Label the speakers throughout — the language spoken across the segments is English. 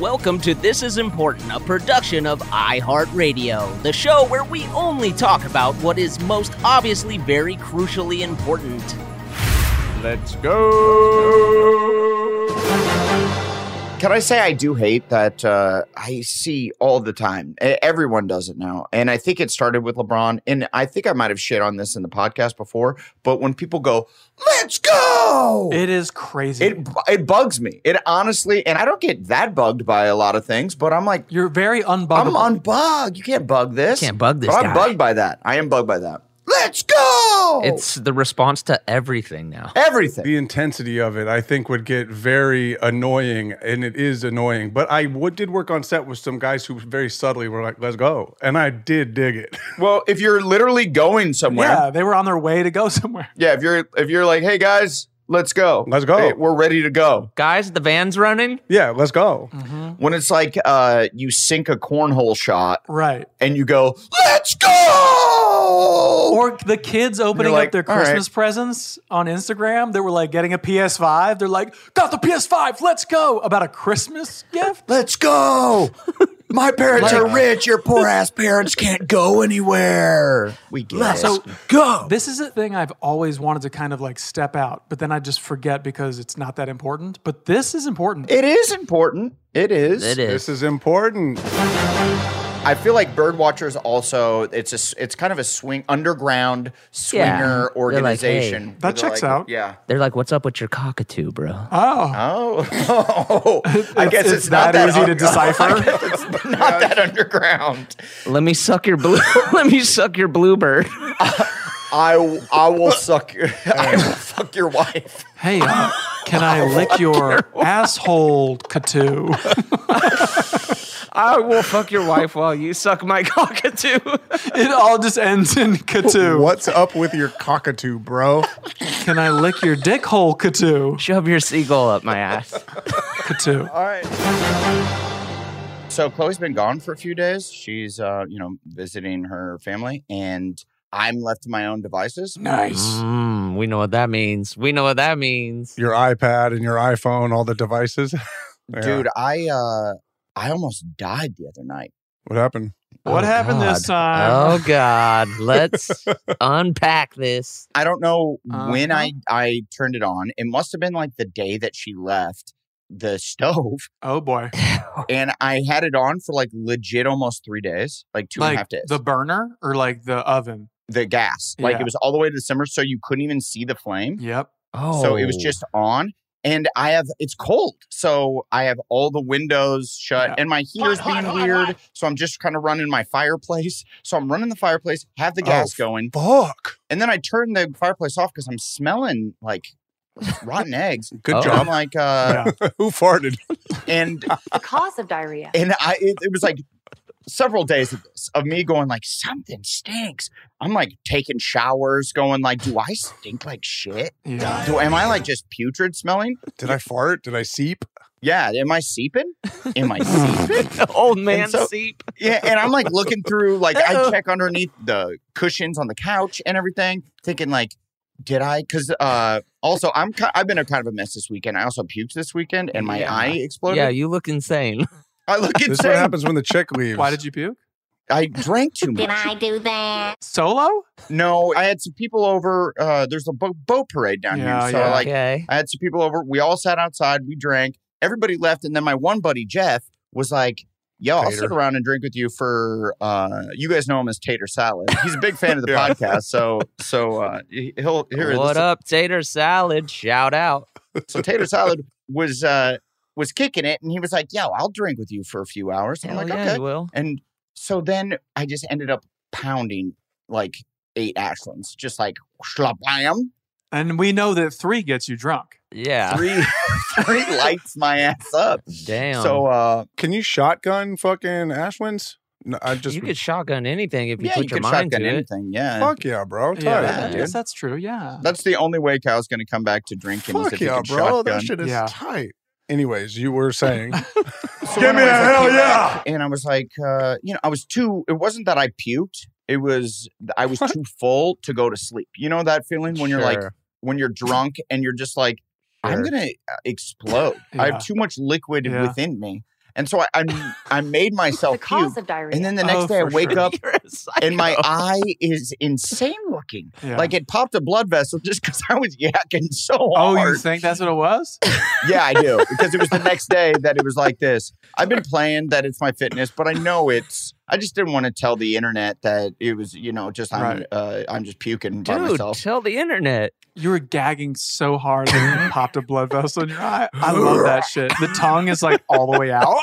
Speaker 1: Welcome to This Is Important, a production of iHeartRadio, the show where we only talk about what is most obviously very crucially important.
Speaker 2: Let's go. Can I say I do hate that uh, I see all the time? E- Everyone does it now. And I think it started with LeBron. And I think I might have shit on this in the podcast before, but when people go, let's go,
Speaker 3: It is crazy.
Speaker 2: it, bu- it bugs me. It honestly, and I don't get that bugged by a lot of things, but I'm like,
Speaker 3: You're very
Speaker 2: I'm
Speaker 3: unbuggable.
Speaker 2: on bug. You can't bug this.
Speaker 4: Can't bug this
Speaker 2: But
Speaker 4: guy.
Speaker 2: I'm bugged by that. I am bugged by that. Let's go.
Speaker 4: It's the response to everything now.
Speaker 2: everything.
Speaker 5: the intensity of it i think would get very annoying and it is annoying but i would, did work on set with some guys who very subtly were like let's go and i did dig it
Speaker 2: Well, if you're literally going somewhere,
Speaker 3: yeah,
Speaker 2: yeah.
Speaker 3: they were on their way to go somewhere.
Speaker 2: if you're if you're like, hey guys, let's go,
Speaker 5: Let's go.
Speaker 2: Hey, we're ready to go.
Speaker 4: Guys, the van's running. Mm-hmm.
Speaker 5: yeah let's go
Speaker 2: When it's like uh, you sink a cornhole shot
Speaker 3: Right.
Speaker 2: and you go, let's go,
Speaker 3: Or the kids opening
Speaker 2: like,
Speaker 3: up their
Speaker 2: "All right."
Speaker 3: Christmas presents on Instagram. They were like getting a PS5. They're like, got the PS5. Let's go. About a Christmas gift.
Speaker 2: let's go. My parents are rich. Your poor ass parents can't go anywhere. We get it.
Speaker 3: So
Speaker 2: go.
Speaker 3: This is a thing I've always wanted to kind of like step out, but then I just forget because it's not that important. But this is important.
Speaker 2: It is important. It is.
Speaker 4: It is.
Speaker 5: this is important
Speaker 2: I feel like bird watchers also. It's a. s- It's kind of a swing underground swinger
Speaker 4: Yeah. They're like,
Speaker 2: organization.
Speaker 4: "Hey."
Speaker 2: Where
Speaker 3: That
Speaker 2: they're
Speaker 3: checks
Speaker 2: like,
Speaker 3: out.
Speaker 2: Yeah.
Speaker 4: They're like, "What's up with your cockatoo, bro?"
Speaker 3: oh,
Speaker 2: Oh. I guess it's,
Speaker 3: it's
Speaker 2: not
Speaker 3: that
Speaker 2: that
Speaker 3: easy to
Speaker 2: un-
Speaker 3: decipher.
Speaker 2: I guess it's not that underground.
Speaker 4: Let me suck your blue. Let me suck your bluebird.
Speaker 2: I. I will suck. Your, I will fuck your wife.
Speaker 3: hey, uh, can I lick your asshole, Katoo?
Speaker 4: I will fuck your wife while you suck my cockatoo.
Speaker 3: it all just ends in Katoo.
Speaker 5: what's up with your cockatoo bro
Speaker 3: Can I lick your dick hole, Katoo?
Speaker 4: Shove your seagull up my ass.
Speaker 3: Katoo.
Speaker 2: All right. So Chloe's been gone for a few days. She's, uh, you know, visiting her family, and I'm left to my own devices.
Speaker 3: Nice.
Speaker 4: Mm, we know what that means. We know what that means.
Speaker 5: your ipad and your iphone all the devices Yeah.
Speaker 2: Dude, I uh I almost died the other night.
Speaker 5: what happened
Speaker 3: What
Speaker 4: Oh,
Speaker 3: happened
Speaker 4: God.
Speaker 3: this time?
Speaker 4: Oh God, let's unpack this.
Speaker 2: I don't know when
Speaker 3: Uh-huh.
Speaker 2: I I turned it on. It must have been like the day that she left the stove
Speaker 3: Oh, boy.
Speaker 2: and I had it on for like legit almost 3 days, like two and a half
Speaker 3: Like the
Speaker 2: days.
Speaker 3: burner or like the oven?
Speaker 2: The, gas. Like
Speaker 3: Yeah.
Speaker 2: it was all the way to the simmer so you couldn't even see the flame.
Speaker 3: Yep.
Speaker 4: Oh,
Speaker 2: So it was just on and I have it's cold, so I have all the windows shut, and my heater's
Speaker 6: Hot, hot,
Speaker 2: being
Speaker 6: hot,
Speaker 2: weird. So I'm just kind of running my fireplace. So I'm running the fireplace, have the
Speaker 6: Oh,
Speaker 2: gas going,
Speaker 5: fuck,
Speaker 2: and then I turn the fireplace off because I'm smelling like rotten eggs.
Speaker 5: Good
Speaker 2: And
Speaker 5: job.
Speaker 2: I'm like, uh,
Speaker 5: who farted?
Speaker 2: and
Speaker 7: The cause of diarrhea.
Speaker 2: and I it, it was like several days of this of me going like something stinks. I'm like taking showers, going like, do I stink like shit? Do am I like just putrid smelling?
Speaker 5: Did I fart? Did I seep?
Speaker 2: Yeah, am I seeping? Am I seeping?
Speaker 4: Old
Speaker 2: And
Speaker 4: man
Speaker 2: so-
Speaker 4: seep.
Speaker 2: Yeah, and I'm like looking through, like I
Speaker 4: Uh-oh.
Speaker 2: check underneath the cushions on the couch and everything, thinking like, did I? Because uh, also I'm ki- I've been a kind of a mess this weekend. I also puked this weekend, and my eye exploded.
Speaker 4: Yeah, you look insane.
Speaker 2: I look insane.
Speaker 5: This is what happens when the chick leaves.
Speaker 3: Why did you puke?
Speaker 2: I drank too much.
Speaker 8: Did I do that?
Speaker 3: Solo?
Speaker 2: No, I had some people over. Uh, there's a bo- boat parade down
Speaker 3: Yeah,
Speaker 2: here, so
Speaker 3: yeah.
Speaker 2: like
Speaker 4: Okay.
Speaker 2: I had some people over. We all sat outside. We drank. Everybody left, and then my one buddy Jeff was like, "Yo, I'll sit
Speaker 5: Tater.
Speaker 2: around and drink with you for uh, you guys know him as Tater Salad. He's a big fan of the
Speaker 5: Yeah.
Speaker 2: podcast, so so uh, he- he'll hear
Speaker 4: What
Speaker 2: this.
Speaker 4: up, tater salad? Shout out.
Speaker 2: So Tater Salad was uh, was kicking it, and he was like, "Yo, I'll drink with you for a few hours." I'm
Speaker 4: Hell
Speaker 2: like,
Speaker 4: yeah,
Speaker 2: "Okay."
Speaker 4: you will.
Speaker 2: And so then I just ended up pounding like eight Ashlands, just like schlop bam.
Speaker 3: And we know that three gets you drunk.
Speaker 4: Yeah.
Speaker 2: Three, three lights my ass up.
Speaker 4: Damn.
Speaker 2: So, uh,
Speaker 5: Can you shotgun fucking Ashwins? No, I just
Speaker 4: you could shotgun anything if you
Speaker 2: yeah,
Speaker 4: put
Speaker 2: you
Speaker 4: your
Speaker 2: could
Speaker 4: mind to
Speaker 2: shotgun
Speaker 4: it.
Speaker 2: anything. Yeah.
Speaker 5: fuck yeah, bro. Tight.
Speaker 3: Yeah,
Speaker 2: yeah,
Speaker 3: I guess
Speaker 2: dude.
Speaker 3: that's true. Yeah.
Speaker 2: That's the only way Kyle's going to come back to drinking. is
Speaker 5: Fuck
Speaker 2: if he
Speaker 5: yeah,
Speaker 2: can
Speaker 5: bro. Oh,
Speaker 2: Shotgun.
Speaker 5: That shit is
Speaker 3: Yeah.
Speaker 5: tight. Anyways, you were saying,
Speaker 2: So
Speaker 5: give me a
Speaker 2: anyways, I
Speaker 5: hell
Speaker 2: came
Speaker 5: yeah.
Speaker 2: back And I was like, uh, you know, I was too, it wasn't that I puked. It was, I was too full to go to sleep. You know that feeling when you're like,
Speaker 4: Sure.
Speaker 2: when you're drunk and you're just like, I'm
Speaker 4: Sure.
Speaker 2: gonna uh, explode. I
Speaker 3: Yeah.
Speaker 2: have too much liquid
Speaker 3: Yeah.
Speaker 2: within me, and so I I, I made myself
Speaker 7: Cause
Speaker 2: puke.
Speaker 7: of diarrhea.
Speaker 2: And then the
Speaker 3: Oh,
Speaker 2: next day I
Speaker 3: for
Speaker 2: wake
Speaker 3: sure.
Speaker 2: up
Speaker 4: You're a psycho.
Speaker 2: and my eye is insane looking.
Speaker 3: Yeah.
Speaker 2: Like it popped a blood vessel just because I was yakking so
Speaker 3: oh, you
Speaker 2: hard.
Speaker 3: think that's what it was?
Speaker 2: yeah, I do because it was the next day that it was like this. I've been playing that it's my fitness, but I know it's. I just didn't want to tell the internet that it was. You know, just I'm
Speaker 3: Right.
Speaker 2: uh, I'm just puking by
Speaker 4: Dude,
Speaker 2: myself.
Speaker 4: tell the internet.
Speaker 3: You were gagging so hard that you popped a blood vessel in your eye. I love that shit. The tongue is like all the way out.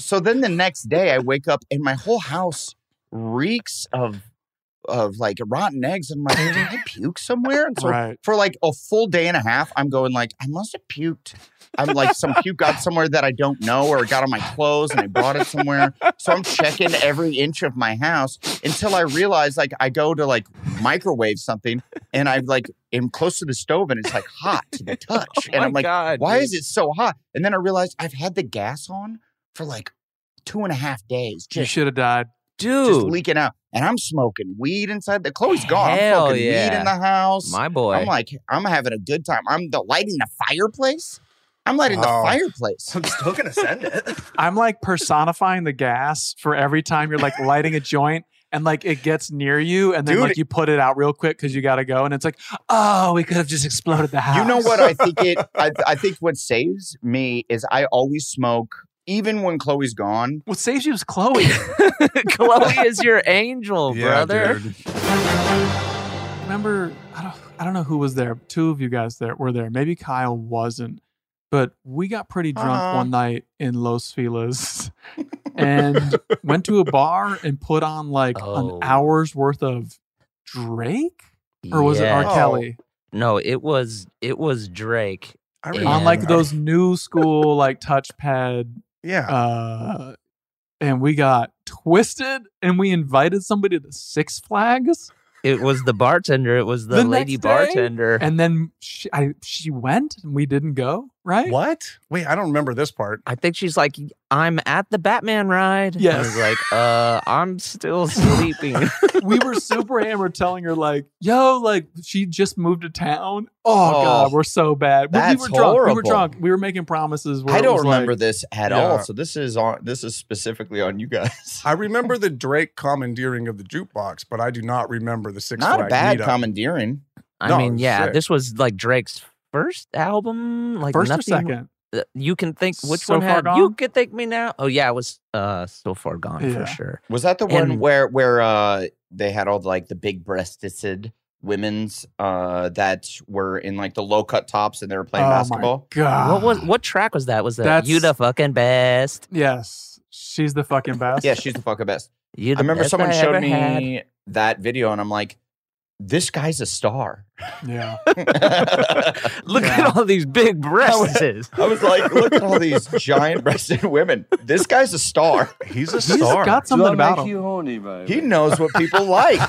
Speaker 2: so then the next day I wake up and my whole house reeks of of like rotten eggs and my like, did I puke somewhere? And so
Speaker 3: Right.
Speaker 2: for like a full day and a half, I'm going like I must have puked. I'm like some puke got somewhere that I don't know or it got on my clothes and I bought it somewhere. So I'm checking every inch of my house until I realize like I go to like microwave something and I like am close to the stove and it's like hot to the touch. and
Speaker 4: Oh my
Speaker 2: I'm like,
Speaker 4: God,
Speaker 2: why
Speaker 4: dude.
Speaker 2: is it so hot? And then I realized I've had the gas on for like two and a half days,
Speaker 3: You
Speaker 2: just,
Speaker 3: should have died.
Speaker 4: Dude,
Speaker 2: just leaking out. And I'm smoking weed inside the Chloe's gone.
Speaker 4: Hell
Speaker 2: I'm smoking weed
Speaker 4: yeah.
Speaker 2: in the house.
Speaker 4: my boy.
Speaker 2: I'm like, I'm having a good time. I'm the lighting the fireplace. I'm lighting
Speaker 5: Wow.
Speaker 4: Oh.
Speaker 2: the fireplace.
Speaker 6: I'm still gonna send it.
Speaker 3: I'm like personifying the gas for every time you're like lighting a joint and like it gets near you and then
Speaker 5: Dude.
Speaker 3: like you put it out real quick because you got to go and it's like, oh, we could have just exploded the house.
Speaker 2: You know what I think it I, I think what saves me is I always smoke, even when Chloe's gone.
Speaker 3: What saves you is Chloe.
Speaker 4: Chloe is your angel,
Speaker 5: Yeah,
Speaker 4: brother.
Speaker 5: dude.
Speaker 3: Remember, I don't, I don't know who was there. Two of you guys there were there. Maybe Kyle wasn't, but we got pretty drunk
Speaker 2: Uh-huh.
Speaker 3: one night in Los Feliz and went to a bar and put on like
Speaker 4: Oh.
Speaker 3: an hour's worth of Drake or was it
Speaker 4: Yes.
Speaker 3: R. Kelly?
Speaker 4: Oh. No, it was it was Drake.
Speaker 5: Oh, I
Speaker 4: On,
Speaker 3: on
Speaker 4: Yeah.
Speaker 3: like those new school like touchpad
Speaker 5: Yeah.
Speaker 3: uh and we got twisted and we invited somebody to six flags
Speaker 4: It was the bartender. It was the,
Speaker 3: The
Speaker 4: lady
Speaker 3: next day?
Speaker 4: bartender.
Speaker 3: and then she, I, she went and we didn't go right
Speaker 5: what? Wait, I don't remember this part.
Speaker 4: I think she's like, I'm at the Batman ride. I
Speaker 3: Yes.
Speaker 4: was like, uh, I'm still sleeping.
Speaker 3: we were super hammered telling her like yo like she just moved to town oh, god we're so bad But
Speaker 2: that's
Speaker 3: we were drunk we were
Speaker 2: horrible.
Speaker 3: drunk we were making promises where
Speaker 2: I
Speaker 3: it
Speaker 2: don't
Speaker 3: was like-
Speaker 2: remember this at
Speaker 5: Yeah.
Speaker 2: all. So this is on this is specifically on you guys.
Speaker 5: I remember the Drake commandeering of the jukebox, but I do not remember the Six
Speaker 2: Not a
Speaker 5: Flag
Speaker 2: bad
Speaker 5: meetup.
Speaker 2: commandeering.
Speaker 4: I
Speaker 5: No,
Speaker 4: mean, yeah,
Speaker 5: sick.
Speaker 4: this was like Drake's first album. Like
Speaker 3: first or
Speaker 4: nothing,
Speaker 3: second
Speaker 4: uh, You can think which
Speaker 3: So
Speaker 4: one
Speaker 3: Far
Speaker 4: had you
Speaker 3: Gone?
Speaker 4: can think me now. Oh yeah, it was uh so far gone
Speaker 3: Yeah.
Speaker 4: for sure.
Speaker 2: Was that the one
Speaker 4: And-
Speaker 2: where where uh they had all like the big breasticid women's uh, that were in like the low cut tops and they were playing
Speaker 4: Oh my
Speaker 2: basketball.
Speaker 3: God.
Speaker 4: What was what track was that? Was that
Speaker 2: That's-
Speaker 4: you the fucking best?
Speaker 3: Yes, she's the fucking best.
Speaker 2: Yeah, she's the fucking best.
Speaker 4: You
Speaker 2: I
Speaker 4: the
Speaker 2: remember
Speaker 4: best
Speaker 2: someone
Speaker 4: I
Speaker 2: showed
Speaker 4: ever
Speaker 2: me
Speaker 4: had.
Speaker 2: that video and I'm like, this guy's a star.
Speaker 3: Yeah.
Speaker 4: Look at all these big breasts.
Speaker 2: I was like, look at all these giant breasted women. This guy's a star.
Speaker 5: He's a
Speaker 6: He's
Speaker 2: star.
Speaker 6: got something Do I about make him.
Speaker 2: You
Speaker 6: horny, baby?
Speaker 2: He knows what people like.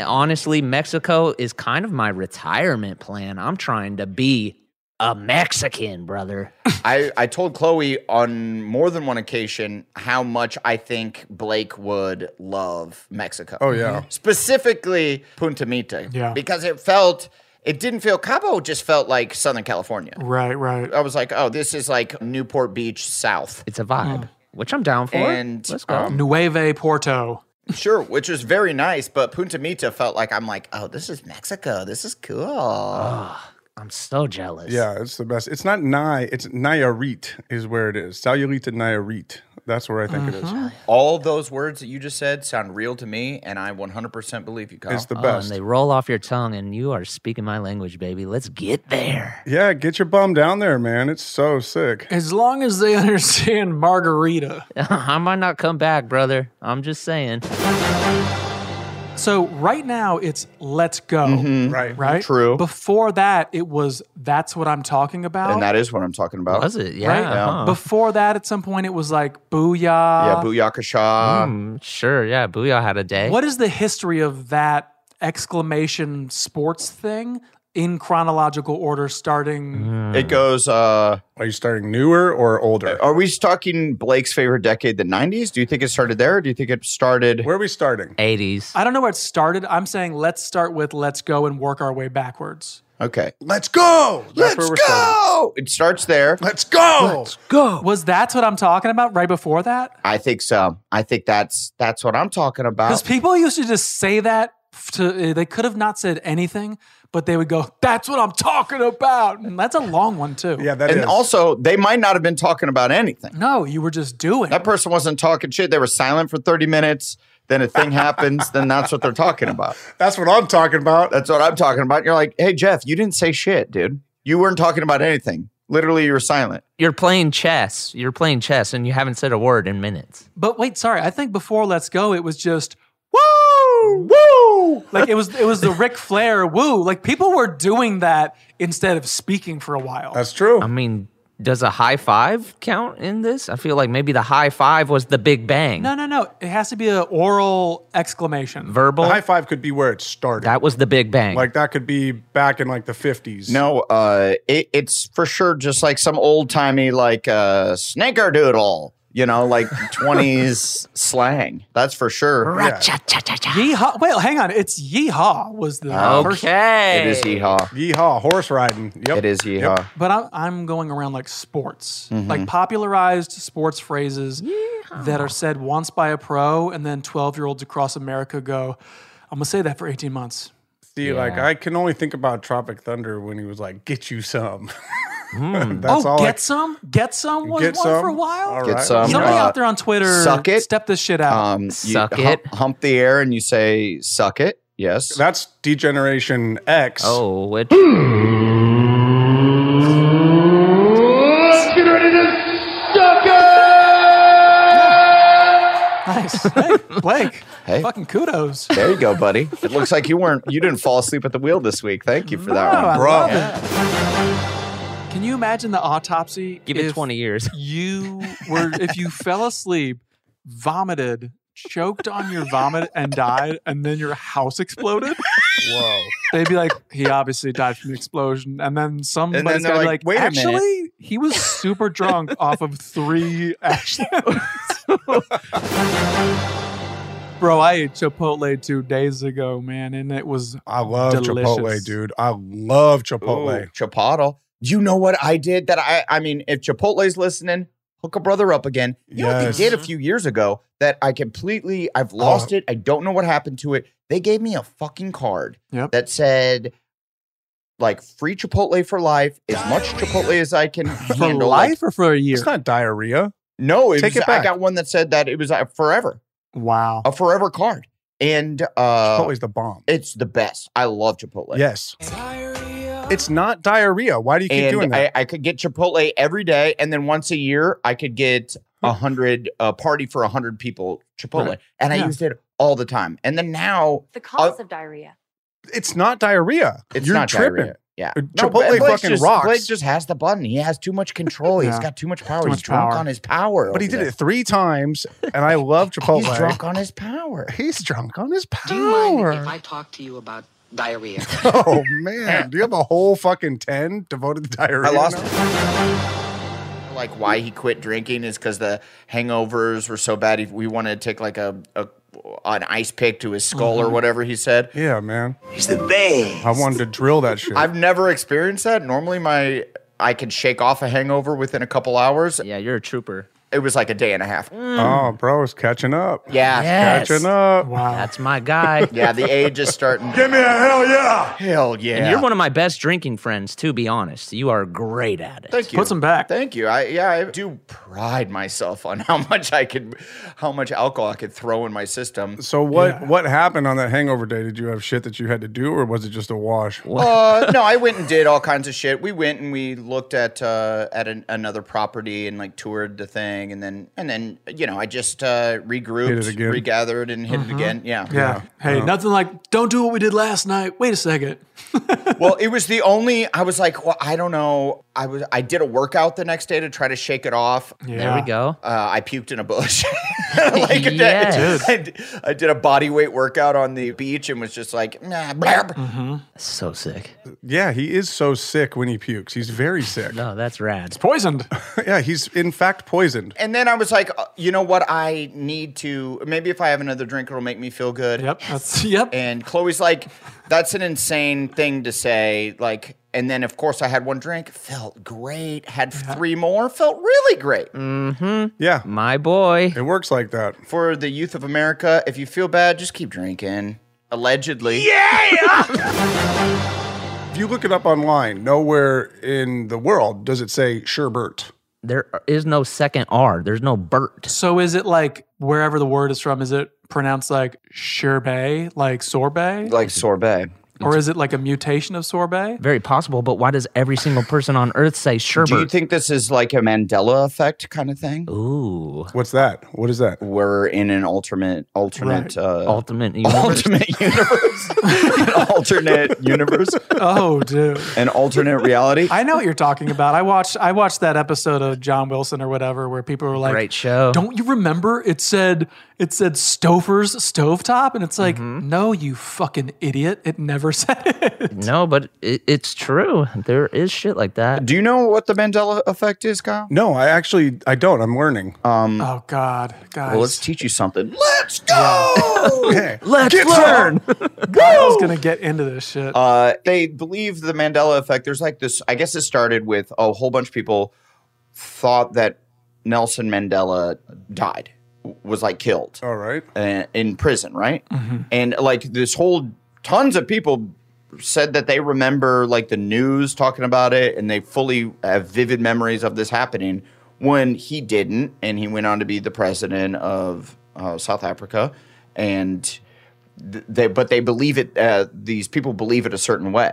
Speaker 4: Honestly, Mexico is kind of my retirement plan. I'm trying to be a Mexican, brother.
Speaker 2: I, I told Chloe on more than one occasion how much I think Blake would love Mexico.
Speaker 5: Oh, yeah.
Speaker 4: Mm-hmm.
Speaker 5: Mhm.
Speaker 2: Specifically Punta Mita.
Speaker 3: Yeah.
Speaker 2: Because it felt it didn't feel Cabo just felt like Southern California.
Speaker 3: Right, right.
Speaker 2: I was like, oh, this is like Newport Beach South.
Speaker 4: It's a
Speaker 3: Oh.
Speaker 4: vibe. Which I'm down for.
Speaker 2: And
Speaker 4: Let's go.
Speaker 2: um,
Speaker 3: Nueve Porto.
Speaker 2: sure, which was very nice, but Punta Mita felt like I'm like, oh, this is Mexico. This is cool.
Speaker 5: Ah.
Speaker 4: I'm so jealous.
Speaker 5: Yeah, it's the best. It's not Nai, it's Nayarit is where it is. Sayulita Nayarit. That's where I think
Speaker 4: Uh-huh.
Speaker 5: it is.
Speaker 2: All those words that you just said sound real to me, and I 100% believe you, Kyle.
Speaker 4: Oh, and they roll off your tongue, and you are speaking my language, baby. Let's get there.
Speaker 5: Yeah, get your bum down there, man. It's so sick.
Speaker 3: As long as they understand margarita.
Speaker 4: I might not come back, brother. I'm just saying.
Speaker 3: So right now it's let's go.
Speaker 5: Right.
Speaker 3: Right?
Speaker 2: Mm-hmm. True.
Speaker 3: Before that, it was that's what I'm talking about.
Speaker 2: And that is what I'm talking about.
Speaker 4: Was it? Yeah.
Speaker 3: Right?
Speaker 4: huh.
Speaker 3: Before that, at some point, it was like booyah.
Speaker 2: yeah, Booyakasha.
Speaker 4: Mm, sure. Yeah. Booyah had a
Speaker 2: Eh?
Speaker 4: day.
Speaker 3: What is the history of that exclamation sports thing in chronological order, starting?
Speaker 2: It goes. uh
Speaker 5: Are you starting newer or older?
Speaker 2: Are we talking Blake's favorite decade, the '90s? Do you think it started there? Or do you think it started?
Speaker 5: Where are we starting?
Speaker 4: 80s.
Speaker 3: I don't know where it started. I'm saying let's start with let's go and work our way backwards.
Speaker 2: Okay,
Speaker 5: Let's go.
Speaker 2: Let's go. It starts there.
Speaker 5: Let's go.
Speaker 3: go. Was that's what I'm talking about right before that?
Speaker 2: I think so. I think that's that's what I'm talking
Speaker 3: Because
Speaker 2: about.
Speaker 3: people used to just say that. f- To, eh, they could have not said anything, but they would go, "That's what I'm talking about," and that's a long one too.
Speaker 5: Yeah, that
Speaker 2: and also, they might not have been talking about anything.
Speaker 3: No, you were just doing.
Speaker 2: That person wasn't talking shit. They were silent for 30 minutes. Then a thing happens. Then that's what they're talking about.
Speaker 5: That's what I'm talking about.
Speaker 2: That's what I'm talking about. You're like, hey, Jeff, you didn't say shit, dude. You weren't talking about anything. Literally, you were silent.
Speaker 4: You're playing chess. You're playing chess, and you haven't said a word in minutes.
Speaker 3: But wait, sorry. I think before Let's Go, it was just woo, woo. Like it was, it was the Ric Flair woo. Like people were doing that instead of speaking for a while.
Speaker 5: That's true.
Speaker 4: I mean, does a high five count in this? I feel like maybe the high five was the big bang.
Speaker 3: No, no, no. It has to be an oral exclamation.
Speaker 4: Verbal.
Speaker 5: The high five could be where it started.
Speaker 4: that was the big bang.
Speaker 5: like that could be back in like the 50s.
Speaker 2: No, uh, it, it's for sure just like some old timey like uh, snickerdoodle, you know, like 20s slang. That's for sure.
Speaker 3: Yeehaw! Wait, hang on. It's yeehaw was the first,
Speaker 4: okay.
Speaker 2: Uh, It is yeehaw.
Speaker 5: Yeehaw, horse riding. Yep.
Speaker 2: It is yeehaw.
Speaker 3: but I'm, I'm going around like sports,
Speaker 5: Mm-hmm.
Speaker 3: like popularized sports phrases that are said once by a pro, and then 12 year olds across America go, "I'm gonna say that for 18 months."
Speaker 5: See, like I can only think about Tropic Thunder when he was like, "Get you some."
Speaker 4: Hmm.
Speaker 3: oh, get some, get some was
Speaker 5: Get
Speaker 3: one for a
Speaker 5: some?
Speaker 3: while.
Speaker 5: All
Speaker 2: Get
Speaker 5: right.
Speaker 2: some.
Speaker 3: Somebody
Speaker 2: uh,
Speaker 3: out there on Twitter,
Speaker 2: suck it.
Speaker 3: step this shit out.
Speaker 2: Um, you
Speaker 4: Suck
Speaker 2: hump,
Speaker 4: it.
Speaker 2: Hump the air and you say, suck it. Yes.
Speaker 5: That's Degeneration X.
Speaker 4: Oh, which
Speaker 3: nice, hey, Blake.
Speaker 2: Hey.
Speaker 3: fucking kudos.
Speaker 2: There you go, buddy. It looks like you weren't, you didn't fall asleep at the wheel this week. Thank you for that
Speaker 3: No, Oh, I
Speaker 2: one.
Speaker 5: Bro.
Speaker 3: love it. Can you imagine the autopsy?
Speaker 4: give it
Speaker 3: if
Speaker 4: 20 years.
Speaker 3: You were if you fell asleep, vomited, choked on your vomit, and died, and then your house exploded.
Speaker 5: Whoa.
Speaker 3: They'd be like, he obviously died from the explosion, and then somebody's
Speaker 2: they're
Speaker 3: gonna be like,
Speaker 2: like, "Wait a minute."
Speaker 3: actually, he was super drunk off of three accidents. Bro, I ate Chipotle two days ago, man, and it was
Speaker 5: I love
Speaker 3: Delicious.
Speaker 5: Chipotle, dude. I love Chipotle.
Speaker 2: Ooh, Chipotle. You know what I did that I I mean, if Chipotle's listening, hook a brother up again. You know what
Speaker 5: Yes. Oh.
Speaker 2: they did a few years ago that I completely I've lost it. I don't know what happened to it. They gave me a fucking card
Speaker 3: Yep.
Speaker 2: that said like free Chipotle for life, as much Chipotle as I can
Speaker 3: for
Speaker 2: handle. Like,
Speaker 3: life or for a year.
Speaker 5: It's not diarrhea.
Speaker 2: no, it
Speaker 5: Take
Speaker 2: was,
Speaker 5: it
Speaker 2: I
Speaker 5: back.
Speaker 2: got one that said that it was a uh, forever,
Speaker 3: Wow.
Speaker 2: a forever card. And uh,
Speaker 5: Chipotle's the bomb.
Speaker 2: It's the best. I love Chipotle.
Speaker 5: Yes. It's not diarrhea. Why do you keep
Speaker 2: and
Speaker 5: doing that?
Speaker 2: I, I could get Chipotle every day, and then once a year, I could get a hundred a party for a hundred people Chipotle,
Speaker 5: Right.
Speaker 2: and I
Speaker 5: Yeah.
Speaker 2: used it all the time. And then now
Speaker 6: The
Speaker 3: Uh,
Speaker 6: cause of diarrhea.
Speaker 5: it's not diarrhea.
Speaker 2: it's
Speaker 5: You're
Speaker 2: not
Speaker 5: tripping.
Speaker 2: diarrhea. Yeah,
Speaker 5: Uh,
Speaker 2: No,
Speaker 5: Chipotle
Speaker 2: Blake's
Speaker 5: fucking
Speaker 2: just,
Speaker 5: rocks.
Speaker 2: Blake just has the button. He has too much control. He's
Speaker 5: Yeah.
Speaker 2: got too much power.
Speaker 5: Too
Speaker 2: He's
Speaker 5: much
Speaker 2: drunk
Speaker 5: power.
Speaker 2: on his power.
Speaker 5: But he
Speaker 2: over
Speaker 5: did
Speaker 2: there.
Speaker 5: it three times, and I love Chipotle.
Speaker 2: He's drunk on his power.
Speaker 5: He's drunk on his power.
Speaker 7: Do you mind if I talk to you about diarrhea?
Speaker 5: oh man, do you have a whole fucking ten devoted to diarrhea?
Speaker 2: I lost
Speaker 5: now?
Speaker 2: Like why he quit drinking is because the hangovers were so bad. He, we wanted to take like a, a an ice pick to his skull or
Speaker 5: Mhm.
Speaker 2: whatever he said.
Speaker 5: Yeah, man.
Speaker 2: He's the best.
Speaker 5: I wanted to drill that shit.
Speaker 2: I've never experienced that. Normally, my I could shake off a hangover within a Mm. couple hours.
Speaker 4: Yeah, you're a trooper.
Speaker 2: It was like a day and a half.
Speaker 5: Oh, bro, it's catching up.
Speaker 2: Yeah. Yes.
Speaker 5: catching up.
Speaker 3: Wow,
Speaker 4: that's my guy.
Speaker 2: Yeah, the age is starting.
Speaker 5: Give me a hell yeah!
Speaker 2: Hell yeah!
Speaker 4: And you're one of my best drinking friends, to be honest. You are great at it.
Speaker 2: Thank you.
Speaker 3: Puts him back.
Speaker 2: Thank you. I yeah, I do pride myself on how much I could, how much alcohol I could throw in my system.
Speaker 5: So what what happened on that hangover day? Did you have shit that you had to do, or was it just a wash?
Speaker 2: uh, no, I went and did all kinds of shit. We went and we looked at uh, at an, another property and like toured the thing, and then and then you know I just uh,
Speaker 5: Hit it
Speaker 2: regrouped,
Speaker 5: again.
Speaker 2: regathered, and hit it again. Yeah,
Speaker 3: Yeah. Hey,
Speaker 5: Yeah. Uh-huh.
Speaker 3: nothing like don't do what we did last night. Wait a second.
Speaker 2: well, it was the only. I was like, well, I don't know. I was. I did a workout the next day to try to shake it off.
Speaker 4: There we go.
Speaker 2: Uh, I puked in a bush. like
Speaker 4: Yes.
Speaker 2: that, I, d- I did a body weight workout on the beach and was just like, nah, blab.
Speaker 3: Mm-hmm.
Speaker 4: So sick.
Speaker 5: Yeah, he is so sick when he pukes. He's very sick.
Speaker 4: No, that's rad.
Speaker 3: Poisoned.
Speaker 5: yeah, he's in fact poisoned.
Speaker 2: And then I was like, uh, you know what? I need to. Maybe if I have another drink, it'll make me feel good.
Speaker 3: Yep. That's yep.
Speaker 2: And Chloe's like, that's an insane thing to say. Like, and then of course I had one drink, felt great. Had three more, felt really great.
Speaker 5: Yeah,
Speaker 4: Mm-hmm. My boy.
Speaker 5: it works like that.
Speaker 2: for the youth of America, if you feel bad, just keep drinking. Allegedly. Yeah.
Speaker 5: If you look it up online, nowhere in the world does it say sherbert.
Speaker 4: There is no second R. There's no Bert.
Speaker 3: So is it like wherever the word is from, is it pronounced like sherbet, like sorbet?
Speaker 2: Like sorbet.
Speaker 3: or is it like a mutation of sorbet?
Speaker 4: Very possible, but why does every single person on Earth say sherbert?
Speaker 2: Do you think this is like a Mandela effect kind of thing?
Speaker 4: Ooh,
Speaker 5: What's that? What is that?
Speaker 2: We're in an alternate, alternate, uh,
Speaker 4: ultimate universe.
Speaker 2: ultimate universe, an alternate universe,
Speaker 3: Oh dude.
Speaker 2: an alternate reality.
Speaker 3: I know what you're talking about. I watched I watched that episode of John Wilson or whatever where people were like
Speaker 4: Great show.
Speaker 3: Don't you remember it said it said Stouffer's stovetop? And it's like,
Speaker 4: Mm-hmm.
Speaker 3: no, you fucking idiot. It never said it.
Speaker 4: no, but it, it's true. There is shit like that.
Speaker 2: Do you know what the Mandela effect is, Kyle?
Speaker 5: No, I actually I don't. I'm learning.
Speaker 3: Oh God, guys.
Speaker 2: Um, Well, let's teach you something. Let's go.
Speaker 5: Okay.
Speaker 4: Let's learn.
Speaker 3: I was gonna get into this shit.
Speaker 2: uh, they believe the Mandela effect. There's like this. I guess it started with a whole bunch of people thought that Nelson Mandela died, was like killed
Speaker 5: All right.
Speaker 2: uh, in prison, right?
Speaker 5: Mm-hmm.
Speaker 2: And like this whole tons of people said that they remember like the news talking about it, and they fully have vivid memories of this happening when he didn't, and he went on to be the president of uh, South Africa, and th- they but they believe it. Uh, these people believe it a certain way,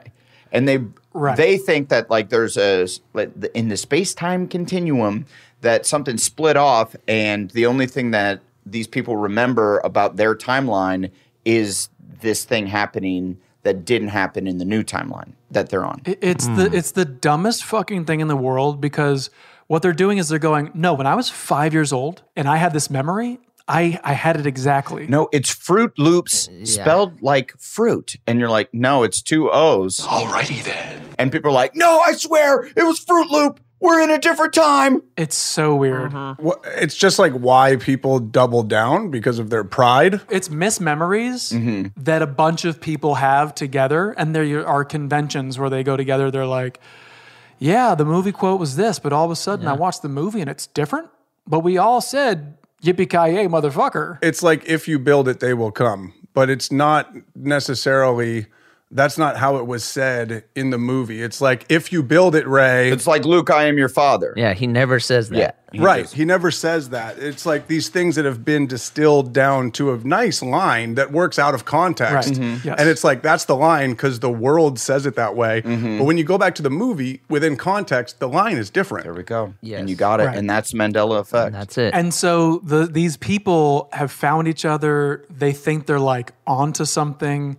Speaker 2: and they
Speaker 3: Right.
Speaker 2: they think that like there's a s- like the- in the space time continuum that something split off, and the only thing that these people remember about their timeline is this thing happening that didn't happen in the new timeline that they're on.
Speaker 3: It- It's
Speaker 4: Hmm.
Speaker 3: the it's the dumbest fucking thing in the world because what they're doing is they're going, no, when I was five years old and I had this memory, I I had it exactly.
Speaker 2: No, it's Fruit Loops
Speaker 4: Uh,
Speaker 2: spelled like fruit. And you're like, no, it's two O's. Alrighty then. And people are like, no, I swear it was Fruit Loop. We're in a different time.
Speaker 3: It's so weird.
Speaker 4: Mm-hmm.
Speaker 5: Wha- It's just like why people double down because of their pride.
Speaker 3: It's mismemories
Speaker 9: Mm-hmm.
Speaker 3: that a bunch of people have together, and there you- are conventions where they go together. They're like, yeah, the movie quote was this, but all of a sudden I watched the movie and it's different. But we all said yippee ki yay, motherfucker.
Speaker 5: It's like if you build it, they will come, but it's not necessarily That's not how it was said in the movie. It's like if you build it, Ray.
Speaker 2: It's like Luke, I am your father.
Speaker 4: Yeah, he never says that.
Speaker 2: Yeah, he
Speaker 5: right.
Speaker 2: does.
Speaker 5: He never says that. It's like these things that have been distilled down to a nice line that works out of context.
Speaker 3: Right. Mhm. Yes.
Speaker 5: And it's like that's the line because the world says it that way.
Speaker 2: Mm-hmm.
Speaker 5: But when you go back to the movie within context, the line is different. There
Speaker 2: we go.
Speaker 4: Yes.
Speaker 2: And you got it.
Speaker 3: Right.
Speaker 2: And that's Mandela effect.
Speaker 4: That's it.
Speaker 3: And so the these people have found each other. They think they're like onto something,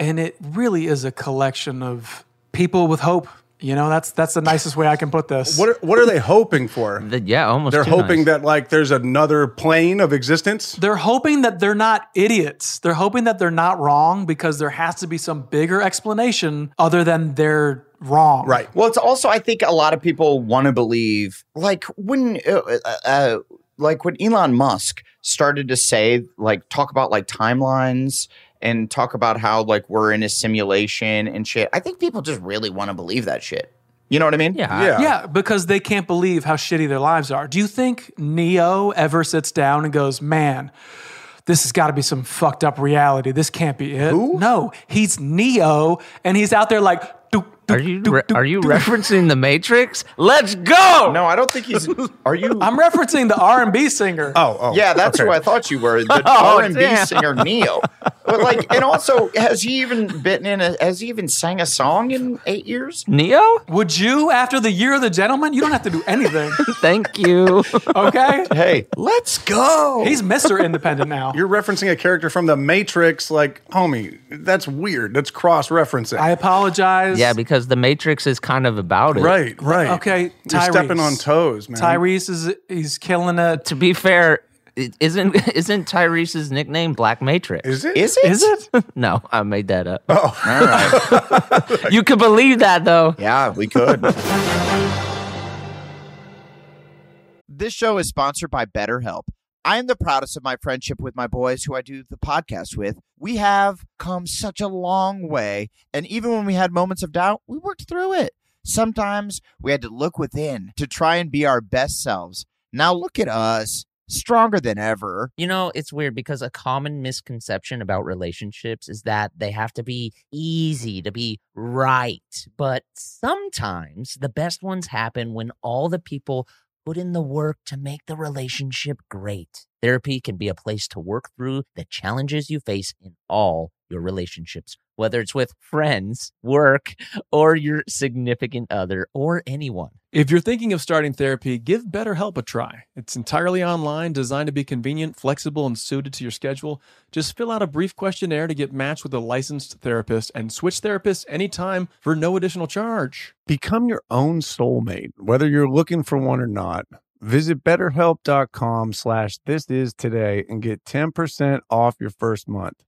Speaker 3: and it really is a collection of people with hope. You know, that's that's the nicest way I can put this.
Speaker 5: What are, what are they hoping for?
Speaker 4: The- yeah, almost.
Speaker 5: They're
Speaker 4: too
Speaker 5: hoping
Speaker 4: nice.
Speaker 5: that like there's another plane of existence.
Speaker 3: they're hoping that they're not idiots. They're hoping that they're not wrong because there has to be some bigger explanation other than they're wrong.
Speaker 5: Right.
Speaker 2: Well, it's also I think a lot of people want to believe like when uh, uh, like when Elon Musk started to say like talk about like timelines and talk about how like we're in a simulation and shit. I think people just really want to believe that shit. You know what I mean?
Speaker 4: Yeah.
Speaker 5: Yeah.
Speaker 3: Yeah, because they can't believe how shitty their lives are. Do you think Neo ever sits down and goes, man, this has got to be some fucked up reality. This can't be it. No, he's Neo and he's out there like, doop, doop,
Speaker 4: Are you
Speaker 3: doop,
Speaker 4: re-
Speaker 3: doop,
Speaker 4: are you
Speaker 3: doop.
Speaker 4: referencing the Matrix? Let's go.
Speaker 2: No, I don't think he's. Are you?
Speaker 3: I'm referencing the R&B singer.
Speaker 5: Oh, oh.
Speaker 2: yeah, that's
Speaker 5: okay.
Speaker 2: who I thought you were. The
Speaker 4: Oh,
Speaker 2: R and B
Speaker 4: damn.
Speaker 2: singer Neo. But like, and also, has he even bitten in? A, has he even sang a song in eight years?
Speaker 4: Neo.
Speaker 3: Would you, after the year of the gentleman, you don't have to do anything,
Speaker 4: Thank you.
Speaker 3: okay?
Speaker 2: Hey, let's go.
Speaker 3: He's Mr. Independent now.
Speaker 5: You're referencing a character from the Matrix, like homie. That's weird. That's cross referencing.
Speaker 3: I apologize.
Speaker 4: yeah, because the Matrix is kind of about it.
Speaker 5: Right, right.
Speaker 2: Oh,
Speaker 3: Okay,
Speaker 5: You're stepping
Speaker 3: Tyrese.
Speaker 5: on toes, man.
Speaker 3: Tyrese is he's killing it.
Speaker 4: To be fair, i- isn't isn't Tyrese's nickname Black Matrix?
Speaker 5: Is it? Oh.
Speaker 2: Is it?
Speaker 3: Is it?
Speaker 4: no, I made that up.
Speaker 2: All right.
Speaker 4: you could believe that though.
Speaker 2: Yeah, we could. this show is sponsored by BetterHelp. I am the proudest of my friendship with my boys who I do the podcast with. We have come such a long way. And even when we had moments of doubt, we worked through it. Sometimes we had to look within to try and be our best selves. Now look at us, stronger than ever.
Speaker 4: You know, it's weird because a common misconception about relationships is that they have to be easy to be right. But sometimes the best ones happen when all the people put in the work to make the relationship great. Therapy can be a place to work through the challenges you face in all your relationships, whether it's with friends, work, or your significant other, or anyone.
Speaker 6: If you're thinking of starting therapy, give BetterHelp a try. It's entirely online, designed to be convenient, flexible, and suited to your schedule. Just fill out a brief questionnaire to get matched with a licensed therapist and switch therapists anytime for no additional charge.
Speaker 5: Become your own soulmate, whether you're looking for one or not. Visit betterhelp.com slash this is today and get 10% off your first month.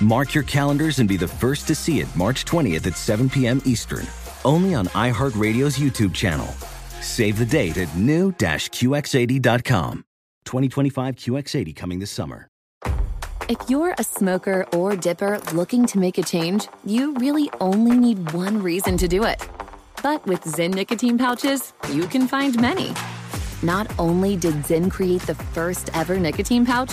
Speaker 10: Mark your calendars and be the first to see it March 20th at 7 p.m. Eastern, only on iHeartRadio's YouTube channel. Save the date at new-qx80.com. 2025 QX80 coming this summer.
Speaker 11: If you're a smoker or dipper looking to make a change, you really only need one reason to do it. But with Zyn nicotine pouches, you can find many. Not only did Zyn create the first ever nicotine pouch,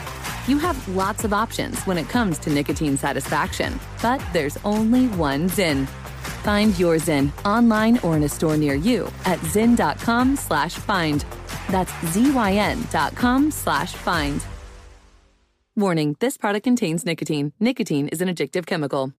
Speaker 11: You have lots of options when it comes to nicotine satisfaction, but there's only one Zyn. Find your Zyn online or in a store near you at zyn.com slash find. That's Z-Y-N dot com slash find. Warning, this product contains nicotine. Nicotine is an addictive chemical.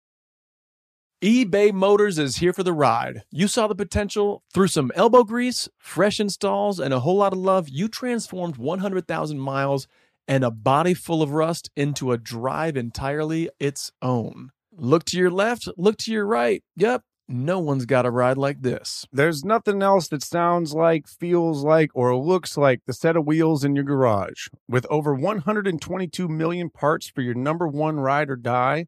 Speaker 6: eBay Motors is here for the ride. You saw the potential through some elbow grease, fresh installs, and a whole lot of love. You transformed 100,000 miles and a body full of rust into a drive entirely its own. Look to your left, look to your right. Yep, no one's got a ride like this.
Speaker 5: There's nothing else that sounds like, feels like, or looks like the set of wheels in your garage. With over 122 million parts for your number one ride or die,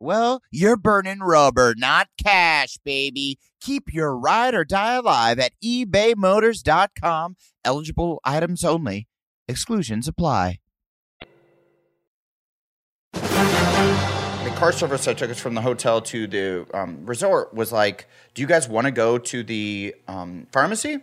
Speaker 12: well, you're burning rubber, not cash, baby. Keep your ride or die alive at ebaymotors.com. Eligible items only. Exclusions apply.
Speaker 2: the car service that took us from the hotel to the um, resort was like, "Do you guys want to go to the um, pharmacy?"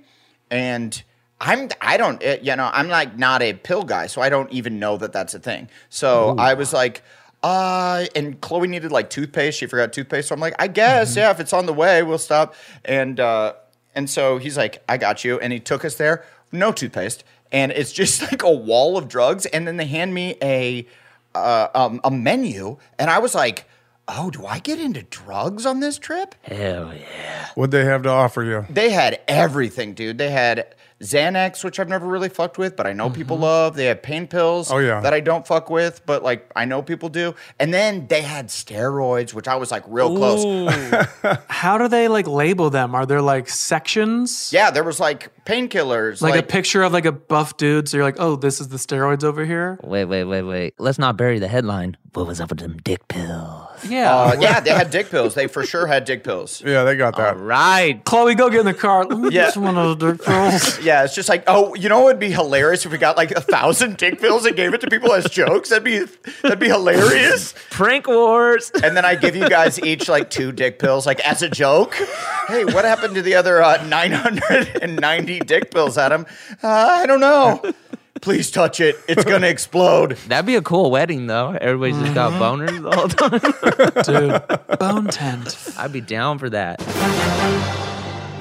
Speaker 2: And I'm I don't eh, you know I'm like not a pill guy, so I don't even know that that's a thing. So I was like. Uh, and Chloe needed like toothpaste. She forgot toothpaste. So I'm like, I guess, yeah, if it's on the way, we'll stop. And, uh, and so he's like, I got you. And he took us there, no toothpaste. And it's just like a wall of drugs. And then they hand me a, uh, um, a menu, and I was like, "Oh, do I get into drugs on this trip?"
Speaker 4: Hell yeah.
Speaker 5: What'd they have to offer you?
Speaker 2: They had everything, dude. They had Xanax, which I've never really fucked with, but I know people love. They had pain pills,
Speaker 5: Mm-hmm. Oh, yeah.
Speaker 2: that I don't fuck with, but like I know people do. And then they had steroids, which I was like real close.
Speaker 3: How do they like label them? Are there like sections?
Speaker 2: Yeah, there was like painkillers,
Speaker 3: Like,
Speaker 2: like,
Speaker 3: a picture of like a buff dude, so you're like, oh, this is the steroids over here.
Speaker 4: Wait, wait, wait, wait. Let's not bury the headline. What was up with them dick pills?
Speaker 3: Yeah,
Speaker 2: uh, yeah, they had dick pills. They for sure had dick pills.
Speaker 5: Yeah, they got that.
Speaker 4: Right.
Speaker 3: Chloe, go get in the car. Let me
Speaker 2: Yeah.
Speaker 3: just one of those dirt pills.
Speaker 2: Yeah, it's just like, oh, you know, it would be hilarious if we got like a thousand dick pills and gave it to people as jokes. That'd be that'd be hilarious.
Speaker 4: Prank wars.
Speaker 2: And then I give you guys each like two dick pills, like as a joke. Hey, what happened to the other uh, 990 dick pills, Adam? Uh, I don't know. Please touch it. It's going to explode.
Speaker 4: That'd be a cool wedding, though. Everybody's just got boners the whole time.
Speaker 3: Dude, bone tent.
Speaker 4: I'd be down for that.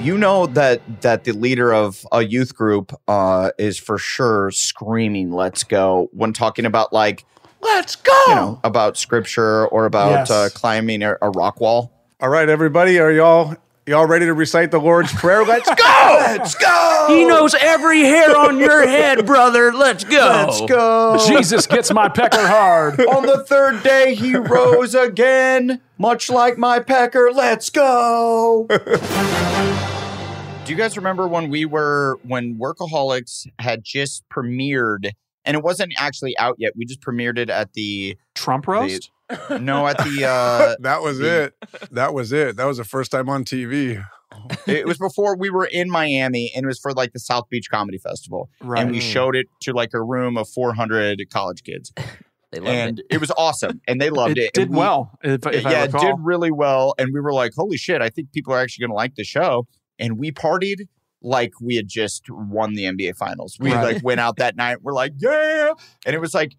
Speaker 2: You know that that the leader of a youth group uh, is for sure screaming "Let's go" when talking about like
Speaker 3: Let's go.
Speaker 2: you know about scripture or about
Speaker 3: Yes.
Speaker 2: uh, climbing a, a rock wall.
Speaker 5: All right, everybody, are y'all y'all ready to recite the Lord's Prayer? Let's go! Let's go!
Speaker 4: He knows every hair on your head, brother. Let's go.
Speaker 5: Let's go!
Speaker 3: Jesus gets my pecker hard.
Speaker 2: Oh. On the third day, he rose again, much like my pecker. Let's go. Do you guys remember when we were, when Workaholics had just premiered, and it wasn't actually out yet? We just premiered it at the,
Speaker 3: Trump roast.
Speaker 2: no, at the, uh,
Speaker 5: that was
Speaker 2: the-
Speaker 5: it. That was it. That was the first time on TV.
Speaker 2: it was before we were in Miami and it was for like the South Beach Comedy Festival.
Speaker 3: Right.
Speaker 2: And we showed it to like a room of 400 college kids.
Speaker 4: They love
Speaker 2: And
Speaker 4: it.
Speaker 2: it. was awesome. And they loved
Speaker 3: It,
Speaker 2: it.
Speaker 3: did
Speaker 2: and we-
Speaker 3: well. If, if I
Speaker 2: yeah, it
Speaker 3: recall.
Speaker 2: did really well. And we were like, holy shit, I think people are actually going to like the show. And we partied like we had just won the NBA finals. We
Speaker 3: Right.
Speaker 2: like went out that night. We're like, yeah. And it was like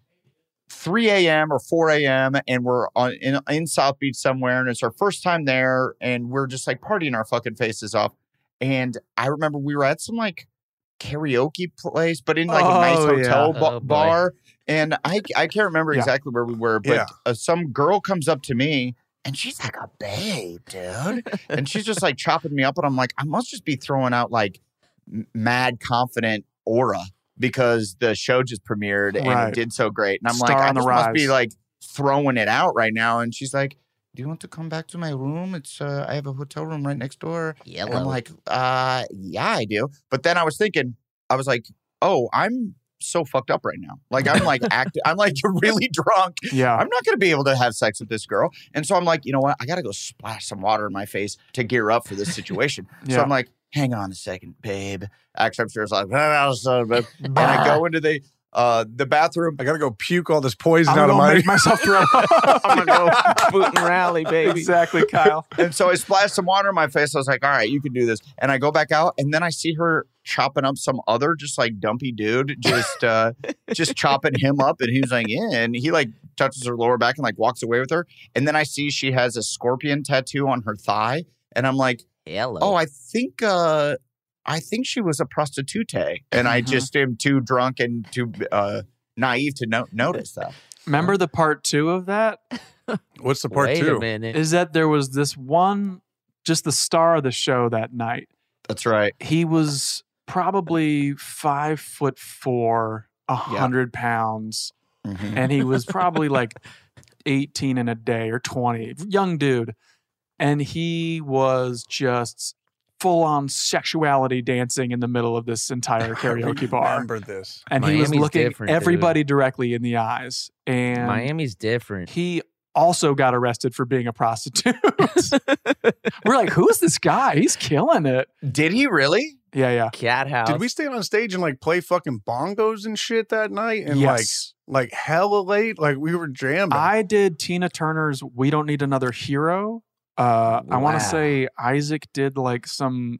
Speaker 2: 3 a.m. or 4 a.m. And we're on in, in South Beach somewhere. And it's our first time there. And we're just like partying our fucking faces off. And I remember we were at some like karaoke place, but in like a nice
Speaker 3: Oh, yeah.
Speaker 2: hotel ba-
Speaker 4: Oh, boy.
Speaker 2: bar. And I I can't remember
Speaker 3: Yeah.
Speaker 2: exactly where we were, but
Speaker 5: Yeah.
Speaker 2: uh, some girl comes up to me and she's like a babe, dude. and she's just like chopping me up, and I'm like, I must just be throwing out like m- mad confident aura because the show just premiered and
Speaker 3: Right.
Speaker 2: it did so great, and I'm
Speaker 3: Star
Speaker 2: like, I
Speaker 3: on the
Speaker 2: just must be
Speaker 3: rise.
Speaker 2: like throwing it out right now. And she's like, Do you want to come back to my room? It's uh, I have a hotel room right next door. And
Speaker 4: Yellow.
Speaker 2: I'm like, uh, yeah, I do. But then I was thinking, I was like, oh, I'm so fucked up right now. Like I'm like act I'm like really drunk.
Speaker 3: Yeah.
Speaker 2: I'm not gonna be able to have sex with this girl. And so I'm like, you know what? I gotta go splash some water in my face to gear up for this situation. So
Speaker 3: Yeah.
Speaker 2: I'm like, hang on a second, babe. Actually, I'm sure it's like, "Ah, son of a-" and I go into the uh, the bathroom.
Speaker 5: I gotta go puke all this poison
Speaker 2: I'm
Speaker 5: out of
Speaker 2: gonna
Speaker 5: my
Speaker 2: make myself
Speaker 5: throw
Speaker 2: I'm gonna go boot and
Speaker 6: rally, baby.
Speaker 3: Exactly, Kyle.
Speaker 2: and so I splashed some water in my face. I was like, all right, you can do this. And I go back out, and then I see her chopping up some other just like dumpy dude, just uh just chopping him up. And he was like, yeah. And he like touches her lower back and like walks away with her. And then I see she has a scorpion tattoo on her thigh. And I'm like,
Speaker 4: Hello.
Speaker 2: Oh, I think uh I think she was a prostitute. And
Speaker 3: Uh-huh.
Speaker 2: I
Speaker 3: Mm-hmm.
Speaker 2: just am too drunk and too uh naive to no- notice that.
Speaker 3: Remember the part two of that?
Speaker 5: What's the
Speaker 2: part Wait a two? minute.
Speaker 3: Is that there was this one, just the star of the show that night.
Speaker 2: That's right.
Speaker 3: He was probably five foot four, a hundred pounds,
Speaker 9: Mm-hmm.
Speaker 5: Mm-hmm.
Speaker 3: and he was probably like eighteen in a day or twenty, young dude, and he was just full on sexuality dancing in the middle of this entire karaoke bar.
Speaker 5: Remember this.
Speaker 3: and he was
Speaker 4: Miami's
Speaker 3: looking
Speaker 4: different, dude.
Speaker 3: everybody directly in the eyes. And
Speaker 4: Miami's different.
Speaker 3: He also got arrested for being a prostitute. We're like, who's this guy? He's killing it.
Speaker 2: Did he really?
Speaker 3: Yeah, yeah.
Speaker 4: Cat house.
Speaker 5: Did we stay on stage and like play fucking bongos and shit that night? And
Speaker 3: Yes.
Speaker 5: like like hella late? Like we were jamming.
Speaker 3: I did Tina Turner's "We Don't Need Another Hero." Uh, I
Speaker 4: Wow.
Speaker 3: want to say Isaac did like some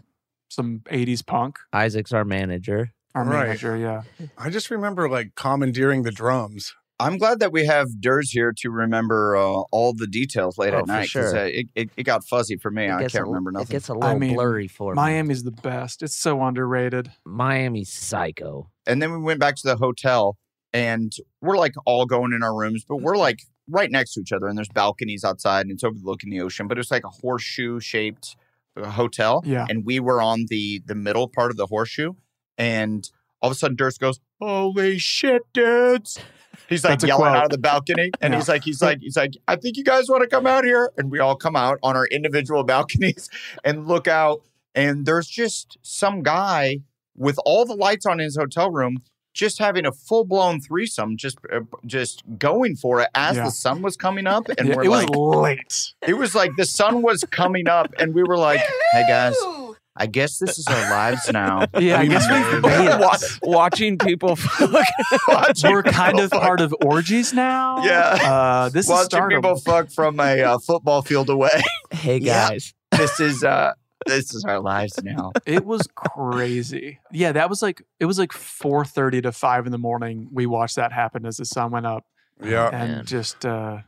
Speaker 3: some '80s punk.
Speaker 4: Isaac's our manager.
Speaker 3: Our
Speaker 5: Right.
Speaker 3: manager, yeah.
Speaker 5: I just remember like commandeering the drums.
Speaker 2: I'm glad that we have Durs here to remember uh, all the details late
Speaker 5: Oh,
Speaker 2: at
Speaker 5: for
Speaker 2: night 'cause,
Speaker 5: sure.
Speaker 2: uh, it, it, it got fuzzy for me. I
Speaker 4: gets
Speaker 2: can't
Speaker 4: a-
Speaker 2: remember
Speaker 4: it
Speaker 2: nothing.
Speaker 4: gets a little blurry for me.
Speaker 3: Miami's the best. It's so underrated.
Speaker 4: Miami's psycho.
Speaker 2: And then we went back to the hotel and we're like all going in our rooms, but we're like right next to each other and there's balconies outside and it's overlooking the ocean, but it's like a horseshoe shaped uh, hotel.
Speaker 3: Yeah.
Speaker 2: And we were on the the middle part of the horseshoe and all of a sudden Durst goes, Holy shit, dudes. He's like
Speaker 3: That's a
Speaker 2: yelling
Speaker 3: quote.
Speaker 2: out of the balcony. And
Speaker 3: Yeah.
Speaker 2: he's like, he's like, he's like, I think you guys want to come out here. And we all come out on our individual balconies and look out. And there's just some guy with all the lights on in his hotel room, just having a full blown threesome, just uh, just going for it as
Speaker 3: Yeah.
Speaker 2: the sun was coming up. And
Speaker 3: Yeah,
Speaker 2: we're
Speaker 3: it
Speaker 2: like,
Speaker 3: was late.
Speaker 2: it was like the sun was coming up, and we were like, hey guys, I guess this is our lives now.
Speaker 3: Yeah, I guess we made it.
Speaker 4: watching people fuck.
Speaker 2: Watching
Speaker 3: We're kind
Speaker 2: people
Speaker 3: of part of orgies now.
Speaker 2: Yeah.
Speaker 3: Uh, this is
Speaker 2: Watching
Speaker 3: stardom.
Speaker 2: people fuck from a uh, football field away.
Speaker 4: Hey
Speaker 2: Yeah.
Speaker 4: guys.
Speaker 2: this is uh this is our lives now.
Speaker 3: it was crazy. Yeah, that was like it was like four thirty to five in the morning. We watched that happen as the sun went up,
Speaker 5: Yeah.
Speaker 4: Oh,
Speaker 3: and just uh,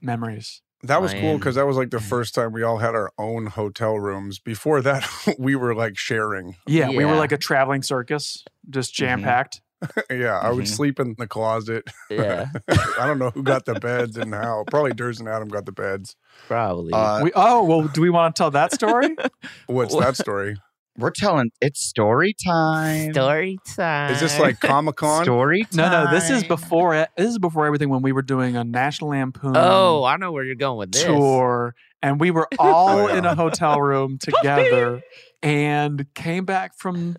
Speaker 3: memories.
Speaker 5: That was cool
Speaker 3: Miami.
Speaker 5: because that was like the first time we all had our own hotel rooms. Before that, we were like sharing.
Speaker 3: Yeah, we were
Speaker 5: Yeah.
Speaker 3: like a traveling circus, just
Speaker 4: Mm-hmm.
Speaker 3: jam packed.
Speaker 5: yeah, I would
Speaker 3: Mhm.
Speaker 5: Uh, sleep in the closet.
Speaker 4: Yeah.
Speaker 5: I don't know who got the beds and how. Probably Durs and Adam got the beds.
Speaker 4: Probably.
Speaker 5: Uh,
Speaker 3: we, oh well, do we want to tell that story?
Speaker 5: What's that story?
Speaker 2: We're telling it's story time.
Speaker 4: Story time.
Speaker 5: Is this like Comic Con?
Speaker 2: Story
Speaker 3: no, no, this is
Speaker 4: time.
Speaker 3: before it. This is before everything when we were doing a National Lampoon.
Speaker 4: Oh, I know where you're going with this.
Speaker 3: Hmm. tour and we were all
Speaker 4: Oh, yeah.
Speaker 3: in a hotel room together and came back from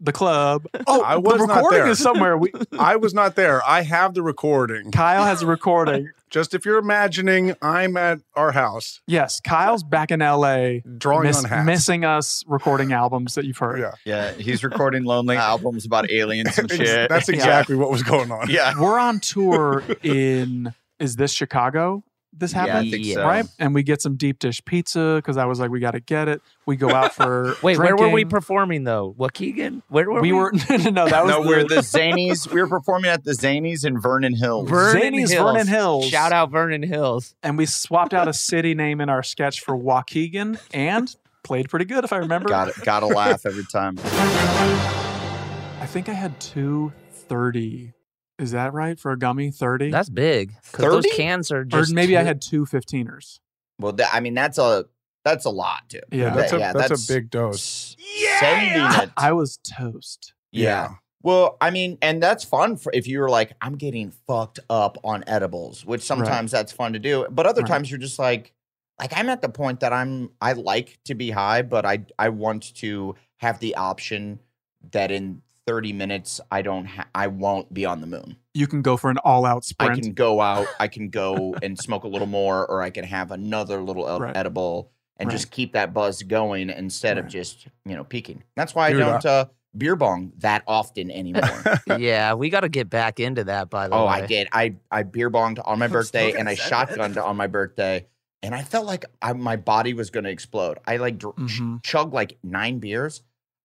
Speaker 3: the club. Oh,
Speaker 5: I was
Speaker 3: the
Speaker 5: not
Speaker 3: recording
Speaker 5: there.
Speaker 3: is somewhere. We,
Speaker 5: I was not there. I have the recording.
Speaker 3: Kyle has a recording.
Speaker 5: Just if you're imagining, I'm at our house.
Speaker 3: Yes, Kyle's back in LA
Speaker 5: Drawing
Speaker 3: miss-
Speaker 5: on hats.
Speaker 3: missing us recording albums that you've heard.
Speaker 5: Yeah.
Speaker 2: Yeah, he's recording lonely albums about aliens and shit.
Speaker 5: That's exactly what was going on.
Speaker 2: Yeah.
Speaker 3: We're on tour in is this Chicago? This
Speaker 2: Yeah, I
Speaker 3: happened,
Speaker 2: think so.
Speaker 3: right? And we get some deep dish pizza because I was like, we got to get it. We go out for
Speaker 4: Wait, where were we
Speaker 3: drinking.
Speaker 4: performing though? Waukegan? Where were we?
Speaker 3: we were no, no, no, that was
Speaker 2: no,
Speaker 3: the-
Speaker 2: we're the Zanies. We were performing at the Zanies in Vernon Hills.
Speaker 3: Zanies, Vernon Hills.
Speaker 4: Shout out Vernon Hills.
Speaker 3: and we swapped out a city name in our sketch for Waukegan and played pretty good, if I remember.
Speaker 2: Got it. Got to laugh every time.
Speaker 3: I think I had 230. Is that right for a gummy? 30?
Speaker 4: That's big. 'cause those
Speaker 2: 30?
Speaker 4: cans are just.
Speaker 3: Or maybe I
Speaker 4: too-
Speaker 3: had two 15ers.
Speaker 2: Well, that, I mean, that's a that's a lot, dude.
Speaker 3: Yeah.
Speaker 2: That-
Speaker 5: That's a,
Speaker 2: yeah,
Speaker 5: that's,
Speaker 2: that's-
Speaker 5: a big dose.
Speaker 2: Sending it.
Speaker 3: I was toast.
Speaker 2: Yeah. Well, I mean, and that's fun for if you're like, I'm getting fucked up on edibles, which sometimes that's fun to do. But other
Speaker 3: Right.
Speaker 2: times you're just like, like I'm at the point that I'm I like to be high, but I I want to have the option that in 30 minutes, I don't ha- I won't be on the moon.
Speaker 3: You can go for an all-out sprint.
Speaker 2: I can go out, I can go and smoke a little more or I can have another little el-
Speaker 3: Right.
Speaker 2: edible and just
Speaker 3: Right.
Speaker 2: keep that buzz going instead of just, you know, peaking. That's why
Speaker 4: Dude,
Speaker 2: I
Speaker 4: I-
Speaker 2: don't uh, beer bong that often anymore.
Speaker 4: yeah, we got to get back into that. By the
Speaker 2: oh,
Speaker 4: way,
Speaker 2: I did. I I beer bonged on my
Speaker 4: I'm still
Speaker 2: birthday and
Speaker 4: gonna
Speaker 2: I
Speaker 4: say
Speaker 2: shotgunned on my birthday, and I felt like I, my body was going to explode. I like dr- ch-
Speaker 3: Mm-hmm.
Speaker 2: chugged like nine beers.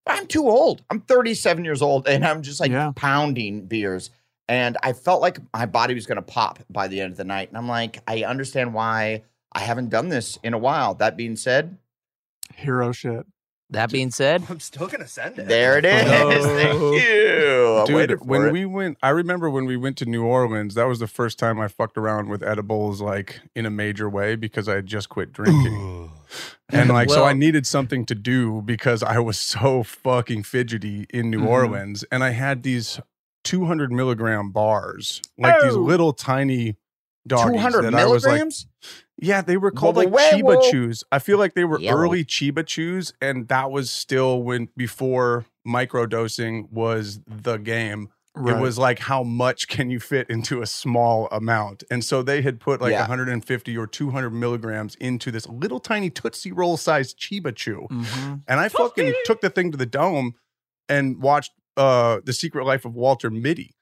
Speaker 2: I'm too old. I'm 37 years old, and I'm just like pounding beers. And I felt like my body was going to pop by the end of the night. And I'm like, I understand why I haven't done this in a while. That being said,
Speaker 3: Hero shit.
Speaker 4: That being said,
Speaker 13: I'm still gonna send it.
Speaker 2: there it is. Thank you. I waited
Speaker 9: Dude,
Speaker 2: for
Speaker 9: when
Speaker 2: it.
Speaker 9: we went, I remember when we went to New Orleans, that was the first time I fucked around with edibles like in a major way because I had just quit drinking. and like, so I
Speaker 13: Well-
Speaker 9: needed something to do because I was so fucking fidgety in New
Speaker 13: Mhm.
Speaker 9: Orleans. And I had these 200 milligram bars, like these
Speaker 13: Oh.
Speaker 9: little tiny doggies.
Speaker 13: 200
Speaker 9: that I was, like-
Speaker 13: milligrams?
Speaker 9: yeah, they were called
Speaker 13: Well,
Speaker 9: like
Speaker 13: the way
Speaker 9: Chiba
Speaker 13: we'll-
Speaker 9: Chews. I feel like they were
Speaker 13: Yellow.
Speaker 9: early Chiba Chews, and that was still when before microdosing was the game.
Speaker 13: Right.
Speaker 9: It was like how much can you fit into a small amount, and so they had put like
Speaker 13: Yeah.
Speaker 9: 150 or 200 milligrams into this little tiny Tootsie Roll sized Chiba Chew, and I fucking took the thing to the dome and watched uh, the Secret Life of Walter Mitty.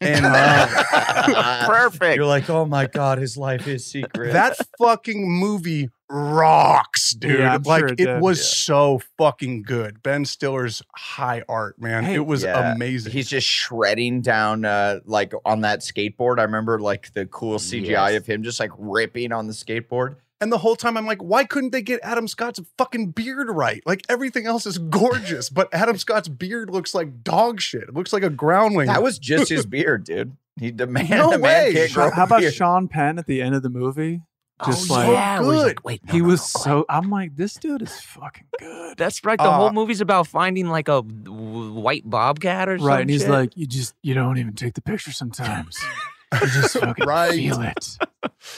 Speaker 9: And uh,
Speaker 2: perfect.
Speaker 9: You're
Speaker 2: like, oh my god, his life is secret.
Speaker 9: that fucking movie rocks, dude.
Speaker 13: Yeah, I'm
Speaker 9: like
Speaker 13: sure
Speaker 9: it,
Speaker 13: it did.
Speaker 9: was
Speaker 13: Yeah.
Speaker 9: so fucking good. Ben Stiller's high art, man. it was
Speaker 2: Yeah.
Speaker 9: amazing.
Speaker 2: He's just shredding down uh like on that skateboard. I remember like the cool CGI
Speaker 9: Yes.
Speaker 2: of him just like ripping on the skateboard.
Speaker 9: And the whole time I'm like, why couldn't they get Adam Scott's fucking beard right? Like everything else is gorgeous, but Adam Scott's beard looks like dog shit. It looks like a groundling.
Speaker 2: That was just his beard, dude. He the man,
Speaker 9: No
Speaker 2: the man
Speaker 9: way.
Speaker 2: can't grow
Speaker 9: Shut-
Speaker 3: How about
Speaker 2: a beard.
Speaker 3: Sean Penn at the end of the movie?
Speaker 4: Oh,
Speaker 3: Just
Speaker 9: so
Speaker 3: like
Speaker 9: good.
Speaker 3: He was,
Speaker 4: Wait,
Speaker 3: so. I'm like, this dude is fucking good.
Speaker 4: That's right. The
Speaker 3: Uh,
Speaker 4: whole movie's about finding like a w- white bobcat or something.
Speaker 3: right. And he's like, you just you don't even take the picture sometimes. you just fucking
Speaker 4: Right.
Speaker 3: feel it.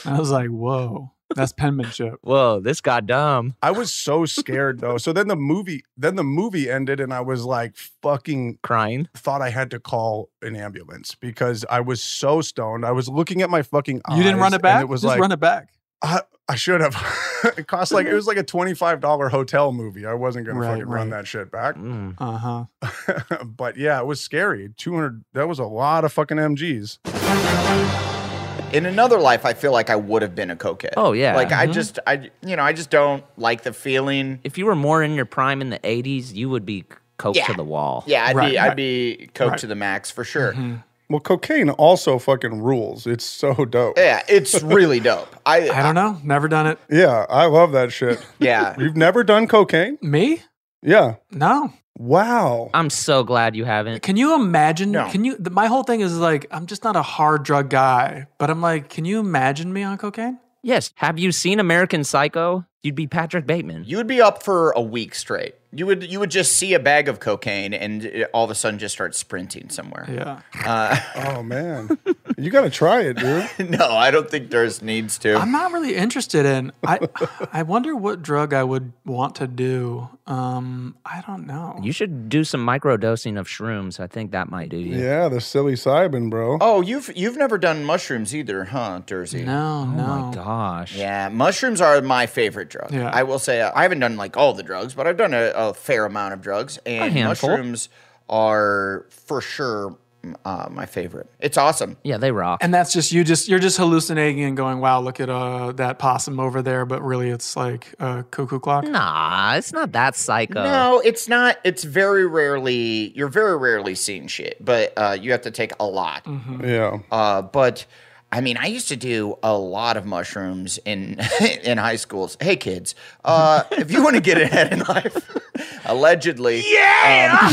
Speaker 3: And I was like, whoa, that's penmanship.
Speaker 4: Whoa, this got dumb.
Speaker 9: I was so scared though. So then the movie, then the movie ended, and I was like fucking
Speaker 4: crying.
Speaker 9: Thought I had to call an ambulance because I was so stoned. I was looking at my fucking. Eyes
Speaker 3: You didn't run
Speaker 9: and
Speaker 3: it back.
Speaker 9: It was
Speaker 3: just
Speaker 9: like
Speaker 3: run it back.
Speaker 9: I, I should have. it cost like it was like a twenty five dollar hotel movie. I wasn't gonna
Speaker 3: Right,
Speaker 9: fucking run
Speaker 3: right. Uh-huh.
Speaker 9: that shit back.
Speaker 4: Mm.
Speaker 3: Uh huh.
Speaker 9: But yeah, it was scary. Two hundred. That was a lot of fucking MGs.
Speaker 2: In another life, I feel like I would have been a cokehead.
Speaker 4: Oh, yeah.
Speaker 2: Like I
Speaker 4: Mhm.
Speaker 2: just I you know, I just don't like the feeling.
Speaker 4: If you were more in your prime in the 80s, you would be coked
Speaker 2: Yeah.
Speaker 4: to the wall.
Speaker 2: Yeah, I'd
Speaker 9: Right,
Speaker 2: be
Speaker 9: right.
Speaker 2: I'd be coked
Speaker 9: Right.
Speaker 2: to the max for sure.
Speaker 4: Mm-hmm.
Speaker 3: Mm-hmm.
Speaker 9: Well, cocaine also fucking rules. It's so dope.
Speaker 2: Yeah, it's really dope. I
Speaker 3: I don't know. Never done it.
Speaker 9: Yeah, I love that shit.
Speaker 2: Yeah.
Speaker 9: You've never done cocaine?
Speaker 3: Me?
Speaker 9: Yeah.
Speaker 3: No.
Speaker 9: Wow.
Speaker 4: I'm so glad you haven't.
Speaker 3: Can you imagine?
Speaker 4: No.
Speaker 3: Can you? th- My whole thing is like, I'm just not a hard drug guy, but I'm like, can you imagine me on cocaine?
Speaker 4: Yes. Have you seen American Psycho? You'd be Patrick Bateman.
Speaker 2: You would be up for a week straight. You would you would just see a bag of cocaine and uh, all of a sudden just start sprinting somewhere.
Speaker 3: Yeah.
Speaker 2: Uh,
Speaker 9: oh man, you gotta try it, dude.
Speaker 2: no, I don't think Durst needs to.
Speaker 3: I'm not really interested in. I I wonder what drug I would want to do. Um, I don't know.
Speaker 4: You should do some microdosing of shrooms. I think that might do you.
Speaker 9: Yeah, the silly Cybin, bro.
Speaker 2: Oh, you've you've never done mushrooms either, huh, Dursey?
Speaker 3: No, no.
Speaker 4: Oh my gosh.
Speaker 2: Yeah, mushrooms are my favorite drug.
Speaker 4: Yeah.
Speaker 2: I will say uh, I haven't done like all the drugs, but I've done a, a fair amount of drugs, and
Speaker 4: handful.
Speaker 2: mushrooms are for sure mm, uh, my favorite. It's awesome.
Speaker 4: Yeah, they rock.
Speaker 3: And that's just you. Just you're just hallucinating and going, "Wow, look at uh that possum over there," but really it's like a cuckoo clock.
Speaker 4: Nah, it's not that psycho.
Speaker 2: No, it's not. It's very rarely. You're very rarely seeing shit, but uh, you have to take a lot.
Speaker 3: Mm-hmm.
Speaker 9: Yeah.
Speaker 2: Uh, but I mean, I used to do a lot of mushrooms in in high schools. Hey, kids, uh, if you want to get ahead in life, allegedly, yeah.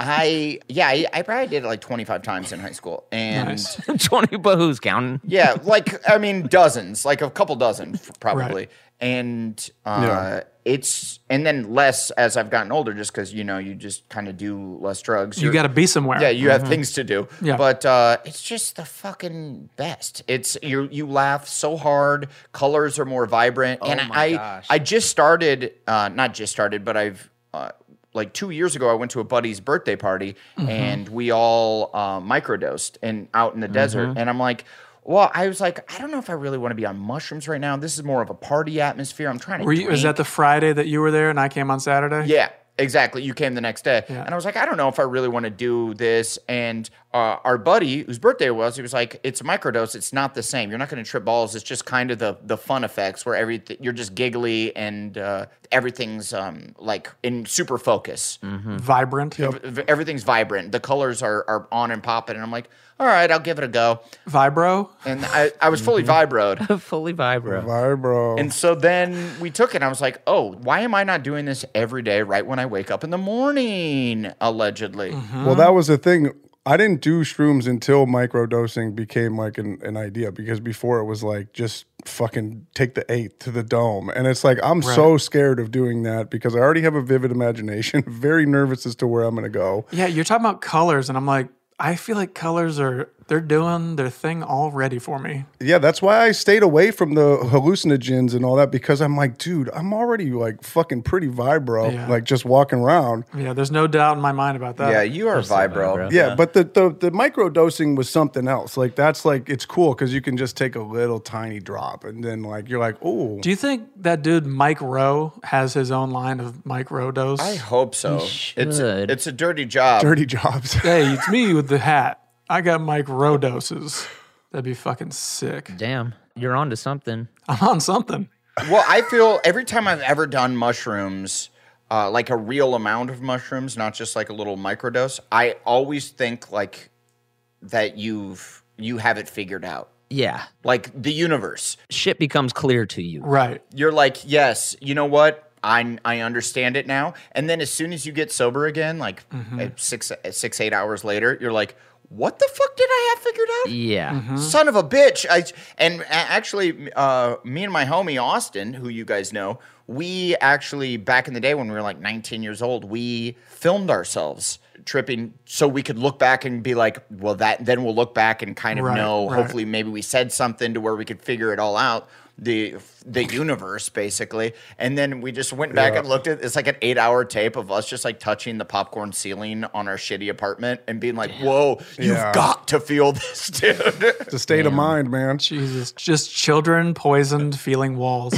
Speaker 2: I yeah, I, I probably did it like 25 times in high school, and
Speaker 4: 20, but who's counting?
Speaker 2: yeah, like I mean, dozens, like a couple dozen f- probably, and uh,
Speaker 4: Yeah.
Speaker 2: it's and then less as I've gotten older, just because you know you just kind of do less drugs.
Speaker 3: You got to be somewhere.
Speaker 2: Yeah, you have
Speaker 3: Mhm.
Speaker 2: things to do.
Speaker 3: Yeah.
Speaker 2: But uh, it's just the fucking best. It's you you laugh so hard, colors are more vibrant. and
Speaker 4: Oh my
Speaker 2: I
Speaker 4: gosh.
Speaker 2: I just started uh not just started, but I've uh, like two years ago, I went to a buddy's birthday party
Speaker 3: Mm-hmm.
Speaker 2: and we all uh, microdosed and out in the desert.
Speaker 3: Mm-hmm.
Speaker 14: Mhm.
Speaker 2: And I'm like, well, I was like, I don't know if I really want to be on mushrooms right now. This is more of a party atmosphere. I'm trying to.
Speaker 3: Were you, was
Speaker 2: drink."
Speaker 3: that the Friday that you were there and I came on Saturday?
Speaker 2: Yeah, exactly. You came the next day. And I was like, I don't know if I really want to do this. And uh, our buddy, whose birthday it was, he was like, it's microdose. It's not the same. You're not going to trip balls. It's just kind of the the fun effects where everything you're just giggly and uh, everything's um, like in super focus.
Speaker 3: Vibrant.
Speaker 2: Ev- Everything's vibrant. The colors are, are on and popping. And I'm like, all right, I'll give it a go.
Speaker 3: Vibro?
Speaker 2: And I, I was fully vibroed.
Speaker 4: fully vibro.
Speaker 9: Mm-hmm. Vibro.
Speaker 2: And so then we took it. And I was like, oh, why am I not doing this every day right when I wake up in the morning, allegedly?
Speaker 9: Mm-hmm. Well, that was the thing. I didn't do shrooms until microdosing became like an, an idea because before it was like just fucking take the eighth to the dome. And it's like, I'm so scared of doing that because I already have a vivid imagination, very nervous as to where I'm going to go.
Speaker 3: Yeah, you're talking about colors, and I'm like, I feel like colors are they're doing their thing already for me.
Speaker 9: Yeah, that's why I stayed away from the hallucinogens and all that because I'm like, dude, I'm already like fucking pretty vibro,
Speaker 3: Yeah.
Speaker 9: like just walking around.
Speaker 3: Yeah, there's no doubt in my mind about that.
Speaker 2: Yeah, you are You're so vibro. vibro.
Speaker 9: Yeah,
Speaker 3: Yeah.
Speaker 9: but the, the the micro dosing was something else. Like that's like it's cool because you can just take a little tiny drop and then like you're like, oh,
Speaker 3: Do you think that dude Mike Rowe has his own line of Mike Rowe dose?
Speaker 2: I hope so. It's a, it's a dirty job.
Speaker 9: dirty jobs.
Speaker 3: hey, it's me with the hat. I got Mike Rowe doses. That'd be fucking sick.
Speaker 4: Damn, you're onto something.
Speaker 3: I'm on something.
Speaker 2: well, I feel every time I've ever done mushrooms, uh, like a real amount of mushrooms, not just like a little microdose, I always think like that you've you have it figured out.
Speaker 4: Yeah.
Speaker 2: Like the universe.
Speaker 4: Shit becomes clear to you.
Speaker 3: Right.
Speaker 2: You're like, yes, you know what? I, I understand it now. And then as soon as you get sober again, like
Speaker 4: Mhm.
Speaker 14: Mm-hmm.
Speaker 2: uh, six, uh, six, eight hours later, you're like, what the fuck did I have figured out?
Speaker 4: Yeah.
Speaker 14: Mm-hmm.
Speaker 2: son of a bitch I, and a- actually uh, me and my homie austin who you guys know we actually back in the day when we were like 19 years old we filmed ourselves tripping so we could look back and be like well that then we'll look back and kind of
Speaker 14: Right,
Speaker 2: know
Speaker 14: right.
Speaker 2: hopefully maybe we said something to where we could figure it all out the the universe basically and then we just went back
Speaker 14: Yeah.
Speaker 2: and looked at it's like an eight hour tape of us just like touching the popcorn ceiling on our shitty apartment and being like whoa you've
Speaker 9: Yeah.
Speaker 2: got to feel this dude
Speaker 9: it's a state of mind, man.
Speaker 3: Jesus, just children poisoned feeling walls.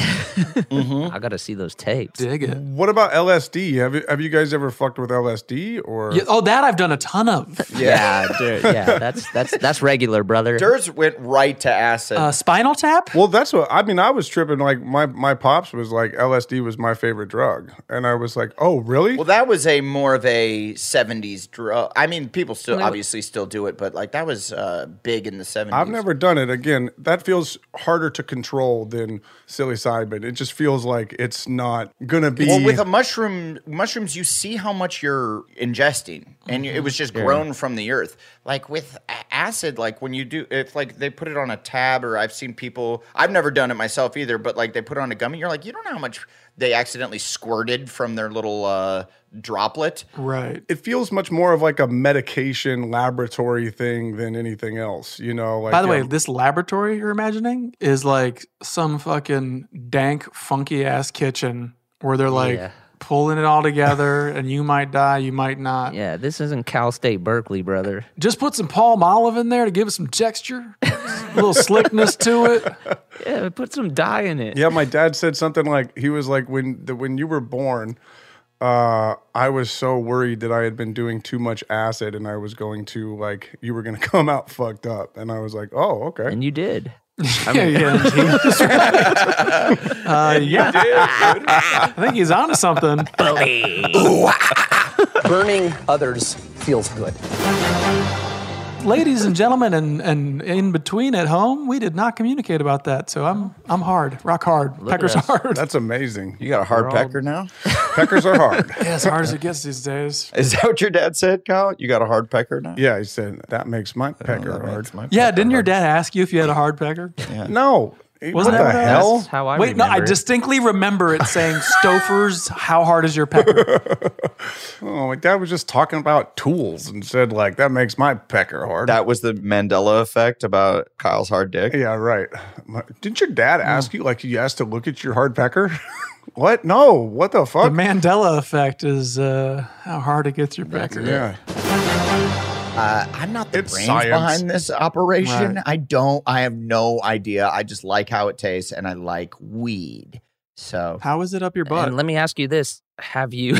Speaker 4: I got to see those tapes.
Speaker 3: Dig it.
Speaker 9: What about LSD? Have you, have you guys ever fucked with LSD or?
Speaker 3: Yeah, oh, that I've done a ton of.
Speaker 4: Yeah, dude, yeah, that's that's that's regular, brother. Uh,
Speaker 2: Durs went right to acid.
Speaker 3: Uh, spinal tap?
Speaker 9: Well, that's what I mean. I was tripping like my my pops was like LSD was my favorite drug, and I was like, oh really?
Speaker 2: well, that was a more of a '70s drug. I mean, people still
Speaker 9: Well, it-
Speaker 2: obviously still do it, but like that was uh, big in the '70s.
Speaker 9: I've never done it. Again, that feels harder to control than psilocybin. It just feels like it's not gonna be.
Speaker 2: Well, with a mushroom, mushrooms, you see how much you're ingesting, and it was just
Speaker 5: Mm-hmm.
Speaker 9: Yeah.
Speaker 2: grown from the earth. Like with a- acid, like when you do, it's like they put it on a tab, or I've seen people. I've never done it myself either, but like they put it on a gummy. You're like, you don't know how much they accidentally squirted from their little uh, droplet.
Speaker 3: Right.
Speaker 9: It feels much more of like a medication laboratory thing than anything else. You know. Like um,
Speaker 3: By the
Speaker 9: yeah,
Speaker 3: way, this laboratory you're imagining is like some fucking dank, funky ass kitchen where they're like
Speaker 4: Yeah.
Speaker 3: pulling it all together and you might die, you might not.
Speaker 4: Yeah, this isn't Cal State Berkeley, brother.
Speaker 3: Just put some palm olive in there to give it some texture, a little slickness to it.
Speaker 4: Yeah, put some dye in it.
Speaker 9: Yeah, my dad said something like he was like when the, when you were born, uh, I was so worried that I had been doing too much acid and I was going to like you were going to come out fucked up, and I was like, oh okay,
Speaker 4: and you did.
Speaker 3: Yeah, yeah, he was right. Uh, yeah. I think he's onto something.
Speaker 15: Burning others feels good.
Speaker 3: Ladies and gentlemen, and, and in between at home, we did not communicate about that. So I'm I'm hard, rock hard, peckers hard.
Speaker 9: That's amazing.
Speaker 2: You got a hard
Speaker 3: We're all-
Speaker 2: pecker now.
Speaker 9: Peckers are hard.
Speaker 3: Yeah, as hard as it gets these days.
Speaker 2: Is that what your dad said, Kyle? You got a hard pecker now? Oh,
Speaker 9: Yeah, he said that makes my pecker hard.
Speaker 3: Yeah, didn't your dad ask you if you had a hard pecker?
Speaker 9: No.
Speaker 3: Wasn't
Speaker 9: what
Speaker 3: that
Speaker 9: the
Speaker 3: it
Speaker 9: hell?
Speaker 3: was? Wait, no, I distinctly remember it saying Stouffer's how hard is your pecker?
Speaker 9: Oh, my dad was just talking about tools and said like that makes my pecker hard.
Speaker 2: That was the Mandela effect about Kyle's hard dick. Hmm.
Speaker 9: Yeah, right. My- Didn't your dad ask you like you asked to look at your hard pecker?
Speaker 5: What? No. What the fuck?
Speaker 3: The Mandela effect is uh, how hard it gets your back.
Speaker 5: Yeah.
Speaker 2: Uh, I'm not the
Speaker 5: It's
Speaker 2: brains
Speaker 5: science.
Speaker 2: behind this operation.
Speaker 5: Right.
Speaker 2: I don't. I have no idea. I just like how it tastes, and I like weed. So
Speaker 3: how is it up your
Speaker 4: And let me ask you this: Have you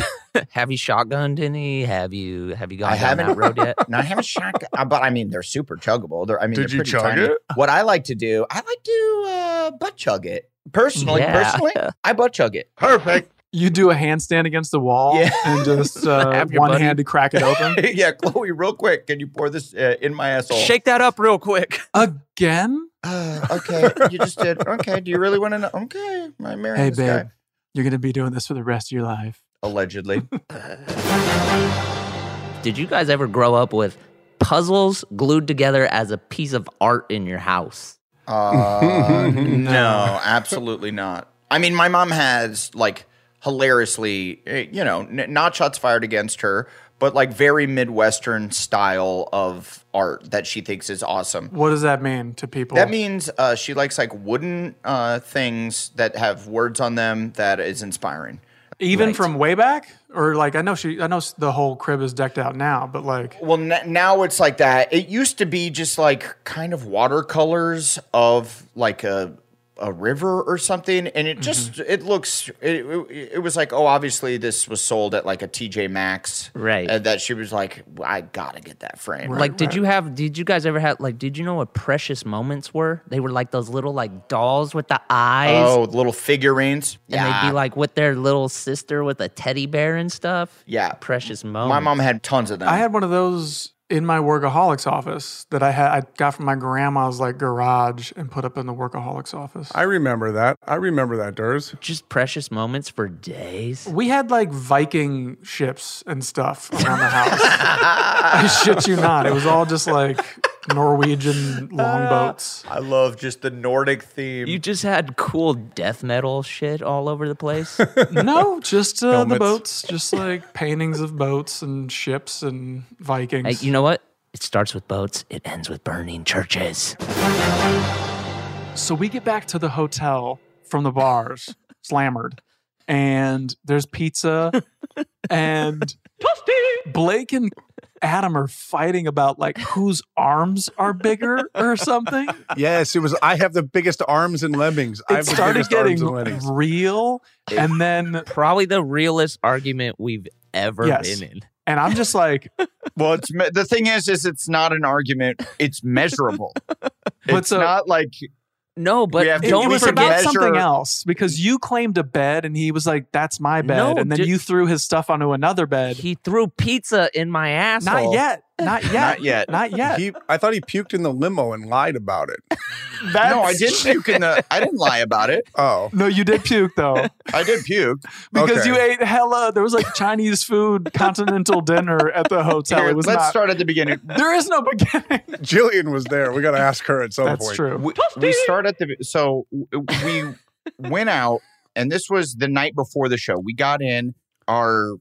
Speaker 4: have you shotgunned any? Have you have you gone
Speaker 2: I
Speaker 4: down that
Speaker 2: haven't
Speaker 4: road yet?
Speaker 2: no, I haven't shotgun, uh, but I mean they're super chuggable. They're I mean
Speaker 4: Did
Speaker 2: they're
Speaker 4: you
Speaker 2: pretty
Speaker 4: chug
Speaker 2: tiny.
Speaker 4: it?
Speaker 2: What I like to do, I like to uh, butt chug it personally.
Speaker 3: Yeah.
Speaker 2: Personally, I butt chug it.
Speaker 3: Perfect. You do a handstand against the wall and just uh,
Speaker 2: Have your
Speaker 3: one
Speaker 2: buddy.
Speaker 3: hand to crack it open.
Speaker 2: yeah, Chloe, real quick, can you pour this uh, in my asshole?
Speaker 4: Shake that up real quick.
Speaker 3: Again?
Speaker 2: Uh, okay, you just did. Okay, do you really want to know? Okay, my marrying
Speaker 3: Hey,
Speaker 2: this
Speaker 3: babe,
Speaker 2: guy.
Speaker 3: you're going to be doing this for the rest of your life.
Speaker 2: Allegedly.
Speaker 4: Did you guys ever grow up with puzzles glued together as a piece of art in your house?
Speaker 2: Uh, no, absolutely not. I mean, my mom has like hilariously, eh, you know, n- not shots fired against her, but like very Midwestern style of art that she thinks is awesome.
Speaker 3: What does that mean to people?
Speaker 2: That means uh, she likes like wooden uh, things that have words on them that is inspiring.
Speaker 3: Even
Speaker 2: Right.
Speaker 3: from way back? Or like, I know she, I know s- the whole crib is decked out now, but like,
Speaker 2: Well, n- now it's like that. It used to be just like kind of watercolors of like a a river or something, and it just
Speaker 4: Mm-hmm.
Speaker 2: it looks. It, it, it was like, oh, obviously this was sold at like a TJ Maxx,
Speaker 4: Right.
Speaker 2: And that she was like, well, I gotta get that frame.
Speaker 4: like, did you have? Did you guys ever have? Like, did you know what precious moments were? They were like those little like dolls with the eyes.
Speaker 2: Oh, little figurines.
Speaker 4: And they'd be like with their little sister with a teddy bear and stuff.
Speaker 2: Yeah.
Speaker 4: Precious moments.
Speaker 2: My mom had tons of them.
Speaker 3: I had one of those in my workaholics office that I had I got from my grandma's like garage and put up in the workaholics office.
Speaker 5: I remember that. I remember that, Durs.
Speaker 4: Just precious moments for days.
Speaker 3: We had like Viking ships and stuff around the house. I shit you not. It was all just like Norwegian longboats.
Speaker 2: I love just the Nordic theme.
Speaker 4: You just had cool death metal shit all over the place.
Speaker 3: No, just uh, the
Speaker 4: Helmets.
Speaker 3: boats, just like paintings of boats and ships and Vikings.
Speaker 4: Hey, you know what? It starts with boats, it ends with burning churches.
Speaker 3: So we get back to the hotel from the bars, slammered, and there's pizza, and Blake and Adam are fighting about like whose arms are bigger or something.
Speaker 5: Yes, it was. I have the biggest arms and lemmings. I
Speaker 3: It
Speaker 5: have the
Speaker 3: started
Speaker 5: biggest
Speaker 3: getting
Speaker 5: arms and lemmings.
Speaker 3: real, and then
Speaker 4: probably the realest argument we've ever
Speaker 5: Yes.
Speaker 4: been in.
Speaker 3: and I'm just like,
Speaker 2: Well, it's me- the thing is, is it's not an argument. It's measurable. it's
Speaker 3: so-
Speaker 2: not like
Speaker 4: No, but
Speaker 2: We have to-
Speaker 3: it
Speaker 2: don't
Speaker 3: was
Speaker 2: we
Speaker 3: about
Speaker 2: measure-
Speaker 3: something else because you claimed a bed, and he was like, "That's my bed,"
Speaker 4: No,
Speaker 3: and then
Speaker 4: di-
Speaker 3: you threw his stuff onto another bed.
Speaker 4: He threw pizza in my ass.
Speaker 3: not yet, not yet,
Speaker 5: Not yet.
Speaker 3: not yet.
Speaker 5: He, I thought he puked in the limo and lied about it.
Speaker 2: no, I didn't puke in the. I didn't lie about it.
Speaker 5: Oh,
Speaker 3: No, you did puke though.
Speaker 2: I did puke
Speaker 3: Because
Speaker 5: Okay.
Speaker 3: you ate hella, there was like Chinese food, continental dinner at the hotel.
Speaker 2: Here,
Speaker 3: it was
Speaker 2: let's
Speaker 3: not,
Speaker 2: start at the beginning.
Speaker 3: There is no beginning.
Speaker 5: Jillian was there. We got to ask her at some
Speaker 3: That's
Speaker 5: point.
Speaker 3: true.
Speaker 2: We, we start at the. So w- we went out, and this was the night before the show. We got in. Our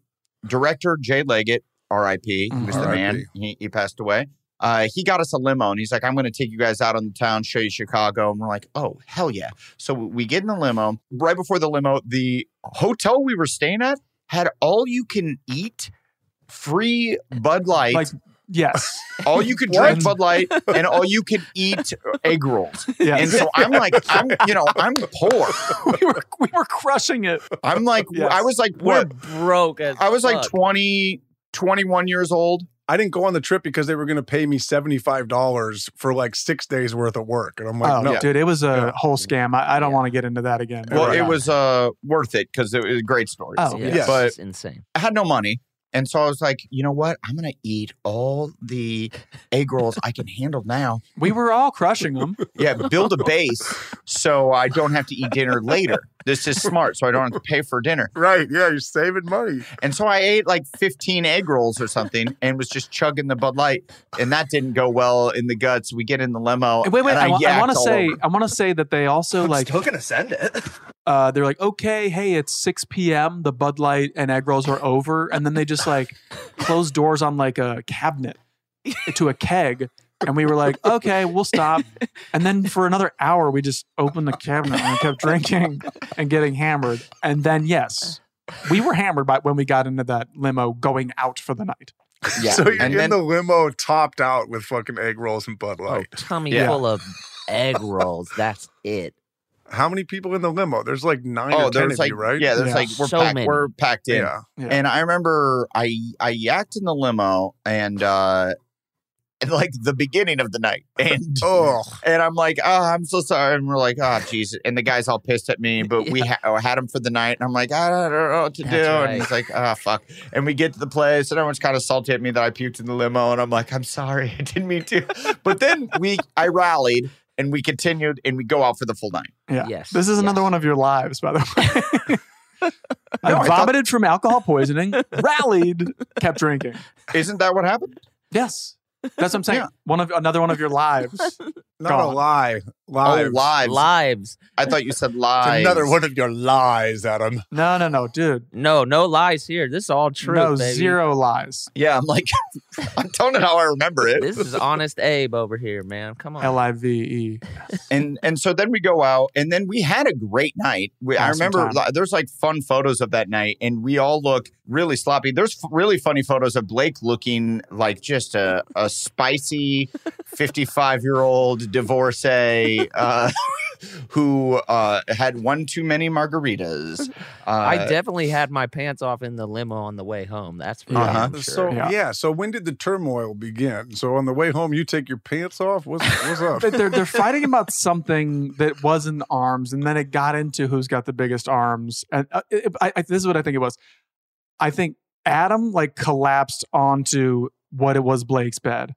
Speaker 2: director Jay Leggett, R.I.P. He was the
Speaker 5: R.I.P..
Speaker 2: man. He, he passed away. Uh, he got us a limo, and he's like, "I'm going to take you guys out on the town, show you Chicago." And we're like, "Oh, hell yeah!" So we get in the limo. Right before the limo, the hotel we were staying at had all you can eat, free Bud Light,
Speaker 3: Like, yes.
Speaker 2: all you could
Speaker 3: What?
Speaker 2: drink Bud Light, and all you could eat egg rolls.
Speaker 3: Yes.
Speaker 2: And so I'm like, I'm you know, I'm poor.
Speaker 3: we, were, we were crushing it.
Speaker 2: I'm like,
Speaker 3: Yes.
Speaker 2: I was like,
Speaker 4: We're
Speaker 2: what?
Speaker 4: broke as
Speaker 2: I was like
Speaker 4: fuck.
Speaker 2: 20, 21 years old.
Speaker 5: I didn't go on the trip because they were going to pay me seventy five dollars for like six days worth of work, and I'm like,
Speaker 3: Oh,
Speaker 5: no,
Speaker 3: dude, it was a whole scam. I, I don't want to get into that again.
Speaker 2: Well,
Speaker 3: Right.
Speaker 2: it was uh worth it because it was a great story.
Speaker 3: Oh,
Speaker 4: Yeah,
Speaker 5: yes.
Speaker 4: it's insane.
Speaker 2: I had no money. And so I was like, you know what? I'm gonna eat all the egg rolls I can handle now.
Speaker 3: we were all crushing them.
Speaker 2: Yeah, but build a base so I don't have to eat dinner later. This is smart, so I don't have to pay for dinner.
Speaker 5: right? Yeah, you're saving money.
Speaker 2: And so I ate like 15 egg rolls or something and was just chugging the Bud Light. And that didn't go well in the guts. We get in the limo.
Speaker 3: Wait, wait.
Speaker 2: and
Speaker 3: I, wa- I
Speaker 2: yacked
Speaker 3: want to
Speaker 2: all
Speaker 3: say,
Speaker 2: over.
Speaker 3: I want to say that they also like
Speaker 16: gonna send it.
Speaker 3: uh, they're like, okay, hey, it's 6 p.m. The Bud Light and egg rolls are over. And then they just like close doors on like a cabinet to a keg and we were like, okay, we'll stop. And then for another hour, we just opened the cabinet and kept drinking and getting hammered. And then yes, we were hammered by when we got into that limo going out for the night.
Speaker 9: so you're in the limo topped out with fucking egg rolls and Bud Light.
Speaker 4: Oh, tummy full of egg rolls. That's it.
Speaker 9: How many people in the limo? There's like nine
Speaker 2: Oh,
Speaker 9: or ten
Speaker 2: there's
Speaker 9: of
Speaker 2: like
Speaker 9: you, right?
Speaker 2: yeah, there's like we're packed, we're packed in.
Speaker 9: Yeah.
Speaker 2: And I remember I I yacked in the limo and uh at, like the beginning of the night and
Speaker 9: oh
Speaker 2: and I'm like oh I'm so sorry and we're like oh jeez and the guy's all pissed at me but we ha- I had him for the night and I'm like I don't know what to do
Speaker 9: That's
Speaker 2: and
Speaker 9: right.
Speaker 2: he's like ah fuck and we get to the place and everyone's kind of salty at me that I puked in the limo and I'm like I'm sorry I didn't mean to but then we I rallied and we continued and we go out for the full night
Speaker 3: Yeah.
Speaker 2: Yes,
Speaker 3: This is another one of your lives, by the way. I vomited from alcohol poisoning, rallied, kept drinking.
Speaker 2: Isn't that what happened?
Speaker 3: Yes. That's what I'm saying. One of another one of your lives. Gone.
Speaker 9: lie. Lives.
Speaker 3: Oh, lives.
Speaker 4: Lives.
Speaker 2: I thought you said
Speaker 9: It's
Speaker 2: lies.
Speaker 9: another one of your lies, Adam.
Speaker 3: No, no, no, dude.
Speaker 4: No, no lies here. This is all true.
Speaker 3: No,
Speaker 4: baby.
Speaker 3: zero lies.
Speaker 2: Yeah, I'm like, I'm telling it how I remember it.
Speaker 4: This is honest Abe over here, man. Come on.
Speaker 3: L I V E.
Speaker 2: and and so then we go out, and then we had a great night. We, I
Speaker 3: Awesome
Speaker 2: remember
Speaker 3: time.
Speaker 2: li- there's like fun photos of that night, and we all look really sloppy. There's f- really funny photos of Blake looking like just a, a spicy 55 year old divorcee uh, who uh, had one too many margaritas. Uh,
Speaker 4: I definitely had my pants off in the limo on the way home. That's for
Speaker 9: Uh-huh.
Speaker 4: damn sure.
Speaker 9: So yeah. so when did the turmoil begin? So on the way home, you take your pants off. What's what's up?
Speaker 3: But they're they're fighting about something that wasn't arms, and then it got into who's got the biggest arms. And uh, it- I, I, this is what I think it was. I think Adam like collapsed onto what it was Blake's bed,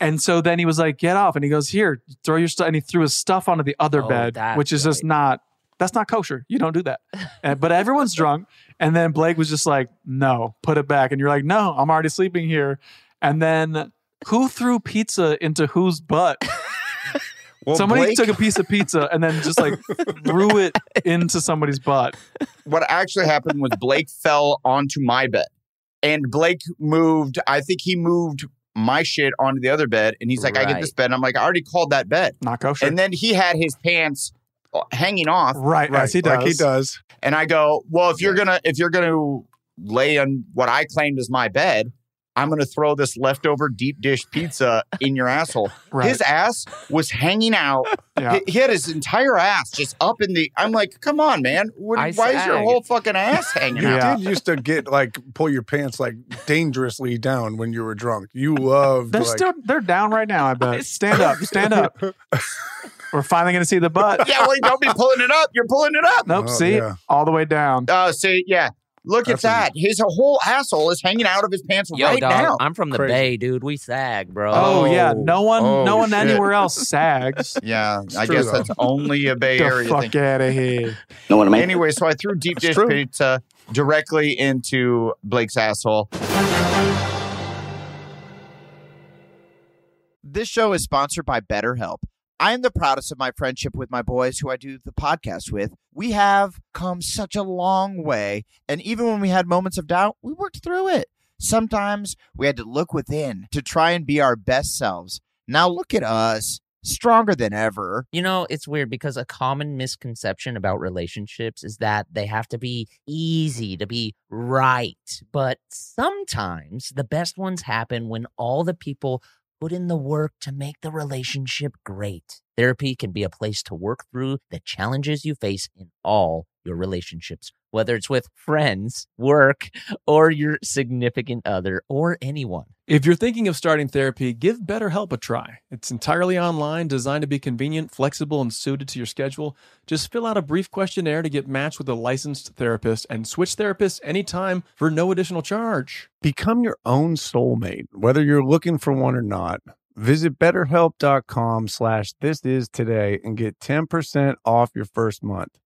Speaker 3: and so then he was like, "Get off!" And he goes, "Here, throw your stuff," and he threw his stuff onto the other
Speaker 4: Oh,
Speaker 3: bed,
Speaker 4: that's
Speaker 3: which is just not. That's not kosher. You don't do that. And- but everyone's drunk. And then Blake was just like, no, put it back. And you're like, no, I'm already sleeping here. And then who threw pizza into whose butt?
Speaker 2: Well,
Speaker 3: somebody
Speaker 2: Blake-
Speaker 3: took a piece of pizza and then just like threw it into somebody's butt.
Speaker 2: what actually happened was Blake fell onto my bed, and Blake moved. I think he moved my shit onto the other bed, and he's like, "I get this
Speaker 3: Right.
Speaker 2: bed." And I'm like, "I already called that bed."
Speaker 3: Not kosher.
Speaker 2: And then he had his pants uh, hanging off,
Speaker 3: Right, as Right, he like he does. does.
Speaker 2: And I go, "Well, if you're gonna if you're gonna lay on what I claimed is my bed." I'm gonna throw this leftover deep dish pizza in your asshole.
Speaker 3: Right.
Speaker 2: His ass was hanging out.
Speaker 3: Yeah.
Speaker 2: He, he had his entire ass just up in the. I'm like, come on, man. What,
Speaker 9: I
Speaker 2: why is your
Speaker 9: sag.
Speaker 2: whole fucking ass hanging
Speaker 9: You
Speaker 2: out?
Speaker 9: did used to get like pull your pants like dangerously down when you were drunk. You loved
Speaker 3: They're
Speaker 9: like,
Speaker 3: still they're down right now, I bet. Stand up, stand up. We're finally gonna see the butt.
Speaker 2: yeah, well, don't be pulling it up. You're pulling it up.
Speaker 3: Nope, see all the way down.
Speaker 2: Oh, see, yeah. Look at that. His whole asshole is hanging out of his pants
Speaker 4: Yo,
Speaker 2: right
Speaker 4: dog,
Speaker 2: now.
Speaker 4: I'm from the
Speaker 2: Crazy.
Speaker 4: Bay, dude. We sag, bro.
Speaker 3: Oh, yeah, no one, no
Speaker 2: oh,
Speaker 3: one
Speaker 2: shit.
Speaker 3: anywhere else sags.
Speaker 2: Yeah, I
Speaker 3: true,
Speaker 2: guess
Speaker 3: though.
Speaker 2: that's only a Bay
Speaker 3: the
Speaker 2: Area
Speaker 3: fuck
Speaker 2: thing.
Speaker 3: out of here.
Speaker 2: Anyway, so I threw deep dish
Speaker 3: true.
Speaker 2: pizza directly into Blake's asshole.
Speaker 12: This show is sponsored by BetterHelp. I am the proudest of my friendship with my boys who I do the podcast with. We have come such a long way, and even when we had moments of doubt, we worked through it. Sometimes we had to look within to try and be our best selves. Now look at us, stronger than ever.
Speaker 4: You know, it's weird because a common misconception about relationships is that they have to be easy to be right. But sometimes the best ones happen when all the people put in the work to make the relationship great. Therapy can be a place to work through the challenges you face in all your relationships, whether it's with friends, work, or your significant other, or anyone.
Speaker 6: If you're thinking of starting therapy, give BetterHelp a try. It's entirely online, designed to be convenient, flexible, and suited to your schedule. Just fill out a brief questionnaire to get matched with a licensed therapist and switch therapists anytime for no additional charge.
Speaker 5: Become your own soulmate, whether you're looking for one or not. Visit betterhelp.com slash this is today and get 10% off your first month.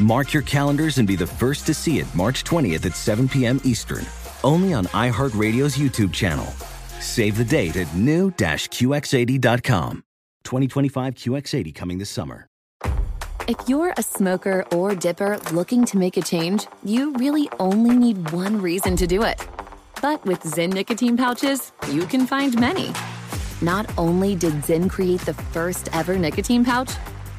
Speaker 10: Mark your calendars and be the first to see it March 20th at 7 p.m. Eastern, only on iHeartRadio's YouTube channel. Save the date at new-QX80.com. 2025 QX80 coming this summer.
Speaker 11: If you're a smoker or dipper looking to make a change, you really only need one reason to do it. But with Zen nicotine pouches, you can find many. Not only did Zen create the first ever nicotine pouch,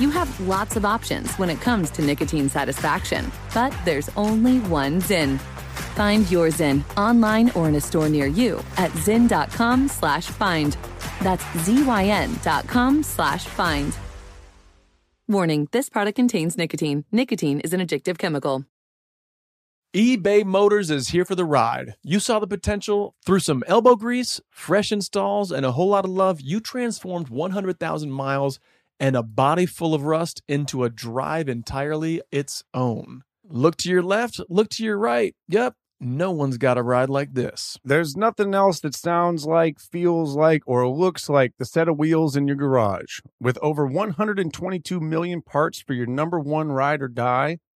Speaker 11: You have lots of options when it comes to nicotine satisfaction, but there's only one Zyn. Find your Zyn online or in a store near you at zyn.com slash find. That's Z-Y-N dot com slash find. Warning, this product contains nicotine. Nicotine is an addictive chemical.
Speaker 17: eBay Motors is here for the ride. You saw the potential through some elbow grease, fresh installs, and a whole lot of love. You transformed 100,000 miles and a body full of rust into a drive entirely its own. Look to your left, look to your right. Yep, no one's got a ride like this.
Speaker 9: There's nothing else that sounds like, feels like, or looks like the set of wheels in your garage. With over 122 million parts for your number one ride or die,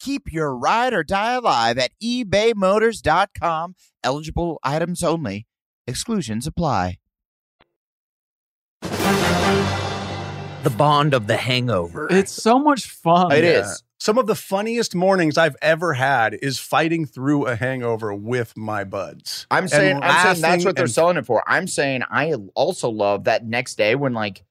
Speaker 18: Keep your ride or die alive at ebaymotors.com. Eligible items only. Exclusions apply.
Speaker 4: The bond of the hangover.
Speaker 3: It's so much fun.
Speaker 9: It is
Speaker 3: Yeah.
Speaker 9: Some of the funniest mornings I've ever had is fighting through a hangover with my buds.
Speaker 2: I'm
Speaker 9: And
Speaker 2: saying I'm saying that's
Speaker 9: laughing
Speaker 2: what they're
Speaker 9: and-
Speaker 2: selling it for. I'm saying I also love that next day when like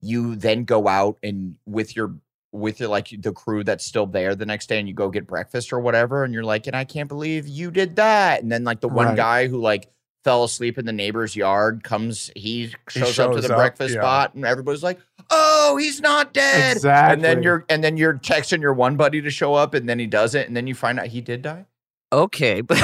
Speaker 2: you then go out and with your with your like the crew that's still there the next day and you go get breakfast or whatever and you're like and I can't believe you did that and then like the one
Speaker 9: Right.
Speaker 2: guy who like fell asleep in the neighbor's yard comes he shows, up to
Speaker 9: shows
Speaker 2: the
Speaker 9: up,
Speaker 2: breakfast
Speaker 9: yeah.
Speaker 2: spot and everybody's like oh he's not dead and then
Speaker 9: Exactly.
Speaker 2: you're and then you're texting your one buddy to show up and then he doesn't and then you find out he did die
Speaker 4: Okay, but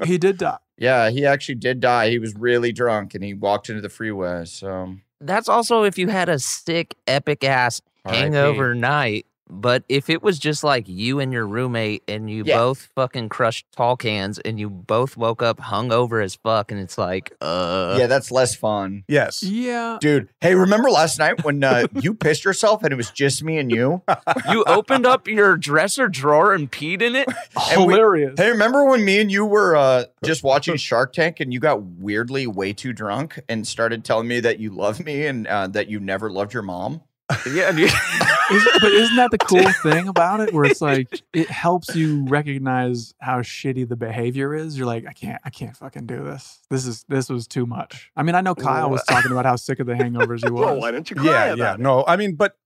Speaker 3: he did die.
Speaker 2: Yeah, he actually did die. He was really drunk and he walked into the freeway. So
Speaker 4: That's also if you had a sick, epic ass
Speaker 2: R.I.P.
Speaker 4: hangover night. But if it was just like you and your roommate and you
Speaker 2: Yeah.
Speaker 4: both fucking crushed tall cans and you both woke up hungover as fuck and it's like, uh.
Speaker 2: yeah, that's less fun.
Speaker 9: Yes.
Speaker 3: Yeah.
Speaker 2: Dude, hey, remember last night when uh, you pissed yourself and it was just me and you?
Speaker 4: you opened up your dresser drawer and peed in it?
Speaker 2: And we-
Speaker 3: Hilarious.
Speaker 2: hey, remember when me and you were uh, just watching Shark Tank and you got weirdly way too drunk and started telling me that you love me and uh, that you never loved your mom?
Speaker 4: Yeah.
Speaker 3: Is- but isn't that the cool thing about it? Where it's like it helps you recognize how shitty the behavior is. You're like, I can't, I can't fucking do this. This is this was too much. I mean, I know Kyle was talking about how sick of the hangovers he was.
Speaker 9: yeah, yeah. No, I mean, but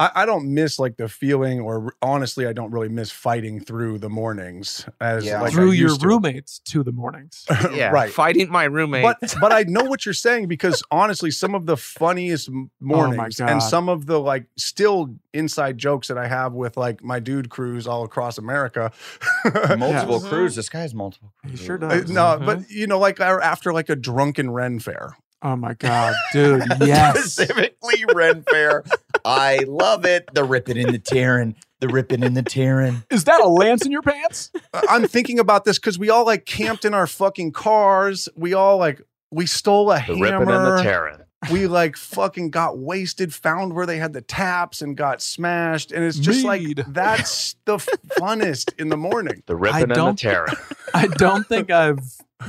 Speaker 9: I, I don't miss like the feeling, or honestly, I don't really miss fighting through the mornings as
Speaker 3: Yeah.
Speaker 9: like I
Speaker 3: Through your
Speaker 9: used to.
Speaker 3: roommates to the mornings.
Speaker 4: yeah.
Speaker 9: Right.
Speaker 4: Fighting my roommate.
Speaker 9: But but I know what you're saying because honestly, some of the funniest m- mornings
Speaker 3: Oh God.
Speaker 9: and some of the like still inside jokes that I have with like my dude crews all across America.
Speaker 2: Multiple
Speaker 9: Yeah.
Speaker 2: crews. This guy's multiple.
Speaker 3: He
Speaker 2: crews.
Speaker 3: sure
Speaker 9: Uh,
Speaker 3: does.
Speaker 9: no,
Speaker 4: Mm-hmm.
Speaker 9: but you know, like our- after like a drunken Ren fair.
Speaker 3: Mm-hmm. Oh my god, dude! Yes.
Speaker 2: Specifically Ren Fair. I love it. The ripping in the tearing.
Speaker 12: the ripping and the tearing.
Speaker 3: Is that a lance in your pants?
Speaker 9: I'm thinking about this because we all like camped in our fucking cars. We all like we stole a
Speaker 19: The ripping
Speaker 9: hammer.
Speaker 19: and the tearing.
Speaker 9: We like fucking got wasted, found where they had the taps and got smashed. And it's just
Speaker 3: Mead.
Speaker 9: like that's the funnest in the morning.
Speaker 19: The ripping and the
Speaker 3: don't-
Speaker 19: tearing.
Speaker 3: I don't think I've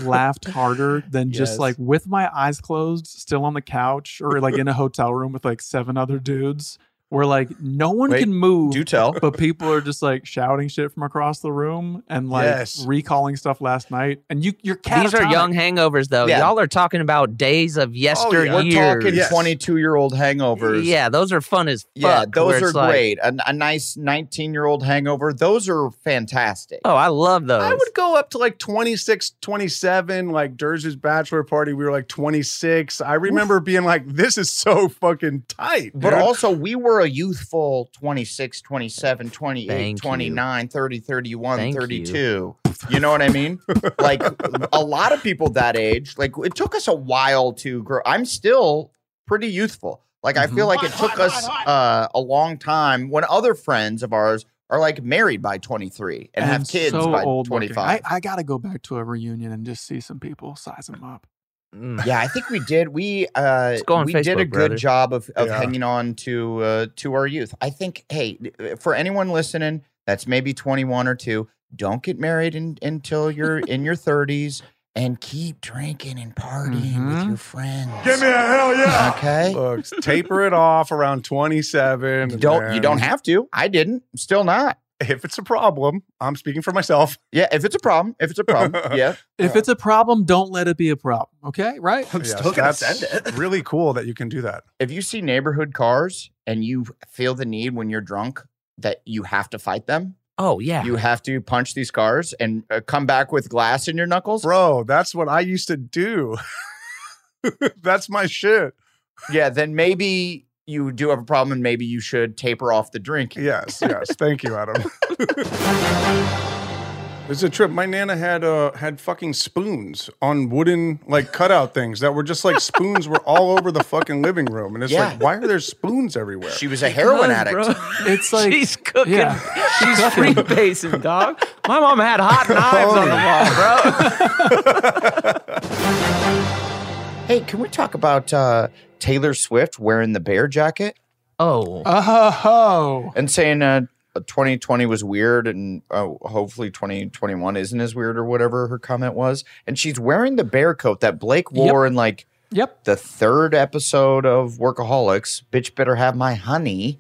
Speaker 3: laughed harder than
Speaker 9: Yes.
Speaker 3: just like with my eyes closed, still on the couch or like in a hotel room with like seven other dudes. Where like no one
Speaker 12: Wait,
Speaker 3: can move,
Speaker 12: do tell.
Speaker 3: but people are just like shouting shit from across the room and like
Speaker 4: Yes.
Speaker 3: recalling stuff last night. And you, you're
Speaker 4: These are
Speaker 3: catatonic.
Speaker 4: young hangovers, though.
Speaker 3: Yeah.
Speaker 4: Y'all are talking about days of yesteryear.
Speaker 2: Oh, We're talking 22 year old hangovers.
Speaker 4: Yeah, those are fun as fuck.
Speaker 2: Yeah,
Speaker 4: where it's
Speaker 2: those are
Speaker 4: like,
Speaker 2: great. A, a nice 19 year old hangover. Those are fantastic.
Speaker 4: Oh, I love those.
Speaker 9: I would go up to like 26, 27, like Derz's bachelor party. We were like 26. I remember being like, this is so fucking tight.
Speaker 2: But
Speaker 9: dude.
Speaker 2: also, we were a youthful 26, 27, 28,
Speaker 9: Thank you.
Speaker 2: 29, 30, 31,
Speaker 9: Thank you.
Speaker 2: 32. You. know what I mean? like a lot of people that age, like it took us a while to grow. I'm still pretty youthful. Like I feel like it took us Uh, a long time when other friends of ours are like married by 23 and, have kids
Speaker 3: so
Speaker 2: by
Speaker 3: old looking.
Speaker 2: 25.
Speaker 3: I, I got to go back to a reunion and just see some people, size them up. Mm.
Speaker 2: yeah, I think we did. We uh,
Speaker 3: go on
Speaker 2: we did a
Speaker 3: Facebook,
Speaker 2: good
Speaker 3: brother.
Speaker 2: job of, of
Speaker 3: Yeah.
Speaker 2: hanging on to uh, to our youth. I think. Hey, for anyone listening, that's maybe twenty one or two. Don't get married in, until you're in your thirties, and keep drinking and partying with
Speaker 3: Mm-hmm.
Speaker 2: your friends.
Speaker 9: Give me a hell yeah.
Speaker 2: Okay.
Speaker 9: Look, taper it off around 27.
Speaker 2: Don't- you don't have to. I didn't. Still not.
Speaker 9: If it's a problem, I'm speaking for myself.
Speaker 2: Yeah, if it's a problem, if it's a problem, yeah.
Speaker 3: If it's a problem, don't let it be a problem. Okay, right?
Speaker 9: I'm still gonna send it. really cool that you can do that.
Speaker 2: If you see neighborhood cars and you feel the need when you're drunk that you have to fight them,
Speaker 4: Oh yeah.
Speaker 2: you have to punch these cars and uh, come back with glass in your knuckles.
Speaker 9: Bro, that's what I used to do. that's my shit.
Speaker 2: Yeah, then maybe you do have a problem and maybe you should taper off the drink.
Speaker 9: Yes, yes. Thank you, Adam. It's a trip. My nana had uh had fucking spoons on wooden like cutout things that were just like spoons were all over the fucking living room, and it's
Speaker 2: Yeah.
Speaker 9: like why are there spoons everywhere?
Speaker 2: She was a heroin addict.
Speaker 3: It's like
Speaker 4: she's cooking.
Speaker 3: Yeah.
Speaker 4: She's free basing, dog. My mom had hot knives on the wall, bro.
Speaker 2: Hey, can we talk about uh, Taylor Swift wearing the bear jacket?
Speaker 4: Oh.
Speaker 3: Oh.
Speaker 2: And saying uh, 2020 was weird and uh, hopefully 2021 isn't as weird or whatever her comment was. And she's wearing the bear coat that Blake wore in like
Speaker 3: yep.
Speaker 2: the third episode of Workaholics. Bitch better have my honey.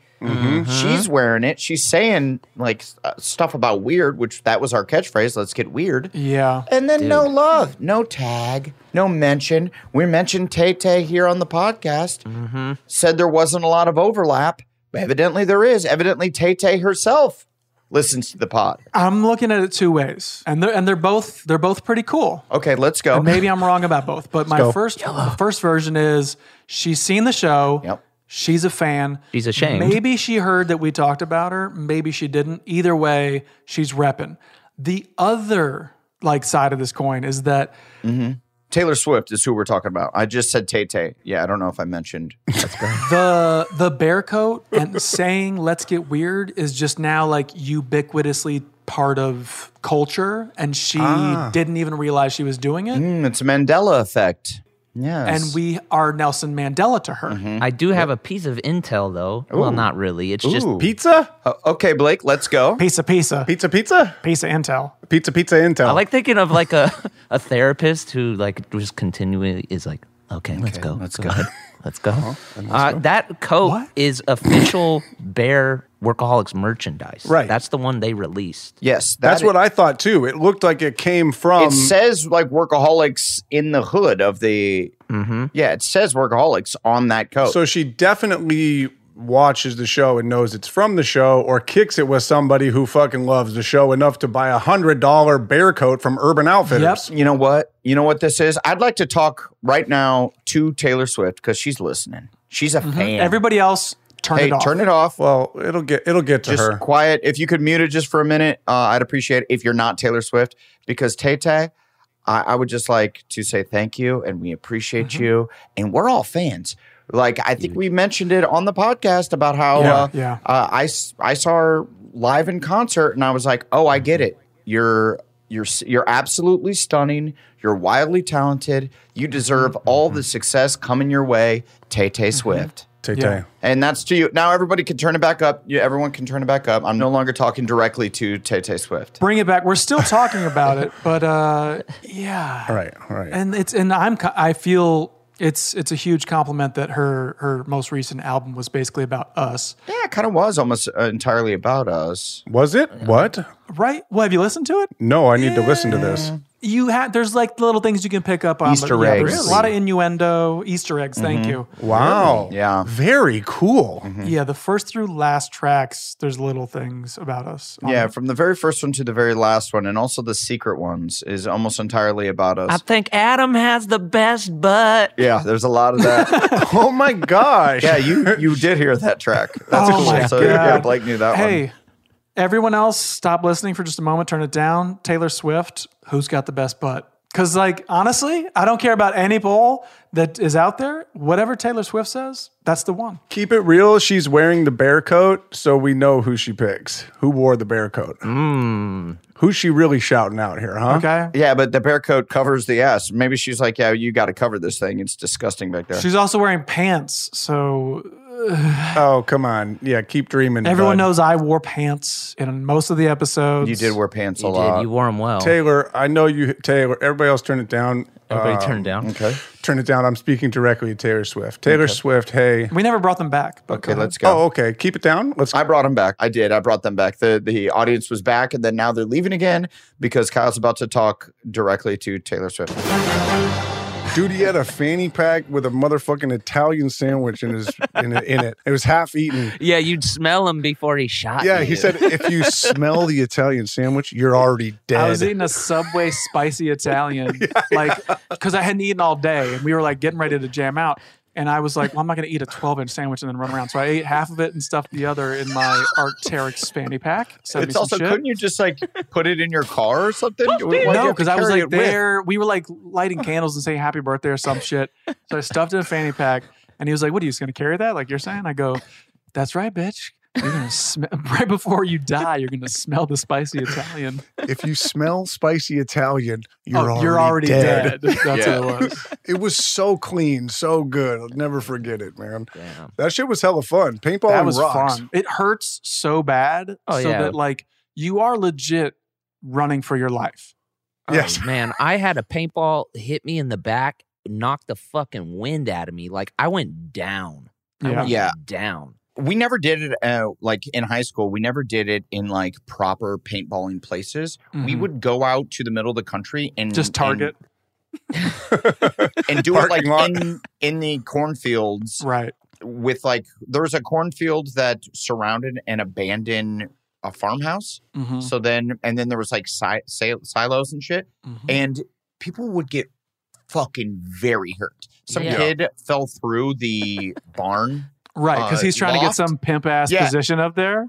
Speaker 2: She's wearing it. She's saying like s- uh, stuff about weird, which that was our catchphrase. Let's get weird.
Speaker 3: Yeah.
Speaker 2: And then no love, no tag, no mention. We mentioned Tay Tay here on the podcast.
Speaker 3: Mm-hmm.
Speaker 2: Said there wasn't a lot of overlap. But evidently there is. Evidently Tay Tay herself listens to the pod.
Speaker 3: I'm looking at it two ways, and they're and they're both they're both pretty cool.
Speaker 2: Okay, Oh, let's go.
Speaker 3: And maybe I'm wrong about both, but my
Speaker 2: go.
Speaker 3: first the first version is she's seen the show. Yep. She's a fan.
Speaker 4: She's ashamed.
Speaker 3: Maybe she heard that we talked about her. Maybe she didn't. Either way, she's repping. The other like side of this coin is that
Speaker 2: Mm-hmm. Taylor Swift is who we're talking about. I just said Tay Tay. Yeah, I don't know if I mentioned. Let's go.
Speaker 3: the the bear coat and saying let's get weird is just now like ubiquitously part of culture and she
Speaker 2: Ah.
Speaker 3: didn't even realize she was doing it
Speaker 2: Mm, it's a Mandela effect. Yes.
Speaker 3: and we are Nelson Mandela to her
Speaker 4: I do have a piece of intel though. Well,
Speaker 3: Ooh.
Speaker 4: not really. It's just
Speaker 9: pizza.
Speaker 2: Oh, okay, Blake, let's go.
Speaker 3: Pizza, pizza,
Speaker 9: pizza, pizza,
Speaker 3: pizza intel,
Speaker 9: pizza, pizza intel.
Speaker 4: I like thinking of like a a therapist who like just continually is like, okay, let's go, let's go, ahead, let's go. Uh, That coat is official Bear Workaholics merchandise. Right, that's the one they released.
Speaker 2: Yes,
Speaker 9: That's
Speaker 2: that-
Speaker 9: what I thought too. It looked like it came from.
Speaker 3: Um,
Speaker 2: it says like workaholics in the hood of the.
Speaker 3: Mm-hmm.
Speaker 2: Yeah, it says workaholics on that coat.
Speaker 9: So she definitely watches the show and knows it's from the show, or kicks it with somebody who fucking loves the show enough to buy a hundred dollar bear coat from Urban Outfitters.
Speaker 2: You know what? You know what this is? I'd like to talk right now to Taylor Swift because she's listening. She's a fan.
Speaker 3: Mm-hmm. everybody else turn
Speaker 2: hey,
Speaker 3: it off
Speaker 2: turn it off.
Speaker 9: Well, it'll get it'll get to
Speaker 2: just
Speaker 9: her.
Speaker 2: quiet. If you could mute it just for a minute, uh, I'd appreciate it. If you're not Taylor Swift, because Tay Tay, I, I would just like to say thank you and we appreciate you. And we're all fans. Like I think we mentioned it on the podcast about how
Speaker 3: Yeah,
Speaker 2: uh,
Speaker 3: yeah.
Speaker 2: Uh, I s- I saw her live in concert, and I was like, "Oh, I get it. You're you're you're absolutely stunning. You're wildly talented. You deserve all the success coming your way, Tay Tay Swift."
Speaker 9: Tay-Tay. Yeah.
Speaker 2: And that's to you. Now everybody can turn it back up. You, everyone can turn it back up. I'm no longer talking directly to Tay Tay Swift.
Speaker 3: Bring it back. We're still talking about it, but uh, yeah.
Speaker 9: All right, all right.
Speaker 3: And it's and I'm co- I feel it's it's a huge compliment that her her most recent album was basically about us.
Speaker 2: Yeah, it kind of was almost uh, entirely about us.
Speaker 9: Was it? What?
Speaker 3: Right? Well, have you listened to it?
Speaker 9: No, I need to listen to this.
Speaker 3: You had there's like little things you can pick up on. but
Speaker 2: Easter
Speaker 3: yeah, there's
Speaker 2: eggs.
Speaker 3: a lot of innuendo, Easter eggs. Thank
Speaker 2: Mhm.
Speaker 3: you.
Speaker 9: Wow.
Speaker 2: Yeah.
Speaker 9: Very cool.
Speaker 2: Mm-hmm.
Speaker 3: Yeah, the first through last tracks, there's little things about us. on
Speaker 2: Yeah,
Speaker 3: it.
Speaker 2: from the very first one to the very last one, and also the secret ones is almost entirely about us.
Speaker 4: I think Adam has the best butt.
Speaker 2: yeah, there's a lot of that.
Speaker 9: oh my gosh!
Speaker 2: Yeah, you you did hear that track. That's
Speaker 3: Oh
Speaker 2: cool.
Speaker 3: my
Speaker 2: so yeah,
Speaker 3: God.
Speaker 2: Blake knew that one.
Speaker 3: Hey, everyone else, stop listening for just a moment. Turn it down. Taylor Swift, who's got the best butt? Because, like, honestly, I don't care about any poll that is out there. Whatever Taylor Swift says, that's the one.
Speaker 9: Keep it real. She's wearing the bear coat, so we know who she picks. Who wore the bear coat?
Speaker 2: Hmm.
Speaker 9: Who's she really shouting out here, huh?
Speaker 2: Yeah, but the bear coat covers the ass. Maybe she's like, yeah, you got to cover this thing. It's disgusting back there.
Speaker 3: She's also wearing pants. So
Speaker 9: Oh, come on. Yeah, keep dreaming.
Speaker 3: everyone
Speaker 9: bud.
Speaker 3: knows I wore pants in most of the episodes.
Speaker 2: you did wear pants a
Speaker 4: You did.
Speaker 2: lot.
Speaker 4: You wore them well.
Speaker 9: Taylor, I know you, Taylor. Everybody else, turn it down.
Speaker 4: Everybody
Speaker 9: Um,
Speaker 4: turned down.
Speaker 2: Okay.
Speaker 9: Turn it down. I'm speaking directly to Taylor Swift. Taylor
Speaker 2: Okay.
Speaker 9: Swift, hey.
Speaker 3: We never brought them back. But
Speaker 2: Okay,
Speaker 3: go
Speaker 2: let's
Speaker 9: Oh,
Speaker 2: go.
Speaker 9: okay. Keep it down. Let's.
Speaker 2: I brought them back. I did. I brought them back. The the audience was back, and then now they're leaving again because Kyle's about to talk directly to Taylor Swift.
Speaker 9: Dude, he had a fanny pack with a motherfucking Italian sandwich in his in, it- in it. It was half eaten.
Speaker 4: Yeah, you'd smell him before he shot.
Speaker 9: Yeah, he
Speaker 4: you.
Speaker 9: said, if you smell the Italian sandwich, you're already dead.
Speaker 3: I was eating a Subway spicy Italian, like because I hadn't eaten all day, and we were like getting ready to jam out. And I was like, "Well, I'm not going to eat a 12 inch sandwich and then run around." So I ate half of it and stuffed the other in my Arc'teryx fanny pack. Sent me
Speaker 2: it's
Speaker 3: some
Speaker 2: also
Speaker 3: shit.
Speaker 2: couldn't you just like put it in your car or something? Why do you have
Speaker 3: no,
Speaker 2: to
Speaker 3: because I was
Speaker 2: carry
Speaker 3: like
Speaker 2: it with?
Speaker 3: there. We were like lighting candles and saying happy birthday or some shit. So I stuffed it in a fanny pack, and he was like, "What are you just gonna carry that? Like you're saying?" I go, "That's right, bitch. You're gonna sm- right before you die. You're gonna smell the spicy Italian.
Speaker 9: if you smell spicy Italian, you're,
Speaker 3: Oh,
Speaker 9: already,
Speaker 3: you're already
Speaker 9: dead.
Speaker 3: dead. That's what it was.
Speaker 9: It was so clean, so good. I'll never forget it, man. That shit was hella fun. Paintball
Speaker 3: that
Speaker 9: and
Speaker 3: was
Speaker 9: rocks.
Speaker 3: fun. It hurts so bad,
Speaker 4: Oh,
Speaker 3: so
Speaker 4: yeah.
Speaker 3: that like you are legit running for your life.
Speaker 4: Oh,
Speaker 9: Yes.
Speaker 4: man, I had a paintball hit me in the back, knocked the fucking wind out of me. Like I went down. I
Speaker 3: Yeah.
Speaker 4: went
Speaker 2: Yeah.
Speaker 4: down.
Speaker 2: Um, we never did it uh, like in high school. We never did it in like proper paintballing places. We
Speaker 3: Mhm.
Speaker 2: would go out to the middle of the country and
Speaker 3: Just target,
Speaker 2: and, and do it like
Speaker 9: Parking lot.
Speaker 2: in in the cornfields
Speaker 3: right?
Speaker 2: with like there was a cornfield that surrounded an abandoned a farmhouse.
Speaker 3: Mhm.
Speaker 2: So then and then there was like si- sil- silos and shit,
Speaker 3: Mhm.
Speaker 2: and people would get fucking very hurt. Some
Speaker 4: Yeah.
Speaker 2: kid fell through the barn
Speaker 3: Right, because
Speaker 2: uh,
Speaker 3: he's trying
Speaker 2: loft?
Speaker 3: to get some pimp ass
Speaker 2: Yeah.
Speaker 3: position up there.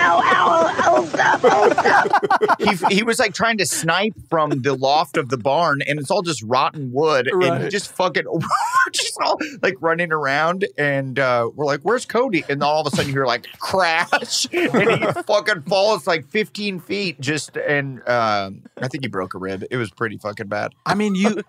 Speaker 2: he, he was like trying to snipe from the loft of the barn, and it's all just rotten wood, and he
Speaker 3: Right.
Speaker 2: just fucking just all like running around, and uh, we're like, "Where's Cody?" And then all of a sudden, you're like, "Crash!" and he fucking falls like 15 feet, just and um, I think he broke a rib. It was pretty fucking bad.
Speaker 3: I mean, you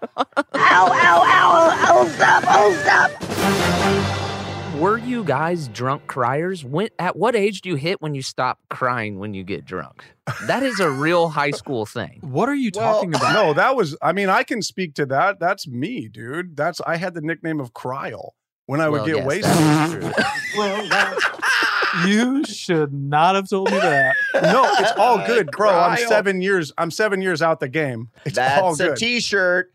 Speaker 4: Were you guys drunk criers? When at what age do you hit when you stop crying when you get drunk? That is a real high school thing.
Speaker 3: what are you
Speaker 9: Well,
Speaker 3: talking about?
Speaker 9: No, that was. I mean, I can speak to that. That's me, dude. That's I had the nickname of Cryle when I would
Speaker 4: Well,
Speaker 9: get
Speaker 4: yes, that's
Speaker 9: wasted.
Speaker 3: You should not have told me that.
Speaker 9: no, it's all good, bro. I'm
Speaker 2: Uh, Cryle.
Speaker 9: seven years. I'm seven years out the game. It's all
Speaker 2: That's a
Speaker 9: good.
Speaker 2: t-shirt.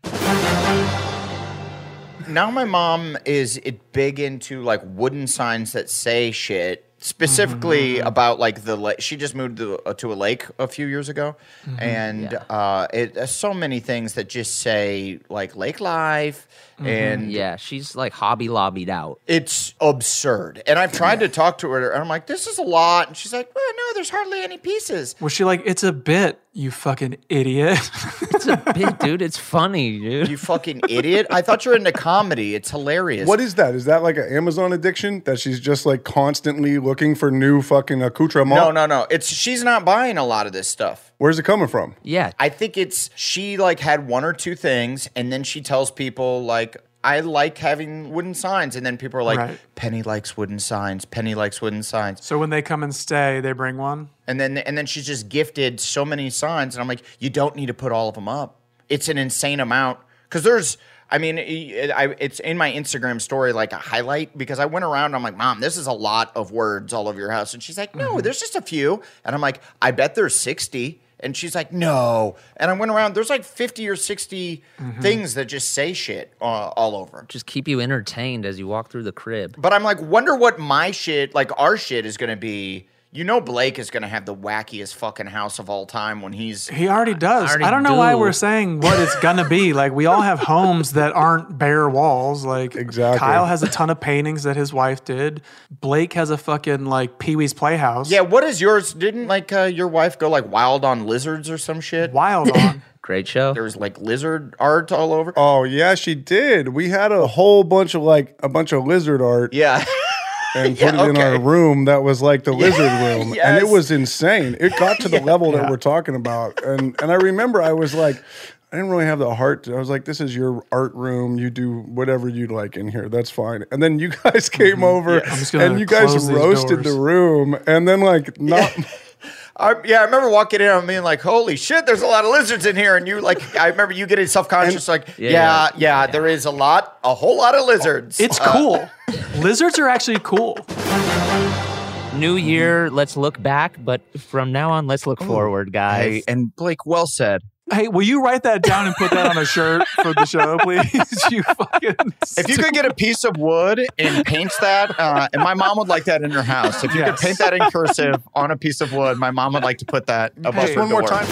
Speaker 2: Now my mom is it big into like wooden signs that say shit specifically
Speaker 4: Mm-hmm,
Speaker 2: about like the lake. She just moved to, uh, to a lake a few years ago,
Speaker 4: Mm-hmm,
Speaker 2: and uh, it uh, so many things that just say like lake life and
Speaker 4: Mm-hmm, Yeah, she's like hobby lobbied out.
Speaker 2: it's absurd. And I've tried to talk to her, and I'm like, "This is a lot," and she's like, "Well, no, there's hardly any pieces."
Speaker 3: Was she like, it's a bit? You fucking idiot.
Speaker 4: it's a bit, dude. It's funny, dude.
Speaker 2: You fucking idiot. I thought you were into comedy. It's hilarious.
Speaker 9: What is that? Is that like an Amazon addiction that she's just like constantly looking for new fucking accoutrement?
Speaker 2: No, no, no. It's she's not buying a lot of this stuff.
Speaker 9: Where's it coming from?
Speaker 4: Yeah.
Speaker 2: I think it's she like had one or two things and then she tells people like I like having wooden signs and then people are like
Speaker 3: Right.
Speaker 2: Penny likes wooden signs. Penny likes wooden signs.
Speaker 3: So when they come and stay, they bring one.
Speaker 2: And then and then she's just gifted so many signs and I'm like you don't need to put all of them up. It's an insane amount cuz there's I mean, it- I, it's in my Instagram story like a highlight because I went around. And I'm like, Mom, this is a lot of words all over your house, and she's like, No,
Speaker 3: Mm-hmm.
Speaker 2: there's just a few. And I'm like, I bet there's 60. And she's like, No. And I went around. There's like 50 or 60 things that just say shit uh, all over.
Speaker 4: Mm-hmm. Just keep you entertained as you walk through the crib.
Speaker 2: But I'm like, wonder what my shit, like our shit, is gonna be. You know, Blake is gonna have the wackiest fucking house of all time when he's.
Speaker 3: He already does. I,
Speaker 2: already
Speaker 3: don't know why
Speaker 2: do.
Speaker 3: we're saying what it's gonna be. Like we all have homes that aren't bare walls. Like exactly. Kyle has a ton of paintings that his wife did. Blake has a fucking like Pee Wee's Playhouse.
Speaker 2: Yeah, what is yours? Didn't like uh, your wife go like wild on lizards or some shit?
Speaker 3: Wild on.
Speaker 4: Great show.
Speaker 2: There was like lizard art all over.
Speaker 9: Oh yeah, she did. We had a whole bunch of like a bunch of lizard art.
Speaker 2: Yeah.
Speaker 9: And put
Speaker 2: Yeah,
Speaker 9: it in our
Speaker 2: okay.
Speaker 9: room that was like the lizard room. And
Speaker 2: yes.
Speaker 9: it was insane. It got to the level that we're talking about. And and I remember I was like, I didn't really have the heart. to- I was like, this is your art room. You do whatever you like in here. That's fine. And then you guys came
Speaker 2: Mm-hmm.
Speaker 9: over
Speaker 3: I'm just gonna
Speaker 9: and you guys
Speaker 3: close these
Speaker 9: roasted the
Speaker 3: doors.
Speaker 9: room. And then like not
Speaker 2: I, yeah, I remember walking in and being like, "Holy shit, there's a lot of lizards in here." And you like, I remember you getting self conscious, like, yeah
Speaker 3: Yeah,
Speaker 2: yeah,
Speaker 3: yeah.
Speaker 2: there is a lot, a whole lot of lizards."
Speaker 3: It's
Speaker 2: Uh,
Speaker 3: cool. Lizards are actually cool.
Speaker 4: New year, let's look back, but from now on, let's look forward, guys.
Speaker 2: Hey, and Blake, well said.
Speaker 3: Hey, will you write that down and put that on a shirt for the show, please? you fucking.
Speaker 2: If you could get a piece of wood and paint that, uh, and my mom would like that in her house. If you
Speaker 3: Yes.
Speaker 2: could paint that in cursive on a piece of wood, my mom would like to put that above
Speaker 9: Just
Speaker 2: her
Speaker 9: one more
Speaker 2: door.
Speaker 9: time.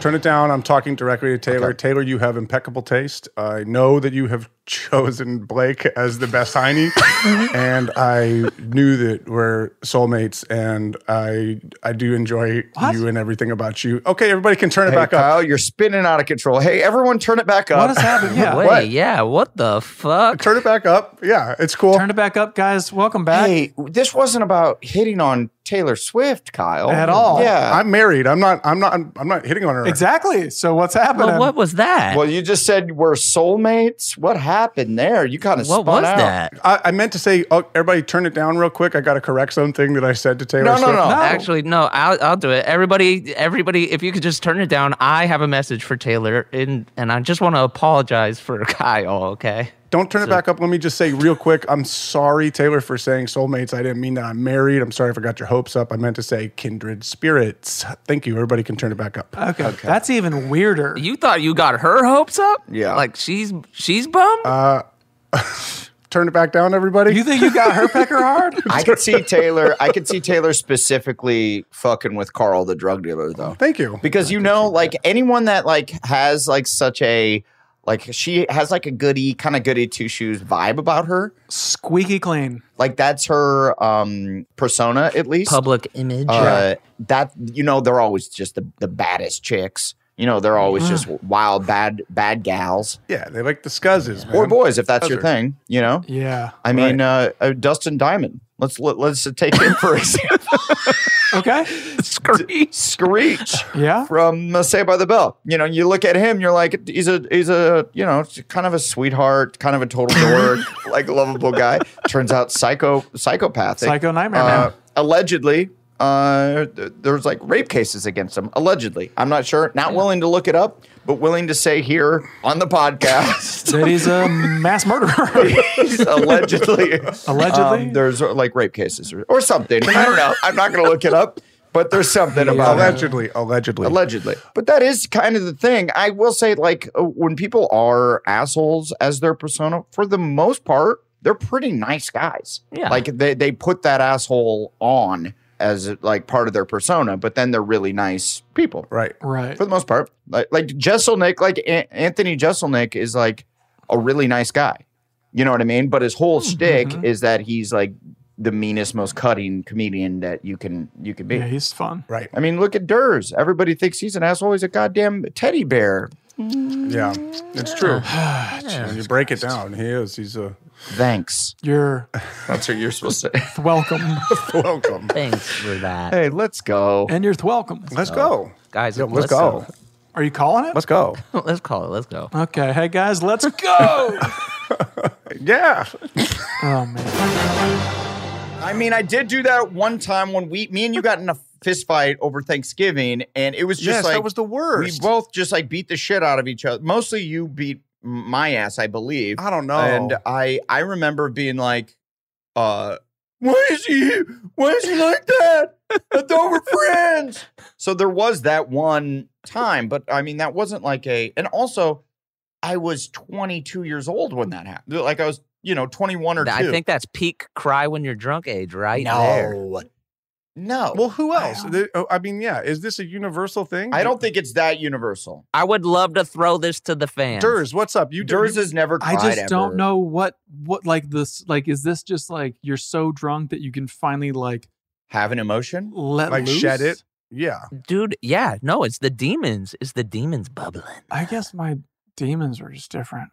Speaker 9: Turn it down. I'm talking directly to Taylor. Taylor, you have impeccable taste. I know that you have chosen Blake as the best hiney,
Speaker 4: Mm-hmm.
Speaker 9: and I knew that we're soulmates. And I I do enjoy you and everything about you. Okay, everybody can turn it
Speaker 2: Hey,
Speaker 9: back
Speaker 2: Kyle,
Speaker 9: up.
Speaker 2: you're spinning out of control. Hey, everyone, turn it back up.
Speaker 3: What is happening? Yeah.
Speaker 4: Wait,
Speaker 3: What?
Speaker 4: yeah, what the fuck?
Speaker 9: Turn it back up. Yeah, it's cool.
Speaker 3: Turn it back up, guys. Welcome back.
Speaker 2: Hey, this wasn't about hitting on Taylor Swift, Kyle.
Speaker 3: At all.
Speaker 2: Yeah.
Speaker 9: I'm married. I'm not. I'm not. I'm not hitting on her.
Speaker 3: Exactly. So what's happening?
Speaker 4: Well, what was that?
Speaker 2: Well, you just said we're soulmates. What happened there? You kind of
Speaker 4: What was that?
Speaker 9: I, I meant to say, oh, everybody, turn it down real quick. I got to correct something that I said to Taylor.
Speaker 4: No, no,
Speaker 9: Swift.
Speaker 4: no, Actually, no. I'll, I'll do it. Everybody, everybody. If you could just turn it down, I have a message for Taylor, and and I just want to apologize for Kyle. Okay.
Speaker 9: Don't turn it back up. Let me just say real quick. I'm sorry, Taylor, for saying soulmates. I didn't mean that. I'm married. I'm sorry if I got your hopes up. I meant to say kindred spirits. Thank you. Everybody can turn it back up. Uh,
Speaker 3: Okay. That's even weirder.
Speaker 4: You thought you got her hopes up?
Speaker 9: Yeah.
Speaker 4: Like she's she's bummed.
Speaker 9: Uh, turn it back down, everybody.
Speaker 3: You think you got her pecker hard?
Speaker 2: I could see Taylor. I could see Taylor specifically fucking with Carl, the drug dealer, though.
Speaker 9: Thank you.
Speaker 2: Because you know, like anyone that like has like such a like she has like a goody kind of goody two shoes vibe about her.
Speaker 3: Squeaky clean.
Speaker 2: Like that's her um persona at least.
Speaker 4: Public image.
Speaker 2: Uh, that you know they're always just the, the baddest chicks. You know they're always
Speaker 9: Mm.
Speaker 2: just wild bad bad gals
Speaker 9: Yeah, they like the scuzzes, man.
Speaker 2: or boys if that's your
Speaker 9: Scuzzers.
Speaker 2: thing. You know.
Speaker 3: Yeah.
Speaker 2: I mean, uh, uh, Dustin Diamond. Let's let, let's take him for example.
Speaker 3: Okay.
Speaker 4: Screech.
Speaker 2: Screech.
Speaker 3: Yeah.
Speaker 2: From uh, Say by the Bell. You know, you look at him, you're like, he's a he's a you know kind of a sweetheart, kind of a total dork, like lovable guy. Turns out psycho psychopathic,
Speaker 3: Psycho nightmare
Speaker 2: Uh,
Speaker 3: man.
Speaker 2: Allegedly. Uh, th- there's like rape cases against him. Allegedly, I'm not sure. Not willing to look it up, but willing to say here on the podcast
Speaker 3: that he's a mass murderer.
Speaker 2: He's allegedly.
Speaker 3: Allegedly?
Speaker 2: Um, there's uh, like rape cases or, or something. I don't know. I'm not going to look it up, but there's something about it.
Speaker 9: allegedly, allegedly,
Speaker 2: Allegedly. But that is kind of the thing. I will say, like, uh, when people are assholes as their persona, for the most part, they're pretty nice guys.
Speaker 4: Yeah.
Speaker 2: Like, they, they put that asshole on as like part of their persona, but then they're really nice people
Speaker 9: Right.
Speaker 3: Right.
Speaker 2: for the most part. Like, like Jesselnick, like An- Anthony Jesselnick is
Speaker 3: Hmm, mm-hmm.
Speaker 2: like a really nice guy. You know what I mean? But his whole shtick is that he's like the meanest, most cutting comedian that you can you can be.
Speaker 3: Yeah, he's fun.
Speaker 9: Right.
Speaker 2: I mean, look at Durs. Everybody thinks he's an asshole. He's a goddamn teddy bear.
Speaker 9: Yeah, it's true. When you break it down, he is. He's a
Speaker 2: thanks.
Speaker 3: You're
Speaker 2: That's what you're supposed to say.
Speaker 3: welcome.
Speaker 9: welcome.
Speaker 4: Thanks for that.
Speaker 2: Hey, let's go.
Speaker 3: And you're welcome.
Speaker 9: Let's go.
Speaker 4: Guys,
Speaker 9: Yeah,
Speaker 4: let's
Speaker 9: let's go.
Speaker 3: Are you calling it?
Speaker 9: Let's go.
Speaker 4: let's call it. Let's go.
Speaker 3: Okay. Hey guys, let's go.
Speaker 9: yeah.
Speaker 3: oh man.
Speaker 2: I mean, I did do that one time when we, me and you got in a fist fight over Thanksgiving, and it was just
Speaker 9: Yes,
Speaker 2: like
Speaker 9: that was the worst.
Speaker 2: We both just like beat the shit out of each other. Mostly, you beat m- my ass, I believe.
Speaker 9: I don't know.
Speaker 2: And I, I remember being like, uh. Why is he? Why is he like that? I thought we're friends. So there was that one time, but I mean, that wasn't like a. And also, I was 22 years old when that happened. Like I was, you know, 21 or
Speaker 4: I
Speaker 2: two.
Speaker 4: think that's peak cry when you're drunk age, right?
Speaker 2: No.
Speaker 4: There.
Speaker 2: no.
Speaker 9: Well, who else? The- oh, I mean, yeah. Is this a universal thing?
Speaker 2: I don't think it's that universal.
Speaker 4: I would love to throw this to the fans.
Speaker 9: Durs, what's up? You
Speaker 2: Durs
Speaker 9: you-
Speaker 2: has never
Speaker 3: I
Speaker 2: cried.
Speaker 3: just don't
Speaker 2: ever.
Speaker 3: know what what like this like is this just like you're so drunk that you can finally like
Speaker 2: Have an emotion?
Speaker 3: let
Speaker 9: like
Speaker 3: loose?
Speaker 9: shed it. Yeah.
Speaker 4: Dude, yeah, no, it's the demons. It's the demons bubbling.
Speaker 3: I guess my demons were just different.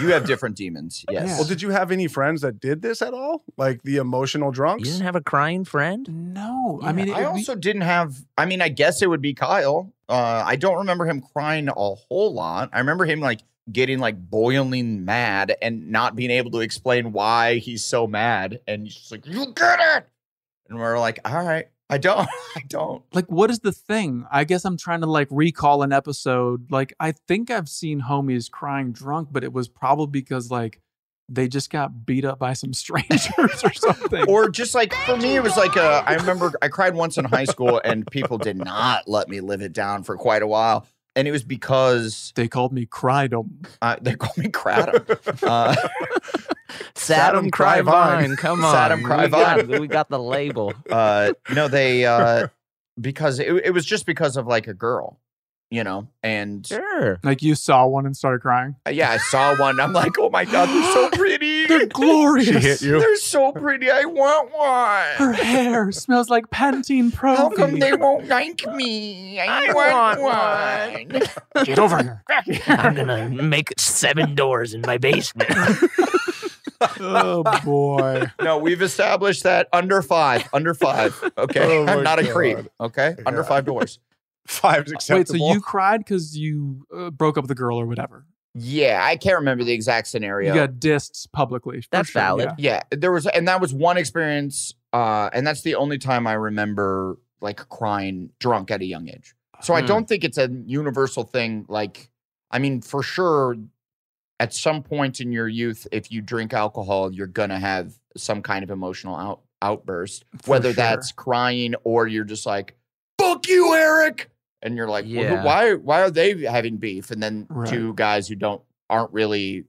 Speaker 2: You have different demons. Yes.
Speaker 3: Yeah.
Speaker 9: Well, did you have any friends that did this at all? Like the emotional
Speaker 4: You
Speaker 9: drunks?
Speaker 4: didn't have a crying friend?
Speaker 3: No,
Speaker 4: Yeah,
Speaker 3: I mean, it,
Speaker 2: I
Speaker 3: would be-
Speaker 2: also didn't have. I mean, I guess it would be Kyle. Uh, I don't remember him crying a whole lot. I remember him like getting like boiling mad and not being able to explain why he's so mad, and he's just like, "You get it," and we're like, "All right, I don't, I don't."
Speaker 3: like, what is the thing? I guess I'm trying to like recall an episode. Like, I think I've seen homies crying drunk, but it was probably because like they just got beat up by some strangers or something.
Speaker 2: Or just like for me, it was like a. I remember I cried once in high school, and people did not let me live it down for quite a while, and it was because
Speaker 3: they called me Crydom.
Speaker 2: uh, they called me Kratom. Uh,
Speaker 4: Saddam
Speaker 9: Saddam Cry
Speaker 4: Cryvine,
Speaker 9: Vine.
Speaker 4: come on.
Speaker 2: Saddam Cry
Speaker 4: we, got, we got the label.
Speaker 2: uh no they uh because it, it was just because of like a girl you know and
Speaker 4: Sure.
Speaker 3: Like you saw one and started crying.
Speaker 2: uh, yeah i saw one i'm like oh my god they're so pretty
Speaker 3: They're glorious.
Speaker 9: She hit you.
Speaker 2: they're so pretty i want
Speaker 3: Her
Speaker 2: one
Speaker 3: hair smells like Pantene Pro.
Speaker 2: how come
Speaker 3: V.
Speaker 2: they won't like me i,
Speaker 4: I
Speaker 2: want,
Speaker 4: want
Speaker 2: one
Speaker 3: get over here?
Speaker 4: I'm gonna make seven doors in my basement.
Speaker 3: Oh boy.
Speaker 2: no we've established that under five under five okay
Speaker 9: Oh my
Speaker 2: i'm not a
Speaker 9: God.
Speaker 2: creep okay under
Speaker 9: Yeah.
Speaker 2: five doors
Speaker 9: Five's
Speaker 3: Wait, so
Speaker 9: acceptable.
Speaker 3: you cried because you uh, broke up with a girl or whatever?
Speaker 2: yeah i can't remember the exact scenario
Speaker 3: You got dissed publicly. for
Speaker 4: That's
Speaker 3: sure,
Speaker 4: valid.
Speaker 3: yeah.
Speaker 2: yeah there was and that was one experience uh and that's the only time i remember like crying drunk at a young age so i
Speaker 4: Hmm.
Speaker 2: don't think it's a universal thing like i mean for sure at some point in your youth if you drink alcohol you're gonna have some kind of emotional out outburst
Speaker 3: For
Speaker 2: whether
Speaker 3: sure.
Speaker 2: that's crying or you're just like fuck you eric and you're like well, who-
Speaker 4: Yeah.
Speaker 2: why why are they having beef and then
Speaker 3: Right.
Speaker 2: two guys who don't aren't really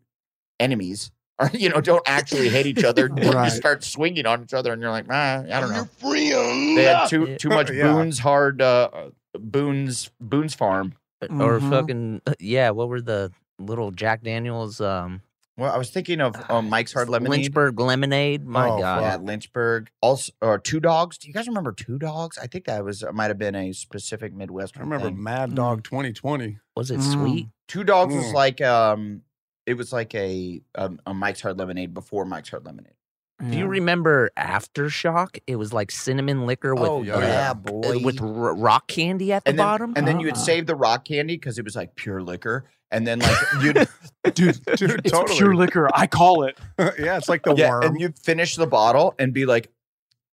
Speaker 2: enemies or you know don't actually hate each other you
Speaker 3: Right.
Speaker 2: start swinging on each other and you're like ah, i don't know
Speaker 12: friend.
Speaker 2: they had too too much
Speaker 9: Yeah.
Speaker 2: boone's hard uh boone's boone's farm
Speaker 4: Uh, Or
Speaker 3: Mhm.
Speaker 4: fucking uh, yeah, what were the little Jack Daniels um
Speaker 2: well i was thinking of um, mike's hard lemonade
Speaker 4: Lynchburg lemonade? My
Speaker 9: Oh,
Speaker 4: god.
Speaker 2: yeah, Lynchburg. Also, or two dogs. Do you guys remember two dogs? I think that was uh, might have been a specific
Speaker 9: I
Speaker 2: Midwestern.
Speaker 9: remember
Speaker 2: thing.
Speaker 9: Mad Dog 2020.
Speaker 4: Mm. Was it
Speaker 3: Mm.
Speaker 4: sweet?
Speaker 2: two dogs was
Speaker 9: Mm.
Speaker 2: like um, it was like a um, a Mike's hard lemonade before Mike's hard lemonade.
Speaker 4: Do you
Speaker 3: Yeah.
Speaker 4: remember Aftershock? It was like cinnamon liquor with
Speaker 2: oh
Speaker 4: uh,
Speaker 2: yeah, boy,
Speaker 4: uh, with r- rock candy at the
Speaker 2: and then,
Speaker 4: bottom.
Speaker 2: And then you would
Speaker 3: Ah.
Speaker 2: save the rock candy because it was like pure liquor. And then like you'd
Speaker 3: dude?
Speaker 9: Dude,
Speaker 3: it's
Speaker 9: totally.
Speaker 3: pure liquor. I call it.
Speaker 9: yeah, it's like the
Speaker 2: yeah,
Speaker 9: worm.
Speaker 2: and you'd finish the bottle and be like,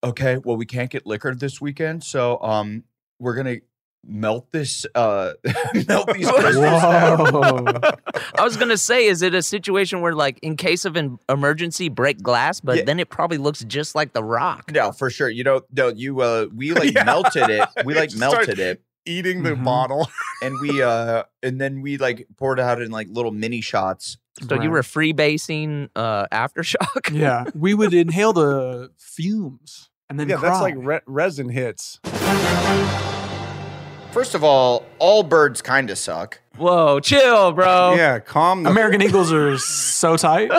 Speaker 2: okay, well, we can't get liquor this weekend, so um we're gonna melt this uh melt these crystals down.
Speaker 3: Whoa.
Speaker 4: I was gonna say, is it a situation where like in case of an emergency, break glass? But
Speaker 2: Yeah.
Speaker 4: then it probably looks just like the rock.
Speaker 2: No, for sure. You know, no, you uh we like
Speaker 9: Yeah.
Speaker 2: melted it. We like
Speaker 9: Just start-
Speaker 2: melted it
Speaker 9: Eating the
Speaker 4: Mm-hmm.
Speaker 3: Mhm.
Speaker 9: bottle.
Speaker 2: and we uh and then we like poured it out in like little mini shots.
Speaker 4: So you were freebasing uh, aftershock.
Speaker 3: yeah, we would inhale the fumes and then
Speaker 9: yeah,
Speaker 3: cry.
Speaker 9: that's like re- resin hits.
Speaker 2: First of all, all birds kinda suck.
Speaker 4: Whoa, chill, bro.
Speaker 9: Yeah, calm.
Speaker 3: American Eagles are so tight.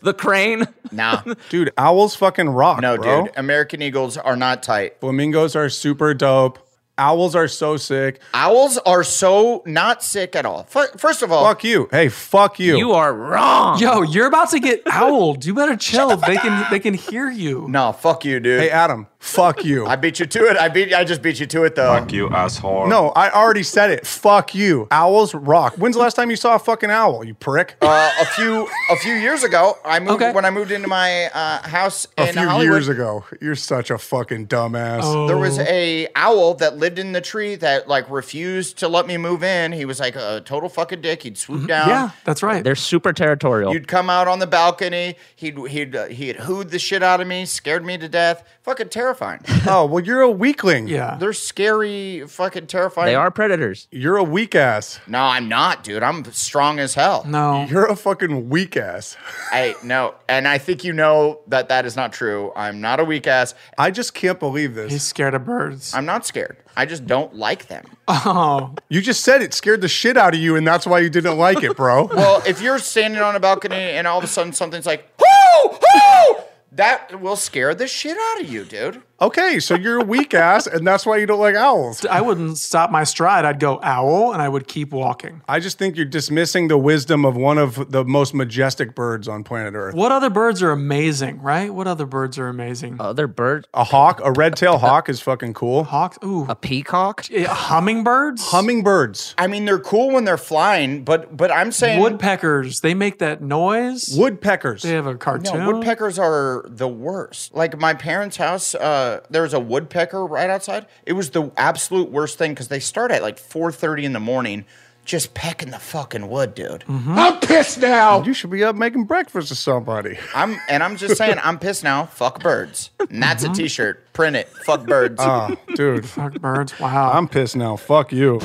Speaker 4: the crane.
Speaker 2: Nah.
Speaker 9: dude, owls fucking rock.
Speaker 2: No,
Speaker 9: bro.
Speaker 2: dude. American Eagles are not tight.
Speaker 9: Flamingos are super dope. Owls are so sick.
Speaker 2: Owls are so not sick at all. Fir- First of all,
Speaker 9: Fuck you. Hey, fuck you.
Speaker 4: You are wrong.
Speaker 3: Yo, you're about to get owled. You better chill. They can they can hear you.
Speaker 2: No, fuck you, dude.
Speaker 9: Hey, Adam, fuck you.
Speaker 2: I beat you to it. I beat. I just beat you to it, though. Fuck
Speaker 19: you, asshole.
Speaker 9: No, I already said it. Fuck you. Owls rock. When's the last time you saw a fucking owl, you prick?
Speaker 2: Uh, a few a few years ago, I moved when I moved into my uh, house
Speaker 9: a
Speaker 2: in
Speaker 9: few
Speaker 2: Hollywood.
Speaker 9: years ago. You're such a fucking dumbass.
Speaker 3: Oh.
Speaker 2: There
Speaker 4: Oh.
Speaker 2: was a owl that lived in the tree that like refused to let me move in. He was like a total fucking dick. He'd swoop
Speaker 4: Mm-hmm.
Speaker 2: down.
Speaker 3: that's right.
Speaker 4: They're super territorial.
Speaker 2: You'd come out on the balcony. He'd he'd uh, he'd hooed the shit out of me, scared me to death. Fucking terrifying.
Speaker 9: Oh well, you're a weakling.
Speaker 3: Yeah,
Speaker 2: They're scary, fucking terrifying.
Speaker 4: predators.
Speaker 9: You're a weak ass.
Speaker 2: No, I'm not, dude. I'm strong as hell.
Speaker 3: No,
Speaker 9: you're a fucking weak ass.
Speaker 2: I no, and I think you know that that is not true. I'm not a weak ass.
Speaker 9: I just can't believe this.
Speaker 3: He's scared of birds.
Speaker 2: I'm not scared. I just don't like them.
Speaker 3: Oh,
Speaker 9: you just said it scared the shit out of you, and that's why you didn't like it, bro.
Speaker 2: Well, if you're standing on a balcony and all of a sudden something's like, "Hoo! Hoo!" that will scare the shit out of you, dude.
Speaker 9: okay, so you're a weak ass, and that's why you don't like owls.
Speaker 3: I wouldn't stop my stride. I'd go owl, and I would keep walking.
Speaker 9: I just think you're dismissing the wisdom of one of the most majestic birds on planet Earth.
Speaker 3: What other birds are amazing, right? What other birds are amazing?
Speaker 4: Other bird,
Speaker 9: A hawk, a red-tailed hawk is fucking cool.
Speaker 3: Hawks, ooh,
Speaker 4: a peacock,
Speaker 3: Yeah, hummingbirds,
Speaker 9: Hummingbirds.
Speaker 2: I mean, they're cool when they're flying, but but I'm saying
Speaker 3: woodpeckers. They make that noise.
Speaker 9: Woodpeckers.
Speaker 3: They have a cartoon.
Speaker 2: No, woodpeckers are the worst. Like my parents' house, uh, there was a woodpecker right outside. It was the absolute worst thing because they start at like four thirty in the morning, just pecking the fucking wood, dude.
Speaker 3: Mm-hmm.
Speaker 9: I'm pissed now. You should be up making breakfast with somebody.
Speaker 2: I'm and I'm just saying, I'm pissed now. Fuck birds. And that's a T-shirt. Print it. Fuck birds.
Speaker 9: Ah, dude,
Speaker 3: Fuck birds. Wow.
Speaker 9: I'm pissed now. Fuck you.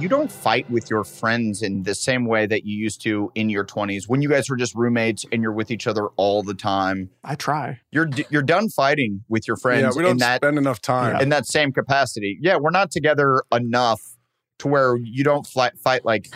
Speaker 2: you don't fight with your friends in the same way that you used to in your 20s when you guys were just roommates and you're with each other all the time.
Speaker 3: I try.
Speaker 2: You're d- you're done fighting with your friends
Speaker 9: yeah, we don't
Speaker 2: in that
Speaker 9: spend enough time.
Speaker 2: in that same capacity. Yeah, we're not together enough to where you don't fly, fight like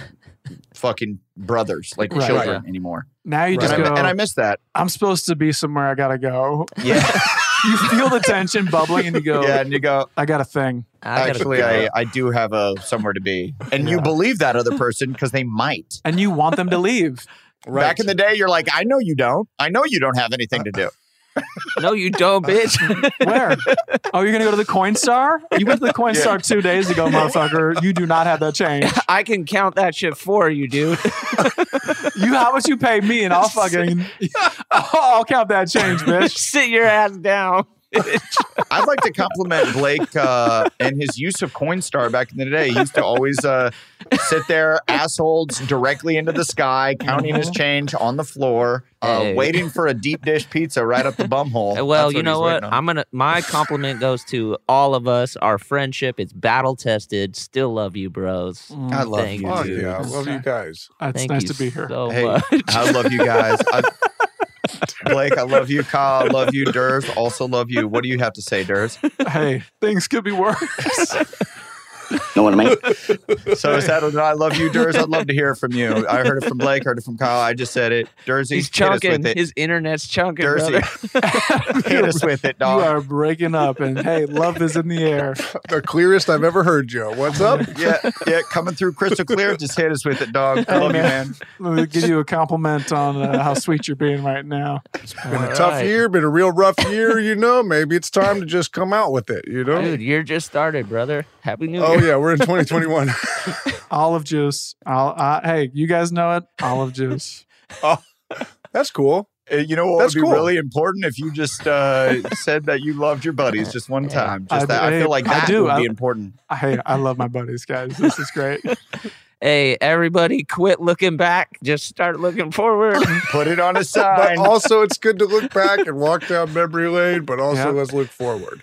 Speaker 2: fucking brothers, like
Speaker 3: Right.
Speaker 2: children anymore.
Speaker 3: Now you
Speaker 9: Right.
Speaker 3: just
Speaker 2: And,
Speaker 3: go.
Speaker 2: I, and I miss that.
Speaker 3: I'm supposed to be somewhere. I gotta go.
Speaker 2: Yeah,
Speaker 3: you feel the tension bubbling, and you go.
Speaker 2: yeah. And you go.
Speaker 3: I got a thing.
Speaker 4: I gotta
Speaker 2: Actually,
Speaker 4: go.
Speaker 2: I, I do have a somewhere to be, and you believe that other person because they might.
Speaker 3: And you want them to leave.
Speaker 2: Back in the day, you're like, I know you don't. I know you don't have anything
Speaker 4: Uh,
Speaker 2: to do.
Speaker 4: no, you don't, bitch.
Speaker 3: Where? Oh, you're gonna go to the Coinstar? You went to the Coinstar two days ago, motherfucker. You do not have that change.
Speaker 4: I can count that shit for you, dude.
Speaker 3: You how much you pay me, and I'll fucking
Speaker 4: Oh,
Speaker 3: I'll count that change, bitch.
Speaker 4: Sit your ass down.
Speaker 2: I'd like to compliment Blake uh, and his use of Coinstar back in the day. He used to always uh, sit there, assholes directly into the sky, counting his change on the floor, uh,
Speaker 4: Mm-hmm. Hey.
Speaker 2: waiting for a deep dish pizza right up the bumhole.
Speaker 4: Uh, Well,
Speaker 2: That's
Speaker 4: you know
Speaker 2: he's
Speaker 4: what?
Speaker 2: waiting on.
Speaker 4: I'm gonna. My compliment goes to all of us. Our friendship is battle tested. Still love you, bros.
Speaker 2: I
Speaker 3: Mm,
Speaker 2: love
Speaker 4: Thank you,
Speaker 2: you,
Speaker 9: Mm. Fuck
Speaker 2: dude.
Speaker 9: yeah, I love you guys.
Speaker 3: It's
Speaker 4: Thank
Speaker 3: nice
Speaker 4: you
Speaker 3: to be here.
Speaker 4: So
Speaker 2: Hey,
Speaker 4: much.
Speaker 2: I love you guys. I, Blake, I love you. Kyle, I love you. Durs, also love you. What do you have to say, Durs?
Speaker 3: Hey, things could be worse. Oh,
Speaker 16: Know what I mean?
Speaker 2: So is that an I love you, Durs? I'd love to hear from you. I heard it from Blake, heard it from Kyle. I just said it. Durs,
Speaker 4: He's
Speaker 2: hit us
Speaker 4: chunking.
Speaker 2: with it.
Speaker 4: His internet's chunking.
Speaker 2: Durs,
Speaker 4: brother.
Speaker 2: hit us with it,
Speaker 3: You
Speaker 2: dog.
Speaker 3: are breaking up, and hey, love is in the air.
Speaker 9: The clearest I've ever heard, Joe. What's up?
Speaker 2: yeah, yeah, coming through crystal clear. Just hit us with it, dog. I love you, man.
Speaker 3: Let me give you a compliment on uh, how sweet you're being right now.
Speaker 9: Been a tough year, been a real rough year, you know. Maybe it's time to just come out with it, you know?
Speaker 4: Dude, year just started, brother. Happy New
Speaker 9: oh
Speaker 4: Year.
Speaker 9: yeah, we're in 2021.
Speaker 3: Olive juice. I'll, I, hey, you guys know it. Olive juice.
Speaker 9: That's cool.
Speaker 2: Oh. Uh, You know what
Speaker 9: That's
Speaker 2: would be
Speaker 9: cool.
Speaker 2: really important if you just uh, said that you loved your buddies just one time. Just
Speaker 3: I-
Speaker 2: that, I feel like
Speaker 3: I
Speaker 2: that
Speaker 3: do.
Speaker 2: would
Speaker 3: I-
Speaker 2: be important.
Speaker 3: Hey, I love my buddies, guys. This is great.
Speaker 4: Hey, everybody, quit looking back. Just start looking forward.
Speaker 2: Put it on a
Speaker 9: But
Speaker 2: sign.
Speaker 9: also, it's good to look back and walk down memory lane. But also,
Speaker 3: Yeah.
Speaker 9: let's look forward.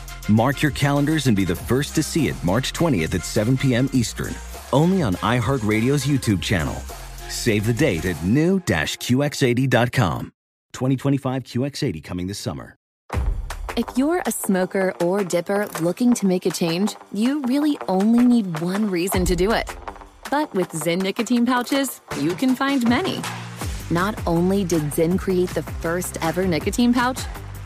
Speaker 10: Mark your calendars and be the first to see it March 20th at 7 p.m. Eastern, only on iHeartRadio's YouTube channel. Save the date at new-QX80.com. 2025 QX80 coming this summer.
Speaker 11: If you're a smoker or dipper looking to make a change, you really only need one reason to do it. But with Zen nicotine pouches, you can find many. Not only did Zen create the first ever nicotine pouch,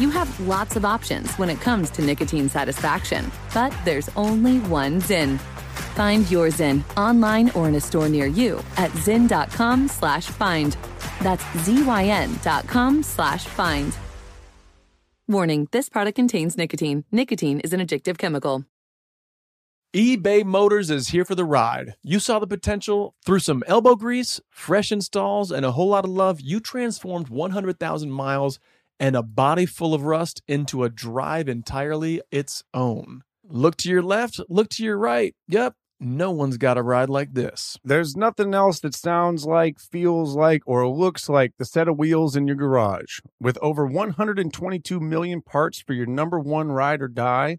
Speaker 11: You have lots of options when it comes to nicotine satisfaction, but there's only one Zyn. Find your Zyn online or in a store near you at zyn.com slash find. That's Z-Y-N dot com slash find. Warning, this product contains nicotine. Nicotine is an addictive chemical.
Speaker 6: eBay Motors is here for the ride. You saw the potential through some elbow grease, fresh installs, and a whole lot of love. You transformed 100,000 miles and a body full of rust into a drive entirely its own. Look to your left, look to your right. Yep, no one's got a ride like this.
Speaker 5: There's nothing else that sounds like, feels like, or looks like the set of wheels in your garage. With over 122 million parts for your number one ride or die,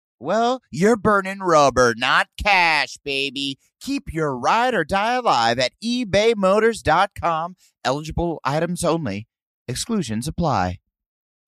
Speaker 12: well, you're burning rubber, not cash, baby. Keep your ride or die alive at ebaymotors.com. Eligible items only. Exclusions apply.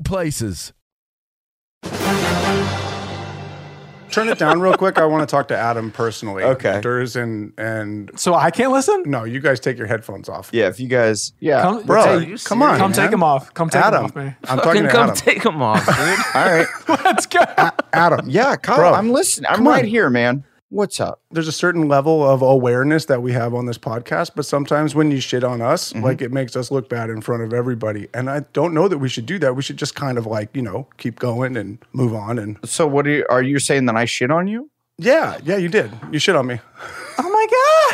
Speaker 19: places.
Speaker 9: Turn it down real quick. I want to talk to Adam personally.
Speaker 2: Okay.
Speaker 9: Actors and and
Speaker 3: so I can't listen.
Speaker 9: No, you guys take your headphones off.
Speaker 2: Yeah, if you guys, yeah,
Speaker 3: Come-
Speaker 9: bro,
Speaker 3: Hey, are you
Speaker 9: come on,
Speaker 3: serious? Come take
Speaker 9: man.
Speaker 3: 'em off. Come take 'em
Speaker 9: Adam,
Speaker 3: off me.
Speaker 9: I'm
Speaker 3: Fucking
Speaker 9: talking to
Speaker 3: come
Speaker 9: Adam.
Speaker 3: take
Speaker 4: 'em off, dude.
Speaker 2: All right,
Speaker 3: let's go,
Speaker 9: Adam.
Speaker 2: Yeah, Kyle,
Speaker 9: Bro,
Speaker 2: I'm listening. I'm
Speaker 9: come on.
Speaker 2: right here, man. What's up?
Speaker 9: There's a certain level of awareness that we have on this podcast, but sometimes when you shit on us,
Speaker 2: Mhm.
Speaker 9: like it makes us look bad in front of everybody. And I don't know that we should do that. We should just kind of like you know keep going and move on. And
Speaker 2: so, what are you, are you saying that I shit on you?
Speaker 9: Yeah, yeah, you did. You shit on me.
Speaker 3: Oh my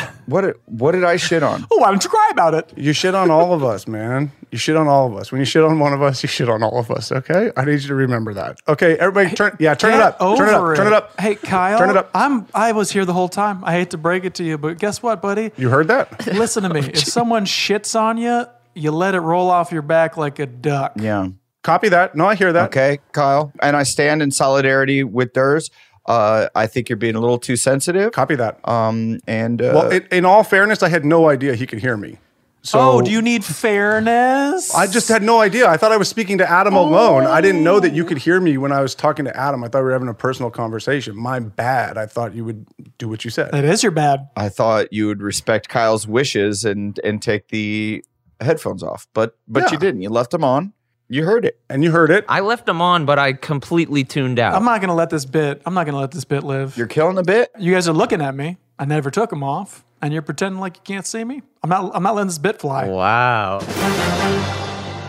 Speaker 3: god.
Speaker 9: What did- what did I shit on?
Speaker 3: Oh, why don't you cry about it?
Speaker 9: You shit on all of us, man. You shit on all of us. When you shit on one of us, you shit on all of us. Okay, I need you to remember that. Okay, everybody, turn yeah, turn it
Speaker 3: Get
Speaker 9: up, turn it
Speaker 3: over
Speaker 9: up, turn it up.
Speaker 3: Hey, Kyle.
Speaker 9: Turn it up.
Speaker 3: I'm I was here the whole time. I hate to break it to you, but guess what, buddy?
Speaker 9: You heard that? Oh,
Speaker 3: Listen to me. if someone shits on you, you let it roll off your back like a duck.
Speaker 2: Yeah.
Speaker 9: Copy that. No, I hear that.
Speaker 2: Okay, Kyle. And I stand in solidarity with theirs. Uh, I think you're being a little too sensitive.
Speaker 9: Copy that.
Speaker 2: Um, and uh,
Speaker 9: well, it, in all fairness, I had no idea he could hear me. So
Speaker 3: oh, do you need fairness?
Speaker 9: I just had no idea. I thought I was speaking to Adam alone. I didn't know that you
Speaker 3: Oh.
Speaker 9: could hear me when I was talking to Adam. I thought we were having a personal conversation. My bad. I thought you would do what you said.
Speaker 3: That is your bad.
Speaker 2: I thought you would respect Kyle's wishes and and take the headphones off, but but
Speaker 9: Yeah.
Speaker 2: you didn't. You left them on. You heard it,
Speaker 9: and you heard it.
Speaker 4: I left them on, but I completely tuned out.
Speaker 3: I'm not gonna let this bit. I'm not gonna let this bit live.
Speaker 2: You're killing the bit.
Speaker 3: You guys are looking at me. I never took them off, and you're pretending like you can't see me. I'm not. I'm not letting this bit fly.
Speaker 4: Wow.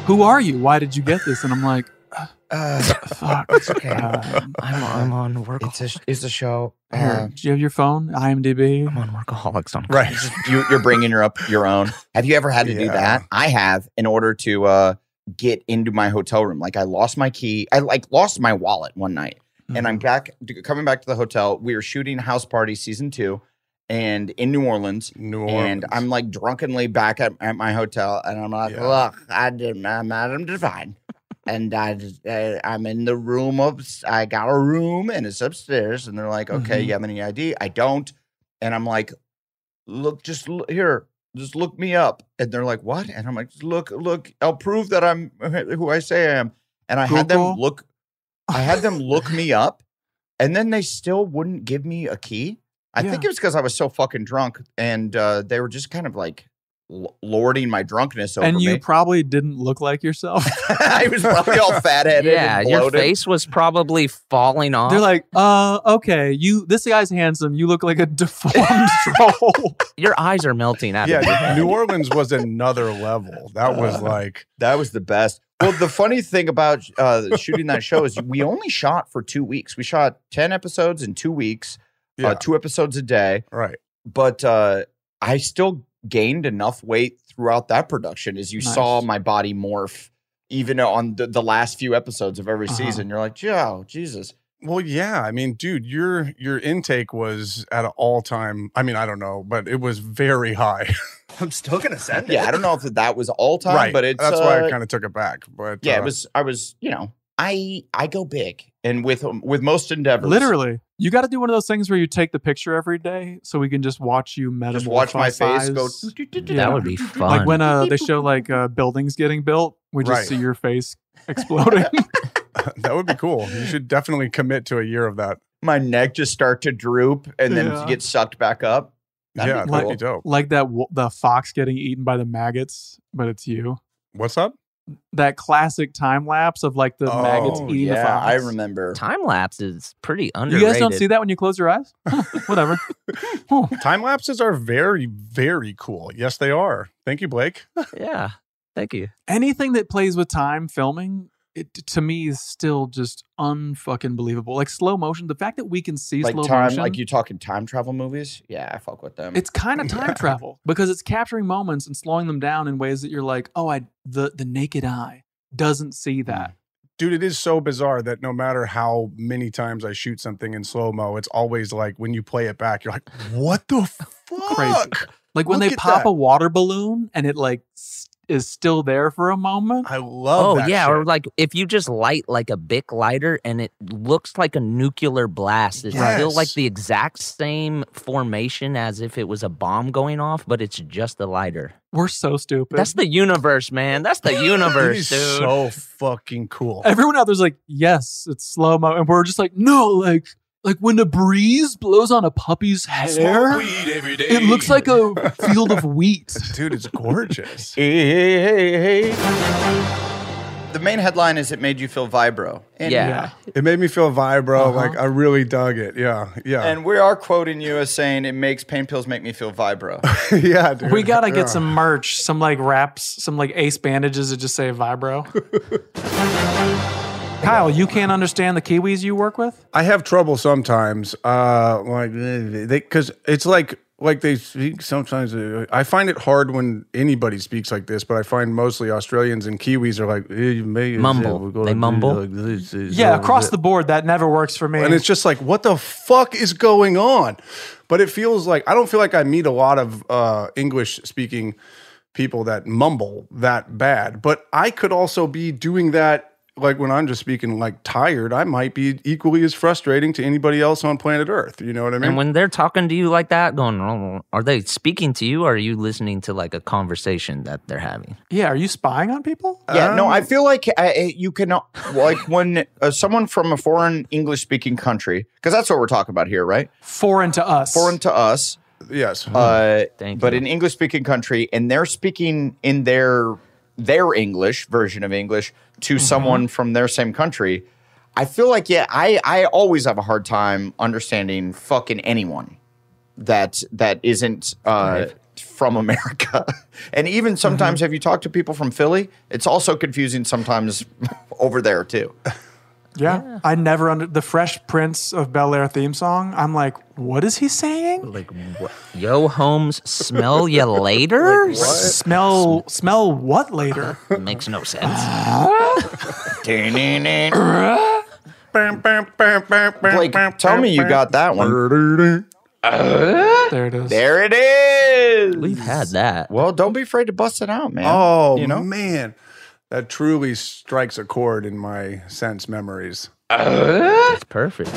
Speaker 3: Who are you? Why did you get this? And I'm like,
Speaker 4: Uh,
Speaker 3: fuck.
Speaker 4: It's okay.
Speaker 3: Um,
Speaker 4: I'm, I'm on work. It's a, it's a show. Uh,
Speaker 3: here, do you have your phone? IMDb. I'm
Speaker 4: on workaholics. On
Speaker 2: right? you, you're bringing her up your own. Have you ever had to do
Speaker 9: Yeah.
Speaker 2: that? I have in order to uh, get into my hotel room. Like I lost my key. I like lost my wallet one night, and
Speaker 9: Mm.
Speaker 2: I'm back coming back to the hotel. We were shooting House Party season two, and in New Orleans.
Speaker 9: New
Speaker 2: And I'm like drunkenly back at, at my hotel, and I'm like,
Speaker 9: Yeah.
Speaker 2: look, I did, I'm Adam Devine, and I, just- I I'm in the room of I got a room and it's upstairs, and they're like, okay,
Speaker 9: Mhm.
Speaker 2: you have any ID? I don't, and I'm like, look, just l- here, just look me up, and they're like, what? And I'm like, look, look, I'll prove that I'm who I say I am, and I had them
Speaker 3: Google.
Speaker 2: look, I had them look me up, and then they still wouldn't give me a key. I think it was because I was so fucking drunk, and uh, they were just kind of like l- lording my drunkenness over
Speaker 3: and you
Speaker 2: me.
Speaker 3: probably didn't look like yourself.
Speaker 2: I was probably all fat headed.
Speaker 4: Yeah,
Speaker 2: and
Speaker 4: your
Speaker 2: bloated.
Speaker 4: face was probably falling off.
Speaker 3: They're like, uh, okay, you. This guy's handsome. You look like a deformed troll.
Speaker 4: your eyes are melting out of your
Speaker 9: Yeah,
Speaker 4: head.
Speaker 9: New Orleans was another level. That was like
Speaker 2: Uh, That was the best. Well, the funny thing about uh, shooting that show is we only shot for two weeks. We shot ten episodes in two weeks,
Speaker 9: Yeah.
Speaker 2: uh, two episodes a day.
Speaker 9: right.
Speaker 2: But uh, I still gained enough weight throughout that production, as you
Speaker 9: Nice.
Speaker 2: saw my body morph. Even on the, the last few episodes of every
Speaker 9: Uh-huh.
Speaker 2: season, you're like, "Joe, Jesus,
Speaker 9: Well, yeah. I mean, dude, your your intake was at an all time. I mean, I don't know, but it was very high.
Speaker 2: I'm still gonna send it." Yeah, I don't know if that was all time,
Speaker 9: right.
Speaker 2: but it's
Speaker 9: that's why I
Speaker 2: uh,
Speaker 9: kind of took it back. But
Speaker 2: yeah,
Speaker 9: uh,
Speaker 2: it was. I was, you know, I I go big, and with um, with most endeavors,
Speaker 3: Literally, you got to do one of those things where you take the picture every day, so we can just watch you metamorphosize.
Speaker 2: just watch my face go.
Speaker 4: That would be fun.
Speaker 3: Like when uh, they show like uh, buildings getting built, we just
Speaker 9: Right.
Speaker 3: see your face exploding.
Speaker 9: that would be cool. You should definitely commit to a year of that.
Speaker 2: My neck just start to droop, and then
Speaker 3: Yeah.
Speaker 2: get sucked back up. That'd
Speaker 9: yeah,
Speaker 2: be
Speaker 9: that'd
Speaker 2: cool.
Speaker 9: be dope.
Speaker 3: like that wo- the fox getting eaten by the maggots, but it's you.
Speaker 9: What's up?
Speaker 3: That classic time lapse of like the maggots
Speaker 2: Oh,
Speaker 3: eating the
Speaker 2: yeah,
Speaker 3: fox.
Speaker 2: I remember.
Speaker 4: Time lapse is pretty
Speaker 3: You
Speaker 4: underrated.
Speaker 3: guys don't see that when you close your eyes? Huh, Whatever.
Speaker 9: Time lapses are very, very cool. Yes, they are. Thank you, Blake.
Speaker 4: Yeah. Thank you.
Speaker 3: Anything that plays with time filming, it to me is still just unfucking believable. Like slow motion, the fact that we can see
Speaker 2: Like
Speaker 3: slow
Speaker 2: time,
Speaker 3: motion,
Speaker 2: like you talking time travel movies? Yeah, I fuck with them.
Speaker 3: it's kind of time travel because it's capturing moments and slowing them down in ways that you're like, oh, I the the naked eye doesn't see that.
Speaker 9: Dude, it is so bizarre that no matter how many times I shoot something in slow mo, it's always like when you play it back, you're like, what the fuck?
Speaker 3: Crazy. Like when
Speaker 9: Look
Speaker 3: they
Speaker 9: at
Speaker 3: pop
Speaker 9: that.
Speaker 3: a water balloon and it like s- is still there for a moment.
Speaker 9: I
Speaker 4: Oh,
Speaker 9: love that.
Speaker 4: yeah, or
Speaker 9: shit.
Speaker 4: like if you just light like a Bic lighter and it looks like a nuclear blast. It's still like
Speaker 9: Yes.
Speaker 4: the exact same formation as if it was a bomb going off, but it's just a lighter.
Speaker 3: We're so stupid.
Speaker 4: That's the universe, man. That's the
Speaker 9: it
Speaker 4: universe,
Speaker 9: is
Speaker 4: dude.
Speaker 9: so fucking cool.
Speaker 3: Everyone out there's like, yes, it's slow mo, and we're just like, no, like like when a breeze blows on a puppy's hair, it looks like a field of wheat.
Speaker 9: Dude, it's gorgeous.
Speaker 2: hey, hey, hey, hey. The main headline is it made you feel vibro. And,
Speaker 4: Yeah.
Speaker 9: It made me feel
Speaker 3: Uh-huh.
Speaker 9: vibro. Like I really dug it. Yeah. Yeah.
Speaker 2: And we are quoting you as saying it makes pain pills make me feel vibro.
Speaker 9: yeah, dude.
Speaker 3: We gotta
Speaker 9: Yeah.
Speaker 3: get some merch, some like wraps, some like ace bandages that just say vibro. Kyle, you can't understand the Kiwis you work with?
Speaker 9: I have trouble sometimes. Uh, like they because it's like like they speak sometimes. uh, I find it hard when anybody speaks like this, but I find mostly Australians and Kiwis are like eh, mate, it's-
Speaker 4: Mumble.
Speaker 9: we're gonna
Speaker 4: They
Speaker 9: do
Speaker 4: mumble.
Speaker 9: like this, it's
Speaker 3: Yeah,
Speaker 9: like
Speaker 3: across
Speaker 9: that.
Speaker 3: the board, that never works for me.
Speaker 9: And it's just like, what the fuck is going on? But it feels like I don't feel like I meet a lot of uh, English speaking people that mumble that bad. But I could also be doing that like when I'm just speaking like tired, I might be equally as frustrating to anybody else on planet Earth. You know what I mean?
Speaker 4: And when they're talking to you like that, going, "Oh," are they speaking to you? Or are you listening to like a conversation that they're having?
Speaker 3: Yeah, are you spying on people?
Speaker 2: Yeah, no, I feel like uh, you can like when uh, someone from a foreign English speaking country, because that's what we're talking about here, right?
Speaker 3: Foreign to us.
Speaker 2: Foreign to us.
Speaker 9: Yes.
Speaker 2: Uh, but an English speaking country, and they're speaking in their their English version of English to mm-hmm. someone from their same country. I feel like yeah, I I always have a hard time understanding fucking anyone that that isn't uh, right. from America. and even sometimes, mm-hmm. have you talked to people from Philly? It's also confusing sometimes over there too.
Speaker 3: Yeah. yeah. I never under the Fresh Prince of Bel Air theme song. I'm like, what is he saying?
Speaker 4: Like, what? yo, Holmes, smell you later. like
Speaker 3: smell, Sm- smell what later?
Speaker 4: Makes no sense.
Speaker 2: Blake, tell me you got that one.
Speaker 3: Uh, there it is.
Speaker 2: There it is.
Speaker 4: We've had that.
Speaker 2: Well, don't be afraid to bust it out, man.
Speaker 9: Oh, you know? man that truly strikes a chord in my sense memories.
Speaker 4: Uh, That's perfect.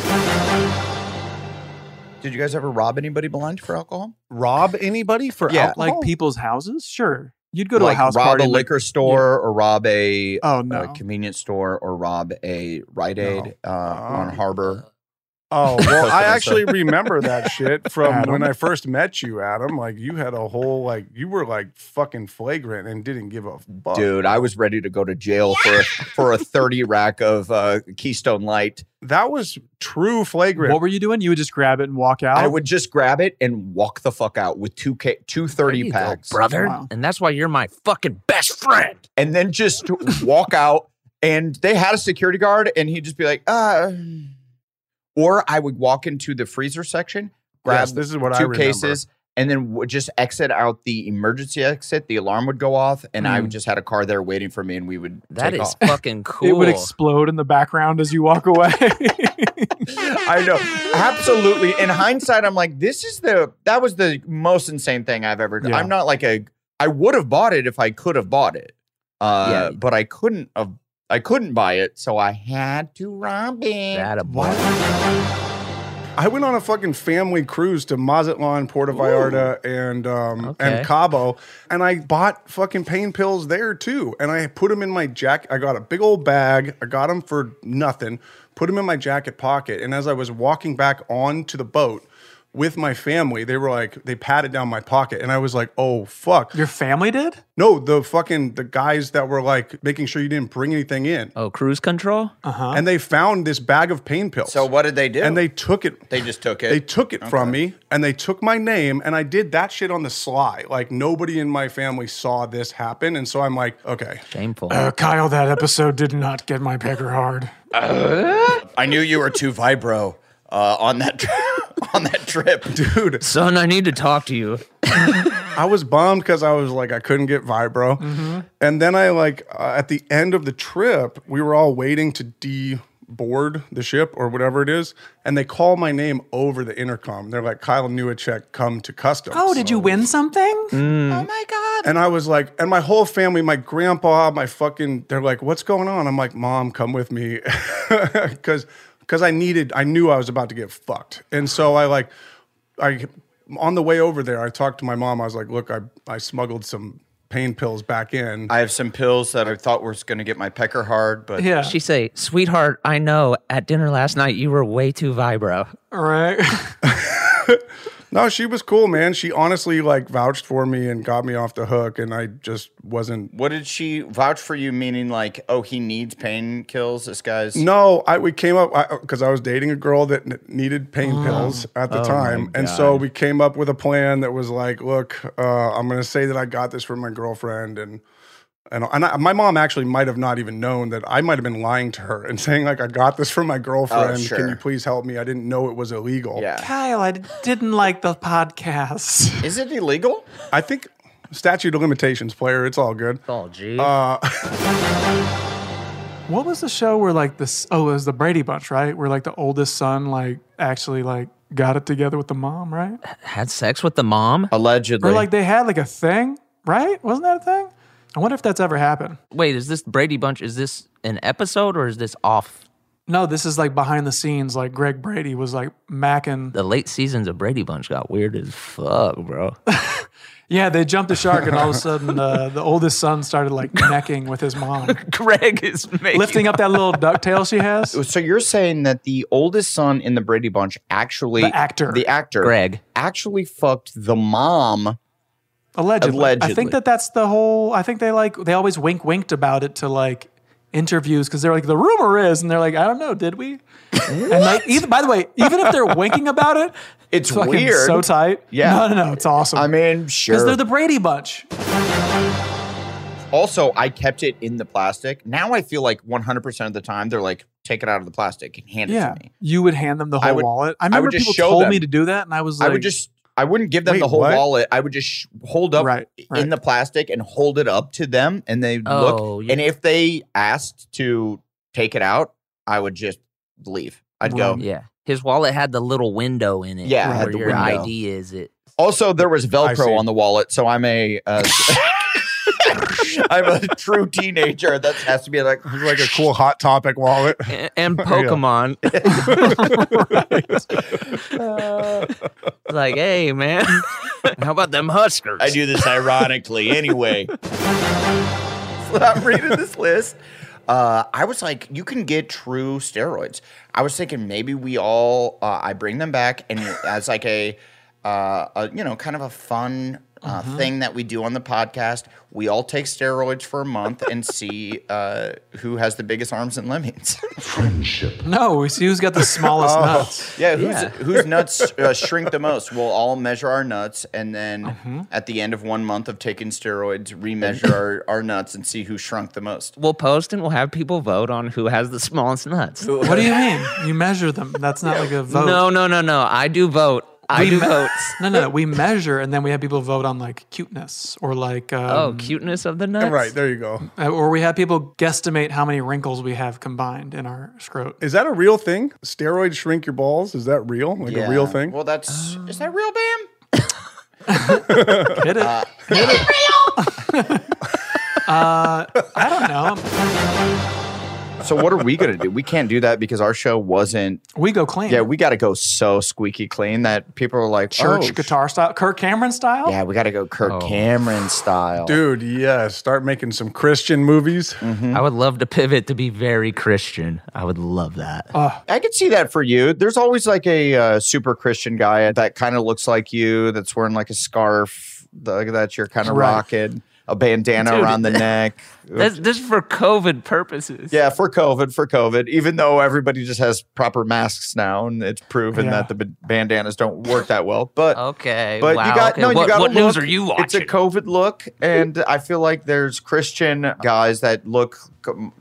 Speaker 2: Did you guys ever rob anybody blind for alcohol?
Speaker 3: Rob anybody for yeah. alcohol? Like people's houses? Sure. You'd go to
Speaker 2: like
Speaker 3: a house
Speaker 2: rob
Speaker 3: party,
Speaker 2: a liquor
Speaker 3: like,
Speaker 2: store yeah. or rob a,
Speaker 3: oh, no.
Speaker 2: a convenience store or rob a Rite Aid no. uh, um, on Harbor.
Speaker 9: Oh well, I actually remember that shit from Adam. when I first met you, Adam. Like you had a whole like you were like fucking flagrant and didn't give a fuck.
Speaker 2: Dude, I was ready to go to jail for for a thirty rack of uh, Keystone Light.
Speaker 9: That was true flagrant.
Speaker 3: What were you doing? You would just grab it and walk out.
Speaker 2: I would just grab it and walk the fuck out with two K two thirty packs,
Speaker 4: go, brother. Wow. And that's why you're my fucking best friend.
Speaker 2: And then just walk out. And they had a security guard, and he'd just be like, uh or I would walk into the freezer section, grab yes,
Speaker 9: this is what
Speaker 2: two
Speaker 9: I
Speaker 2: cases, and then w- just exit out the emergency exit. The alarm would go off, and mm. I would just had a car there waiting for me, and we would.
Speaker 4: That is
Speaker 2: off.
Speaker 4: fucking cool.
Speaker 3: it would explode in the background as you walk away.
Speaker 2: I know, absolutely. In hindsight, I'm like, this is the that was the most insane thing I've ever done. Yeah. I'm not like a. I would have bought it if I could have bought it, uh, yeah. but I couldn't have I couldn't buy it, so I had to rob it.
Speaker 4: That a boy.
Speaker 9: I went on a fucking family cruise to Mazatlan, Puerto Vallarta, Ooh. and um, okay. and Cabo, and I bought fucking pain pills there too. And I put them in my jacket. I got a big old bag. I got them for nothing. Put them in my jacket pocket. And as I was walking back onto the boat, with my family, they were like, they patted down my pocket. And I was like, oh, fuck.
Speaker 3: Your family did?
Speaker 9: No, the fucking, the guys that were like making sure you didn't bring anything in.
Speaker 4: Oh, cruise control?
Speaker 3: Uh-huh.
Speaker 9: And they found this bag of pain pills.
Speaker 2: So what did they do?
Speaker 9: And they took it.
Speaker 2: They just took it?
Speaker 9: They took it okay. from me and they took my name and I did that shit on the sly. Like nobody in my family saw this happen. And so I'm like, okay.
Speaker 4: Shameful.
Speaker 3: Uh, Kyle, that episode did not get my pecker hard.
Speaker 2: Uh? I knew you were too vibro uh, on that trip. on that trip,
Speaker 9: dude.
Speaker 4: Son, I need to talk to you.
Speaker 9: I was bummed because I was like I couldn't get vibro, mm-hmm. and then I like uh, at the end of the trip, we were all waiting to de board the ship or whatever it is, and they call my name over the intercom. They're like, Kyle Newacek, come to customs.
Speaker 3: Oh, did so, you win something?
Speaker 4: Mm.
Speaker 3: Oh my God.
Speaker 9: And I was like, and my whole family, my grandpa, my fucking, they're like, what's going on? I'm like, mom, come with me. Because because I needed, I knew I was about to get fucked. And so I like, I on the way over there, I talked to my mom. I was like, look, I, I smuggled some pain pills back in.
Speaker 2: I have some pills that I thought were going to get my pecker hard, but
Speaker 3: yeah.
Speaker 4: She say, sweetheart, I know at dinner last night you were way too vibro.
Speaker 3: All right.
Speaker 9: no, she was cool, man. She honestly like vouched for me and got me off the hook, and I just wasn't.
Speaker 2: What did she vouch for you? Meaning like, oh, he needs pain kills. This guy's
Speaker 9: no. I we came up because I, I, was dating a girl that needed pain oh. pills at the oh time, and so we came up with a plan that was like, look, uh, I'm gonna say that I got this from my girlfriend, and and, and I, my mom actually might have not even known that I might have been lying to her and saying like I got this from my girlfriend. Oh, sure. Can you please help me? I didn't know it was illegal.
Speaker 2: Yeah.
Speaker 3: Kyle, I didn't like the podcast.
Speaker 2: Is it illegal?
Speaker 9: I think statute of limitations, player. It's all good.
Speaker 4: Oh, gee.
Speaker 9: Uh,
Speaker 3: what was the show where like this? Oh, it was the Brady Bunch, right? Where like the oldest son like actually like got it together with the mom, right?
Speaker 4: Had sex with the mom
Speaker 2: allegedly,
Speaker 3: or like they had like a thing. right? Wasn't that a thing? I wonder if that's ever happened.
Speaker 4: Wait, is this Brady Bunch? Is this an episode or is this off
Speaker 3: No, this is like behind the scenes. Like Greg Brady was like macking.
Speaker 4: the late seasons of Brady Bunch? Got weird as fuck, bro.
Speaker 3: Yeah, they jumped the shark, and all of a sudden, uh, the oldest son started like necking with his mom,
Speaker 4: Greg is making
Speaker 3: lifting up that little ducktail she has.
Speaker 2: So you're saying that the oldest son in the Brady Bunch actually
Speaker 3: The actor.
Speaker 2: the actor
Speaker 4: Greg
Speaker 2: actually fucked the mom.
Speaker 3: Allegedly. I
Speaker 2: Allegedly.
Speaker 3: think that that's the whole. I think they like they always wink winked about it to like interviews because they're like the rumor is, and they're like I don't know, did we? and like even by the way, even if they're winking about it,
Speaker 2: It's
Speaker 3: fucking
Speaker 2: weird.
Speaker 3: So tight.
Speaker 2: Yeah.
Speaker 3: No, no, no. It's awesome. I
Speaker 2: mean,
Speaker 3: Because
Speaker 2: sure.
Speaker 3: they're the Brady Bunch.
Speaker 2: Also, I kept it in the plastic. Now I feel like 100% of the time they're like, take it out of the plastic and hand it
Speaker 3: Yeah.
Speaker 2: to me.
Speaker 3: You would hand them the
Speaker 2: I
Speaker 3: whole
Speaker 2: would-
Speaker 3: wallet. I
Speaker 2: I would
Speaker 3: remember
Speaker 2: just
Speaker 3: people
Speaker 2: show
Speaker 3: told
Speaker 2: them.
Speaker 3: me to do that, and I was
Speaker 2: I
Speaker 3: like,
Speaker 2: would just, I wouldn't give them
Speaker 3: Wait,
Speaker 2: the whole
Speaker 3: what?
Speaker 2: wallet. I would just sh- hold up
Speaker 3: Right,
Speaker 2: in the plastic and hold it up to them and they would
Speaker 4: Oh,
Speaker 2: look.
Speaker 4: yeah.
Speaker 2: And if they asked to take it out, I would just leave. I'd go.
Speaker 4: Yeah, his wallet had the little window in it.
Speaker 2: Yeah, it had
Speaker 4: where
Speaker 2: the
Speaker 4: your
Speaker 2: window.
Speaker 4: ID is it.
Speaker 2: Also, there was Velcro on the wallet, so I'm a. Uh, I'm a true teenager. That has to be like
Speaker 9: like a cool hot topic wallet.
Speaker 4: and
Speaker 9: Yeah.
Speaker 4: Pokemon. like, hey man, how about them Huskers? I
Speaker 2: do this ironically anyway. I'm reading this list. Uh, I was like, you can get true steroids. I was thinking maybe we all, uh, I bring them back and as like a, uh, a you know, kind of a fun uh, thing that we do on the podcast, we all take steroids for a month and see uh, who has the biggest arms and lemmings.
Speaker 3: no. We see who's got the smallest
Speaker 2: Oh.
Speaker 3: nuts.
Speaker 2: Yeah, who's, whose nuts uh, shrink the most? We'll all measure our nuts, and then
Speaker 3: Mm-hmm.
Speaker 2: at the end of one month of taking steroids, remeasure our, our nuts and see who shrunk the most.
Speaker 4: We'll post and we'll have people vote on who has the smallest nuts.
Speaker 3: What do you mean? You measure them. That's not like a vote.
Speaker 4: No, no, no, no. I do vote. I
Speaker 3: We
Speaker 4: do
Speaker 3: me-
Speaker 4: votes.
Speaker 3: No, no, no. We measure and then we have people vote on like cuteness or like. Um,
Speaker 4: Oh, cuteness of the nuts.
Speaker 9: Right, there you go.
Speaker 3: uh, Or we have people guesstimate how many wrinkles we have combined in our scrot.
Speaker 9: Is that a real thing? Steroids shrink your balls? Is that real? Like a real thing?
Speaker 2: Well, that's is that real, Bam?
Speaker 3: Hit Oh. it. uh, I don't
Speaker 2: Oh.
Speaker 3: know.
Speaker 2: So what are we gonna do? We can't do that because our show wasn't.
Speaker 3: We go clean.
Speaker 2: Yeah, we got to go so squeaky clean that people are like,
Speaker 3: Church Oh.
Speaker 2: "Oh,
Speaker 3: guitar style, Kirk Cameron style.
Speaker 2: yeah, we got to go Kirk Cameron style,
Speaker 9: Dude, yeah. Start making some Christian movies.
Speaker 4: I would love to pivot to be very Christian. I would love that.
Speaker 3: Uh,
Speaker 2: I could see that for you. There's always like a uh, super Christian guy that kind of looks like you, that's wearing like a scarf the, that you're kind of
Speaker 4: Right.
Speaker 2: rocking, a bandana
Speaker 4: Dude,
Speaker 2: around the neck.
Speaker 4: That's just for COVID purposes.
Speaker 2: yeah, for COVID, for COVID. Even though everybody just has proper masks now, and it's proven
Speaker 4: Yeah.
Speaker 2: that the b- bandanas don't work that well. But
Speaker 4: Okay.
Speaker 2: but
Speaker 4: wow,
Speaker 2: you got
Speaker 4: okay.
Speaker 2: no,
Speaker 4: what,
Speaker 2: you got
Speaker 4: what
Speaker 2: a
Speaker 4: news
Speaker 2: look.
Speaker 4: are you watching?
Speaker 2: It's a COVID look, and I feel like there's Christian guys that look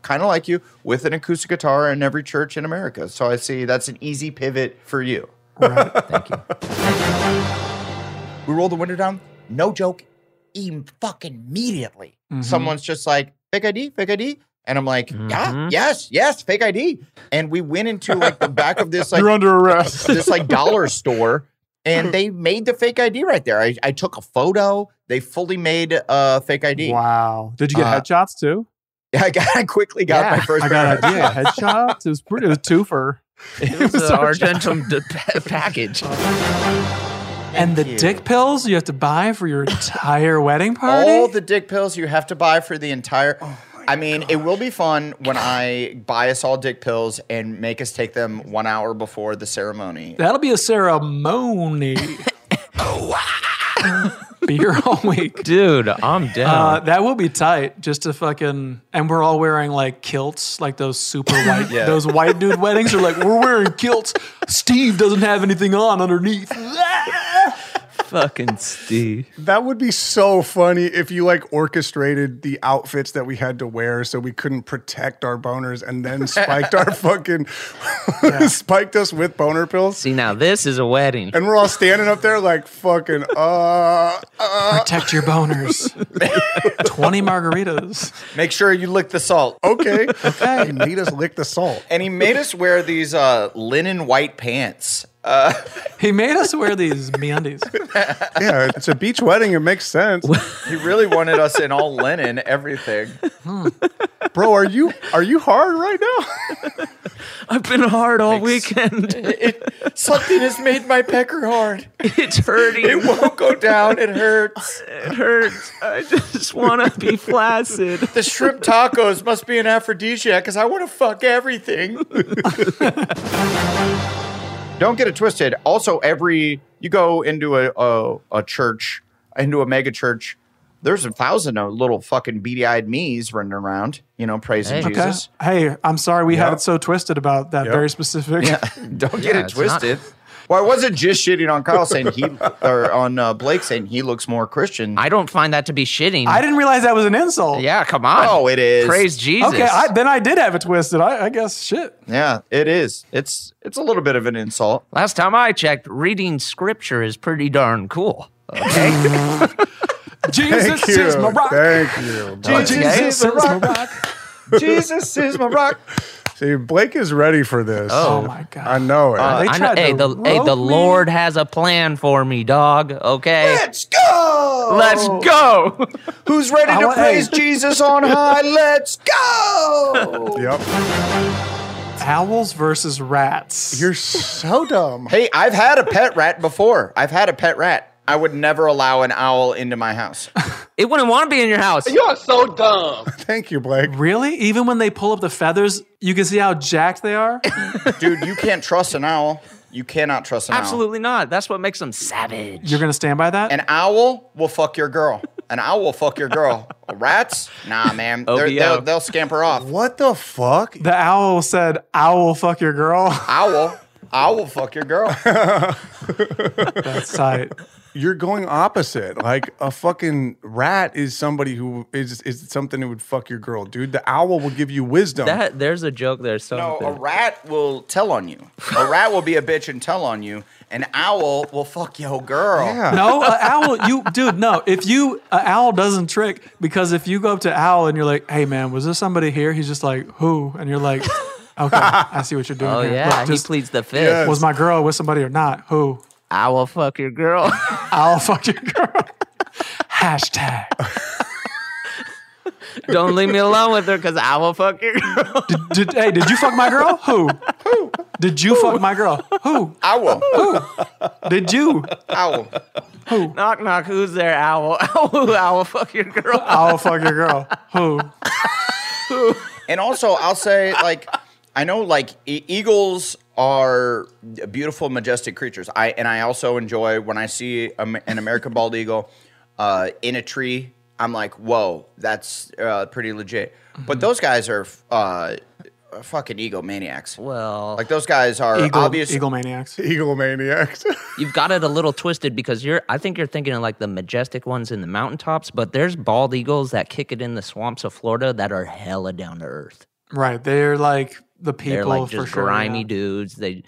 Speaker 2: kind of like you with an acoustic guitar in every church in America. So I see that's an easy pivot for you. Thank you. we roll the window down. No joke. Even fucking immediately,
Speaker 12: Mhm.
Speaker 2: someone's just like fake ID, fake ID, and I'm like, yeah, yes, yes, fake ID. And we went into like the back of this like
Speaker 9: You're under arrest.
Speaker 2: this like dollar store and they made the fake ID right there. I, I took a photo. They fully made a uh, fake ID.
Speaker 3: Wow. Did you get
Speaker 2: Uh,
Speaker 3: headshots too?
Speaker 2: Yeah, I, got, I quickly got
Speaker 3: Yeah,
Speaker 2: my first.
Speaker 3: I got idea. Headshots. It was pretty. It was twofer.
Speaker 4: It was
Speaker 3: was
Speaker 4: an
Speaker 3: our
Speaker 4: Argentum d- pa- package.
Speaker 3: And the
Speaker 2: you.
Speaker 3: dick pills you have to buy for your entire wedding party.
Speaker 2: All the dick pills you have to buy for the entire. I mean, it will be fun when I buy us all dick pills and make us take them one hour before the ceremony.
Speaker 3: That'll be a ceremony. be here all week.
Speaker 4: Dude, I'm down.
Speaker 3: Uh, that will be tight. Just to fucking and we're all wearing like kilts, like those super white,
Speaker 4: Yeah.
Speaker 3: those white dude weddings are like we're wearing kilts. Steve doesn't have anything on underneath.
Speaker 4: Fucking Steve.
Speaker 9: That would be so funny if you like orchestrated the outfits that we had to wear so we couldn't protect our boners and then spiked our fucking spiked us with boner pills.
Speaker 4: See, now this is a wedding.
Speaker 9: And we're all standing up there like fucking uh, uh
Speaker 3: Protect your boners. Twenty margaritas.
Speaker 2: Make sure you lick the salt.
Speaker 9: okay. Okay. Made us lick the salt.
Speaker 2: And he made us wear these uh, linen white pants.
Speaker 3: Uh, he made us wear these meandies.
Speaker 9: yeah, it's a beach wedding. It makes sense.
Speaker 2: He really wanted us in all linen, everything.
Speaker 9: Bro, are you are you hard right now?
Speaker 20: I've been hard all weekend.
Speaker 2: something has made my pecker hard.
Speaker 20: It's hurting.
Speaker 2: It won't go down. It hurts.
Speaker 20: It hurts. I just want to be flaccid.
Speaker 2: The shrimp tacos must be an aphrodisiac because I want to fuck everything. Don't get it twisted. Also, every you go into a a, a church, into a mega church, there's a thousand of little fucking beady eyed me's running around, you know, praising
Speaker 3: Okay.
Speaker 2: Jesus.
Speaker 3: Hey, I'm sorry we
Speaker 2: Yeah.
Speaker 3: had it so twisted about that
Speaker 2: Yeah.
Speaker 3: very specific.
Speaker 2: Yeah, don't get it twisted. well, I wasn't just shitting on Kyle saying he or on uh, Blake saying he looks more Christian. I
Speaker 20: don't find that to be shitting.
Speaker 3: I didn't realize that was an insult.
Speaker 20: Yeah, come on.
Speaker 2: Oh, it is.
Speaker 20: Praise Jesus.
Speaker 3: Okay, I, then I did have it twisted. I, I guess shit.
Speaker 2: Yeah, it is. It's it's a little bit of an insult.
Speaker 4: Last time I checked, reading scripture is pretty darn cool. Okay.
Speaker 3: Jesus is my rock.
Speaker 2: Uh,
Speaker 9: Thank you. bro.
Speaker 3: Jesus is my rock.
Speaker 2: Jesus is my rock.
Speaker 9: See, Blake is ready for this.
Speaker 4: Oh. Oh, my
Speaker 3: god.
Speaker 9: I know it.
Speaker 4: Uh, I know, hey, the, hey, the Lord has a plan for me, dog. Okay.
Speaker 2: Let's go.
Speaker 4: Let's go.
Speaker 2: Who's ready
Speaker 4: I
Speaker 2: to
Speaker 4: want-
Speaker 2: praise
Speaker 4: hey.
Speaker 2: Jesus on high? Let's go.
Speaker 9: Yep.
Speaker 3: Owls versus rats.
Speaker 9: You're so dumb.
Speaker 2: Hey, I've had a pet rat before. I've had a pet rat. I would never allow an owl into my house.
Speaker 4: It wouldn't want to be in your house.
Speaker 20: You're so dumb.
Speaker 9: Thank you, Blake.
Speaker 3: Really? Even when they pull up the feathers, you can see how jacked they are.
Speaker 2: Dude, you can't trust an owl. You cannot trust an
Speaker 4: Absolutely not. That's what makes them savage.
Speaker 3: You're gonna stand by that?
Speaker 2: owl. An owl will fuck your girl. An owl will fuck your girl. Rats? Nah, man. They're-
Speaker 3: OBO.
Speaker 2: They'll, they'll scamper off.
Speaker 9: What the fuck?
Speaker 3: The owl said, "I will fuck your girl."
Speaker 2: Owl. Owl fuck your girl.
Speaker 3: That's tight.
Speaker 9: You're going opposite. Like a fucking rat is somebody who is is something that would fuck your girl, dude. The owl will give you wisdom.
Speaker 4: That there's a joke there
Speaker 2: No,
Speaker 4: something.
Speaker 2: a rat will tell on you. A rat will be a bitch and tell on you. An owl will fuck your girl.
Speaker 3: No, an owl. You, dude, no. If you, an owl doesn't trick because if you go up to owl and you're like, "Hey, man, was there somebody here?" He's just like, "Who?" And you're like, "Okay, I see what you're doing."
Speaker 4: Oh
Speaker 3: here.
Speaker 4: yeah,
Speaker 3: Look,
Speaker 4: he
Speaker 3: just-
Speaker 4: pleads the fifth.
Speaker 3: Was my girl with somebody or not? Who?
Speaker 4: I will fuck your girl.
Speaker 3: I'll fuck your girl. Hashtag.
Speaker 4: Don't leave me alone with her because I will fuck your girl.
Speaker 3: Did, hey, did you fuck my girl? Who? Who? Did you fuck my girl? Who?
Speaker 2: Owl.
Speaker 3: Who? Did you?
Speaker 2: Owl.
Speaker 3: Who?
Speaker 4: Knock knock. Who's there? Owl. Owl. Owl. Fuck your girl.
Speaker 3: I'll fuck your girl. Who?
Speaker 2: and also I'll say like I know like e- eagles are beautiful majestic creatures. I and I also enjoy when I see a, an American bald eagle uh, in a tree. I'm like, whoa, that's uh, pretty legit. But those guys are uh, fucking egomaniacs.
Speaker 4: Well,
Speaker 2: like those guys are
Speaker 3: Eagle,
Speaker 2: obvious.
Speaker 3: Eagle maniacs.
Speaker 9: Eagle maniacs.
Speaker 4: You've got it a little twisted because you're. I think you're thinking of like the majestic ones in the mountaintops, but there's bald eagles that kick it in the swamps of Florida that are hella down to earth.
Speaker 3: Right. They're like the people
Speaker 4: They're like
Speaker 3: for
Speaker 4: just
Speaker 3: sure.
Speaker 4: grimy
Speaker 3: yeah.
Speaker 4: dudes. They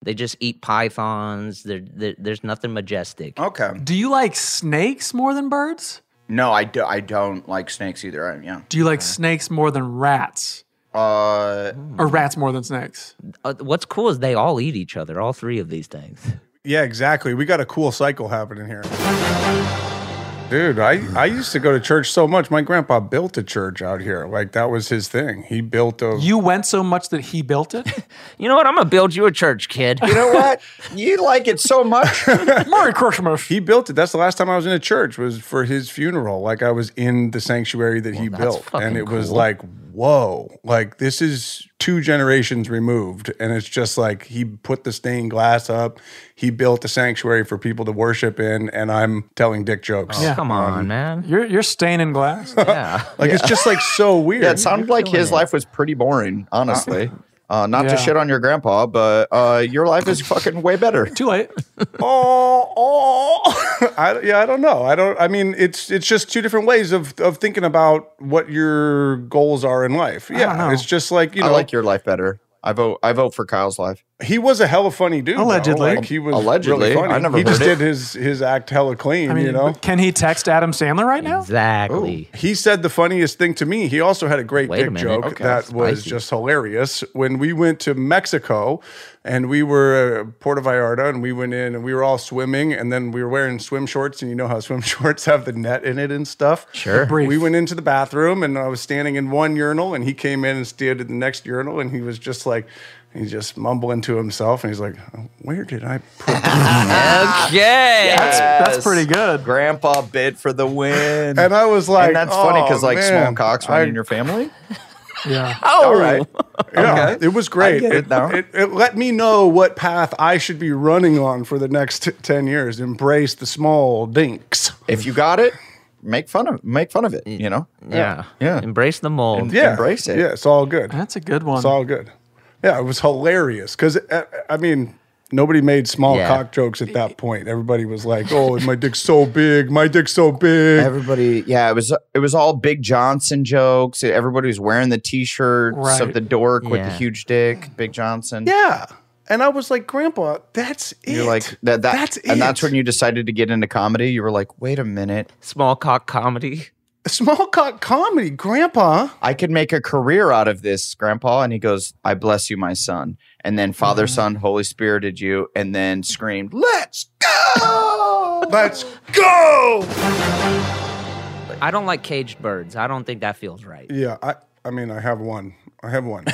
Speaker 4: they just eat pythons. They're, they there's nothing majestic.
Speaker 2: Okay.
Speaker 3: Do you like snakes more than birds?
Speaker 2: No, I do. I don't like snakes either. I, yeah.
Speaker 3: Do you
Speaker 9: Uh-huh.
Speaker 3: like snakes more than rats?
Speaker 2: Uh,
Speaker 3: Or rats more than snakes?
Speaker 4: Uh, what's cool is they all eat each other. All three of these things.
Speaker 9: Yeah, exactly. We got a cool cycle happening here. Dude, I, I used to go to church so much. My grandpa built a church out here. Like that was his thing. He built a
Speaker 3: You went so much that he built it?
Speaker 4: You know what? I'm gonna build you a church, kid.
Speaker 2: You know what? you like it so much.
Speaker 3: Merry Christmas.
Speaker 9: He built it. That's the last time I was in a church was for his funeral. Like I was in the sanctuary that he
Speaker 4: that's
Speaker 9: built.
Speaker 4: fucking
Speaker 9: And it was
Speaker 4: cool.
Speaker 9: like, whoa. Like this is two generations removed. And it's just like he put the stained glass up. He built a sanctuary for people to worship in. And I'm telling dick jokes.
Speaker 4: Oh, Come on, man.
Speaker 3: You're you're staining glass.
Speaker 4: Yeah.
Speaker 9: Like it's just like so weird.
Speaker 2: Yeah, it sounded like his life was pretty boring, honestly. Uh, not
Speaker 3: Yeah.
Speaker 2: to shit on your grandpa, but uh, your life is fucking way better.
Speaker 3: Too late.
Speaker 9: oh, oh. I, yeah, I don't know. I don't. I mean, it's it's just two different ways of of thinking about what your goals are in life.
Speaker 3: don't know.
Speaker 9: Yeah, it's just like you know,
Speaker 2: I like your life better. I vote. I vote for Kyle's life.
Speaker 9: he was a hella funny dude. though.
Speaker 3: Allegedly.
Speaker 9: like he was
Speaker 2: Allegedly.
Speaker 9: Really funny.
Speaker 2: I never
Speaker 9: He just
Speaker 2: heard it.
Speaker 9: did his his act hella clean.
Speaker 3: I mean,
Speaker 9: you know.
Speaker 3: can he text Adam Sandler right now?
Speaker 4: Exactly.
Speaker 9: He said the funniest thing to me. He also had a great
Speaker 4: Wait a
Speaker 9: dick
Speaker 4: minute.
Speaker 9: joke
Speaker 4: Okay.
Speaker 9: that was
Speaker 4: Spicy.
Speaker 9: just hilarious. When we went to Mexico, And we were at Puerto Vallarta and we went in and we were all swimming and then we were wearing swim shorts and you know how swim shorts have the net in it and stuff.
Speaker 2: Sure. Brief.
Speaker 9: We went into the bathroom and I was standing in one urinal and he came in and stood at the next urinal and he was just like, he's just mumbling to himself and he's like, where did I put
Speaker 2: Ah, Okay.
Speaker 3: That's- that's pretty good.
Speaker 2: Grandpa bid for the win.
Speaker 9: And I was like,
Speaker 2: and that's funny
Speaker 9: "Oh,
Speaker 2: because like small
Speaker 9: man,
Speaker 2: cocks
Speaker 9: I-
Speaker 2: run in your family.
Speaker 3: Yeah.
Speaker 2: Oh, all right.
Speaker 9: Yeah, it was great.
Speaker 2: I get it now.
Speaker 9: it- it let me know what path I should be running on for the next t- ten years. Embrace the small dinks.
Speaker 2: If you got it, make fun of make fun of it. You know.
Speaker 4: Yeah.
Speaker 2: Mm, Yeah.
Speaker 4: Embrace the mold.
Speaker 9: Yeah, Yeah, it's all good.
Speaker 3: That's a good one.
Speaker 9: It's all good. Yeah, it was hilarious because I mean. Nobody made small
Speaker 2: Yeah.
Speaker 9: cock jokes at that point. Everybody was like, "Oh, my dick's so big. My dick's so big."
Speaker 2: Everybody, yeah, it was it was all Big Johnson jokes. Everybody was wearing the T-shirts of
Speaker 9: Right.
Speaker 2: the dork with the
Speaker 9: Yeah.
Speaker 2: huge dick, Big Johnson.
Speaker 9: Yeah, and I was like, "Grandpa, that's it."
Speaker 2: You're like that. that
Speaker 9: That's
Speaker 2: and that's
Speaker 9: it.
Speaker 2: when you decided to get into comedy. You were like, wait a minute,
Speaker 4: small cock comedy.
Speaker 9: Small cock comedy, Grandpa.
Speaker 2: I could make a career out of this, Grandpa. And he goes, I bless you, my son. And then Father,
Speaker 9: Mm-hmm.
Speaker 2: Son, Holy Spirited you, and then screamed, Let's go!
Speaker 9: Let's go!
Speaker 4: I don't like caged birds. I don't think that feels right.
Speaker 9: Yeah, I I mean, I have one. I have one.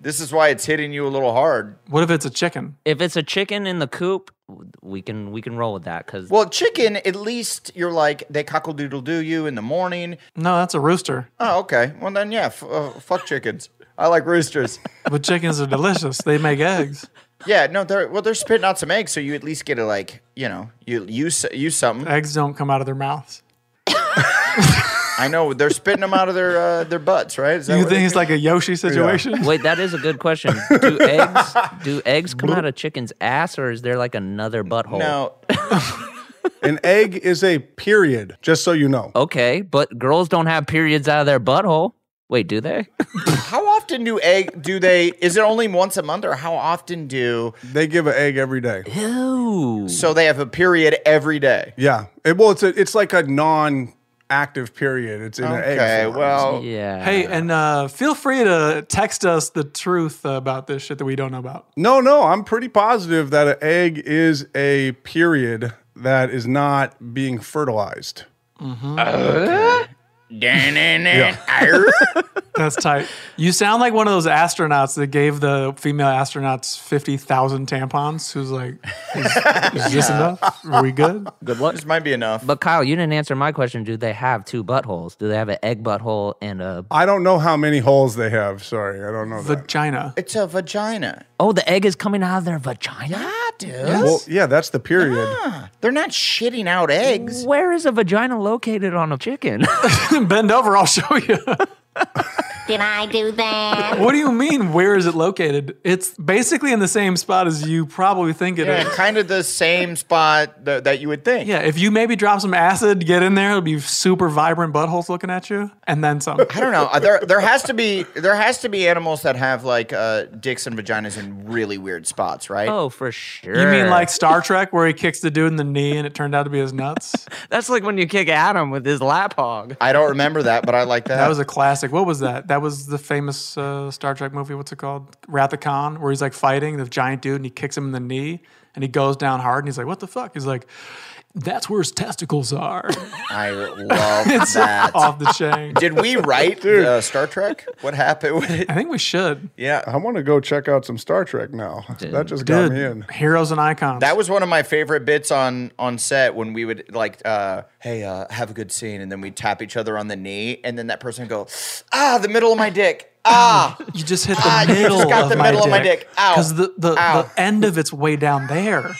Speaker 2: This is why it's hitting you a little hard.
Speaker 3: What if it's a chicken?
Speaker 4: If it's a chicken in the coop, we can we can roll with that because
Speaker 2: Well, chicken, at least you're like, they cockle doodle do you in the morning.
Speaker 9: Mm.
Speaker 3: No, that's a rooster.
Speaker 2: Oh, okay. Well, then, yeah, f- uh, fuck chickens. I like roosters.
Speaker 3: But chickens are delicious. They make eggs.
Speaker 2: Yeah, no, they're well, they're spitting out some eggs, so you at least get to like, you know, you use use something.
Speaker 3: Eggs don't come out of their mouths.
Speaker 2: I know they're spitting them out of their uh, their butts, right? Is that
Speaker 3: you
Speaker 2: what
Speaker 3: think
Speaker 2: they
Speaker 3: it's
Speaker 2: do?
Speaker 3: like a Yoshi situation?
Speaker 4: Wait, that is a good question. Do eggs do eggs come out of chicken's ass or is there like another butthole?
Speaker 2: No.
Speaker 9: An egg is a period, just so you know.
Speaker 4: Okay, but girls don't have periods out of their butthole. Wait, do they?
Speaker 2: How often do egg do they? Is it only once a month, or how often do
Speaker 9: they give an egg every day?
Speaker 4: Ew.
Speaker 2: So they have a period every day.
Speaker 9: Yeah. It- well, it's a, it's like a non-active period. It's in an egg.
Speaker 2: Okay,
Speaker 9: form.
Speaker 2: well-
Speaker 4: Yeah.
Speaker 3: Hey, and uh, feel free to text us the truth about this shit that we don't know about.
Speaker 9: No, no, I'm pretty positive that an egg is a period that is not being fertilized.
Speaker 3: Mm-hmm.
Speaker 2: Uh,
Speaker 3: That's tight. You sound like one of those astronauts that gave the female astronauts 50,000 tampons. Who's like, is, is this enough? Are we good?
Speaker 4: Good luck.
Speaker 2: This might be enough.
Speaker 4: But Kyle, you didn't answer my question. Do they have two buttholes? Do they have an egg butthole and a
Speaker 9: I don't know how many holes they have. Sorry, I don't know that.
Speaker 3: vagina?
Speaker 2: It's a vagina.
Speaker 4: Oh, the egg is coming out of their vagina?
Speaker 2: Yeah, dude.
Speaker 9: Well, yeah, that's the period.
Speaker 2: They're not shitting out eggs.
Speaker 4: Where is a vagina located on a chicken?
Speaker 3: Bend over, I'll show you.
Speaker 8: Did I do that?
Speaker 3: What do you mean, where is it located? It's basically in the same spot as you probably think it is.
Speaker 2: Yeah,
Speaker 3: yeah.
Speaker 2: kind of the same spot tha- that you would think.
Speaker 3: if you maybe drop some acid, get in there, it'll be super vibrant buttholes looking at you, and then some.
Speaker 2: I don't know. Uh, There, there has to be there has to be animals that have like uh, dicks and vaginas in really weird spots, right?
Speaker 4: oh, for sure.
Speaker 3: You mean like Star Trek, where he kicks the dude in the knee and it turned out to be his nuts?
Speaker 4: That's like when you kick Adam with his lap hog.
Speaker 2: I don't remember that, but I like that.
Speaker 3: That was a classic. What was that? That was the famous uh, Star Trek movie. What's it called? Wrath of Khan, where he's like fighting the giant dude and he kicks him in the knee and he goes down hard and he's like, "What the fuck?" He's like, "That's where his testicles are."
Speaker 2: I love
Speaker 3: it's
Speaker 2: that.
Speaker 3: off the chain.
Speaker 2: Did we write uh, Star Trek? What happened with it?
Speaker 3: I think we should.
Speaker 2: Yeah.
Speaker 9: I want to go check out some Star Trek now. that just got me in.
Speaker 3: Heroes and icons.
Speaker 2: That was one of my favorite bits on on set when we would like, uh, hey, uh, have a good scene, and then we would tap each other on the knee, and then that person would go, ah, the middle of my dick, ah,
Speaker 3: you just hit the
Speaker 2: Ah, you just
Speaker 3: middle,
Speaker 2: got
Speaker 3: of,
Speaker 2: the
Speaker 3: my
Speaker 2: middle of my dick. Ow.
Speaker 3: because the the,
Speaker 2: Ow.
Speaker 3: the end of it's way down there.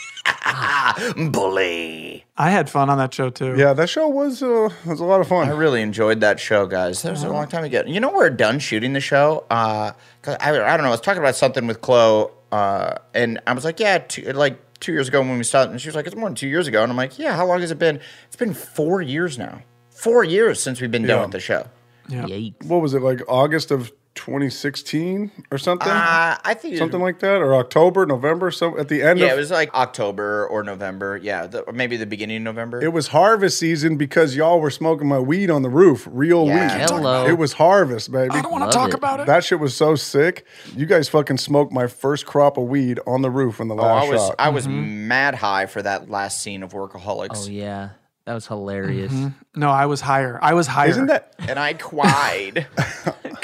Speaker 2: bully.
Speaker 3: I had fun on that show too.
Speaker 9: Yeah, that show was uh, was a lot of fun.
Speaker 2: I really enjoyed that show, guys. That was a long time ago. You know, we're done shooting the show. Uh, 'cause I, I don't know. I was talking about something with Chloe, uh, and I was like, yeah, two, like two years ago when we started. And she was like, it's more than two years ago. And I'm like, yeah, how long has it been? It's been four years now. Four years since we've been done
Speaker 9: Yeah.
Speaker 2: with the show.
Speaker 3: Yeah.
Speaker 9: What was it like August of 2016 or something.
Speaker 2: Uh, I think it-
Speaker 9: something like that, or October, November. So at the end
Speaker 2: yeah,
Speaker 9: of
Speaker 2: it was like October or November. Yeah, the, or maybe the beginning of November.
Speaker 9: It was harvest season because y'all were smoking my weed on the roof, real
Speaker 2: Yeah.
Speaker 9: weed.
Speaker 2: Hello.
Speaker 9: It was harvest, baby. I don't
Speaker 2: wanna Love talk it. about
Speaker 9: it. That shit was so sick. You guys fucking smoked my first crop of weed on the roof in the
Speaker 2: Oh, I
Speaker 9: last
Speaker 2: was
Speaker 9: shot.
Speaker 2: I was
Speaker 9: Mm-hmm.
Speaker 2: mad high for that last scene of Workaholics. Oh
Speaker 4: yeah, that was hilarious.
Speaker 21: Mhm.
Speaker 3: Mm-hmm.
Speaker 21: No, I was higher. I was higher.
Speaker 9: Mm-hmm. Isn't that?
Speaker 2: And I cried.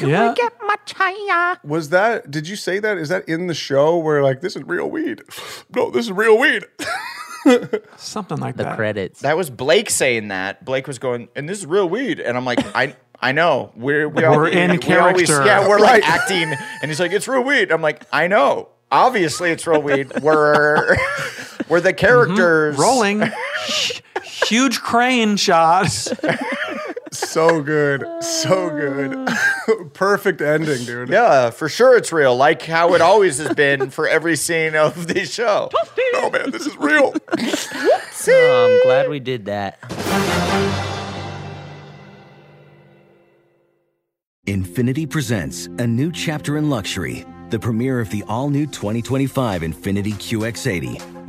Speaker 21: Yeah.
Speaker 9: Was that? Did you say that? Is that in the show where like this is real weed? No, this is real weed.
Speaker 21: Something like that.
Speaker 4: credits.
Speaker 2: That was Blake saying that. Blake was going, and this is real weed. And I'm like, I I know. We're we
Speaker 21: We're in
Speaker 2: always-
Speaker 21: character.
Speaker 2: yeah, we're like
Speaker 21: Right.
Speaker 2: acting. And he's like, it's real weed. I'm like, I know. Obviously, it's real weed. We're we're the characters
Speaker 21: Mm-hmm. Rolling. Sh- Huge crane shots.
Speaker 9: so good. So good. Perfect ending, dude.
Speaker 2: Yeah, for sure it's real. Like how it always has been for every scene of the show.
Speaker 9: Oh man, this is real.
Speaker 4: Oh, I'm glad we did that.
Speaker 10: Infinity presents a new chapter in luxury, the premiere of the all new 2025 Infinity QX80,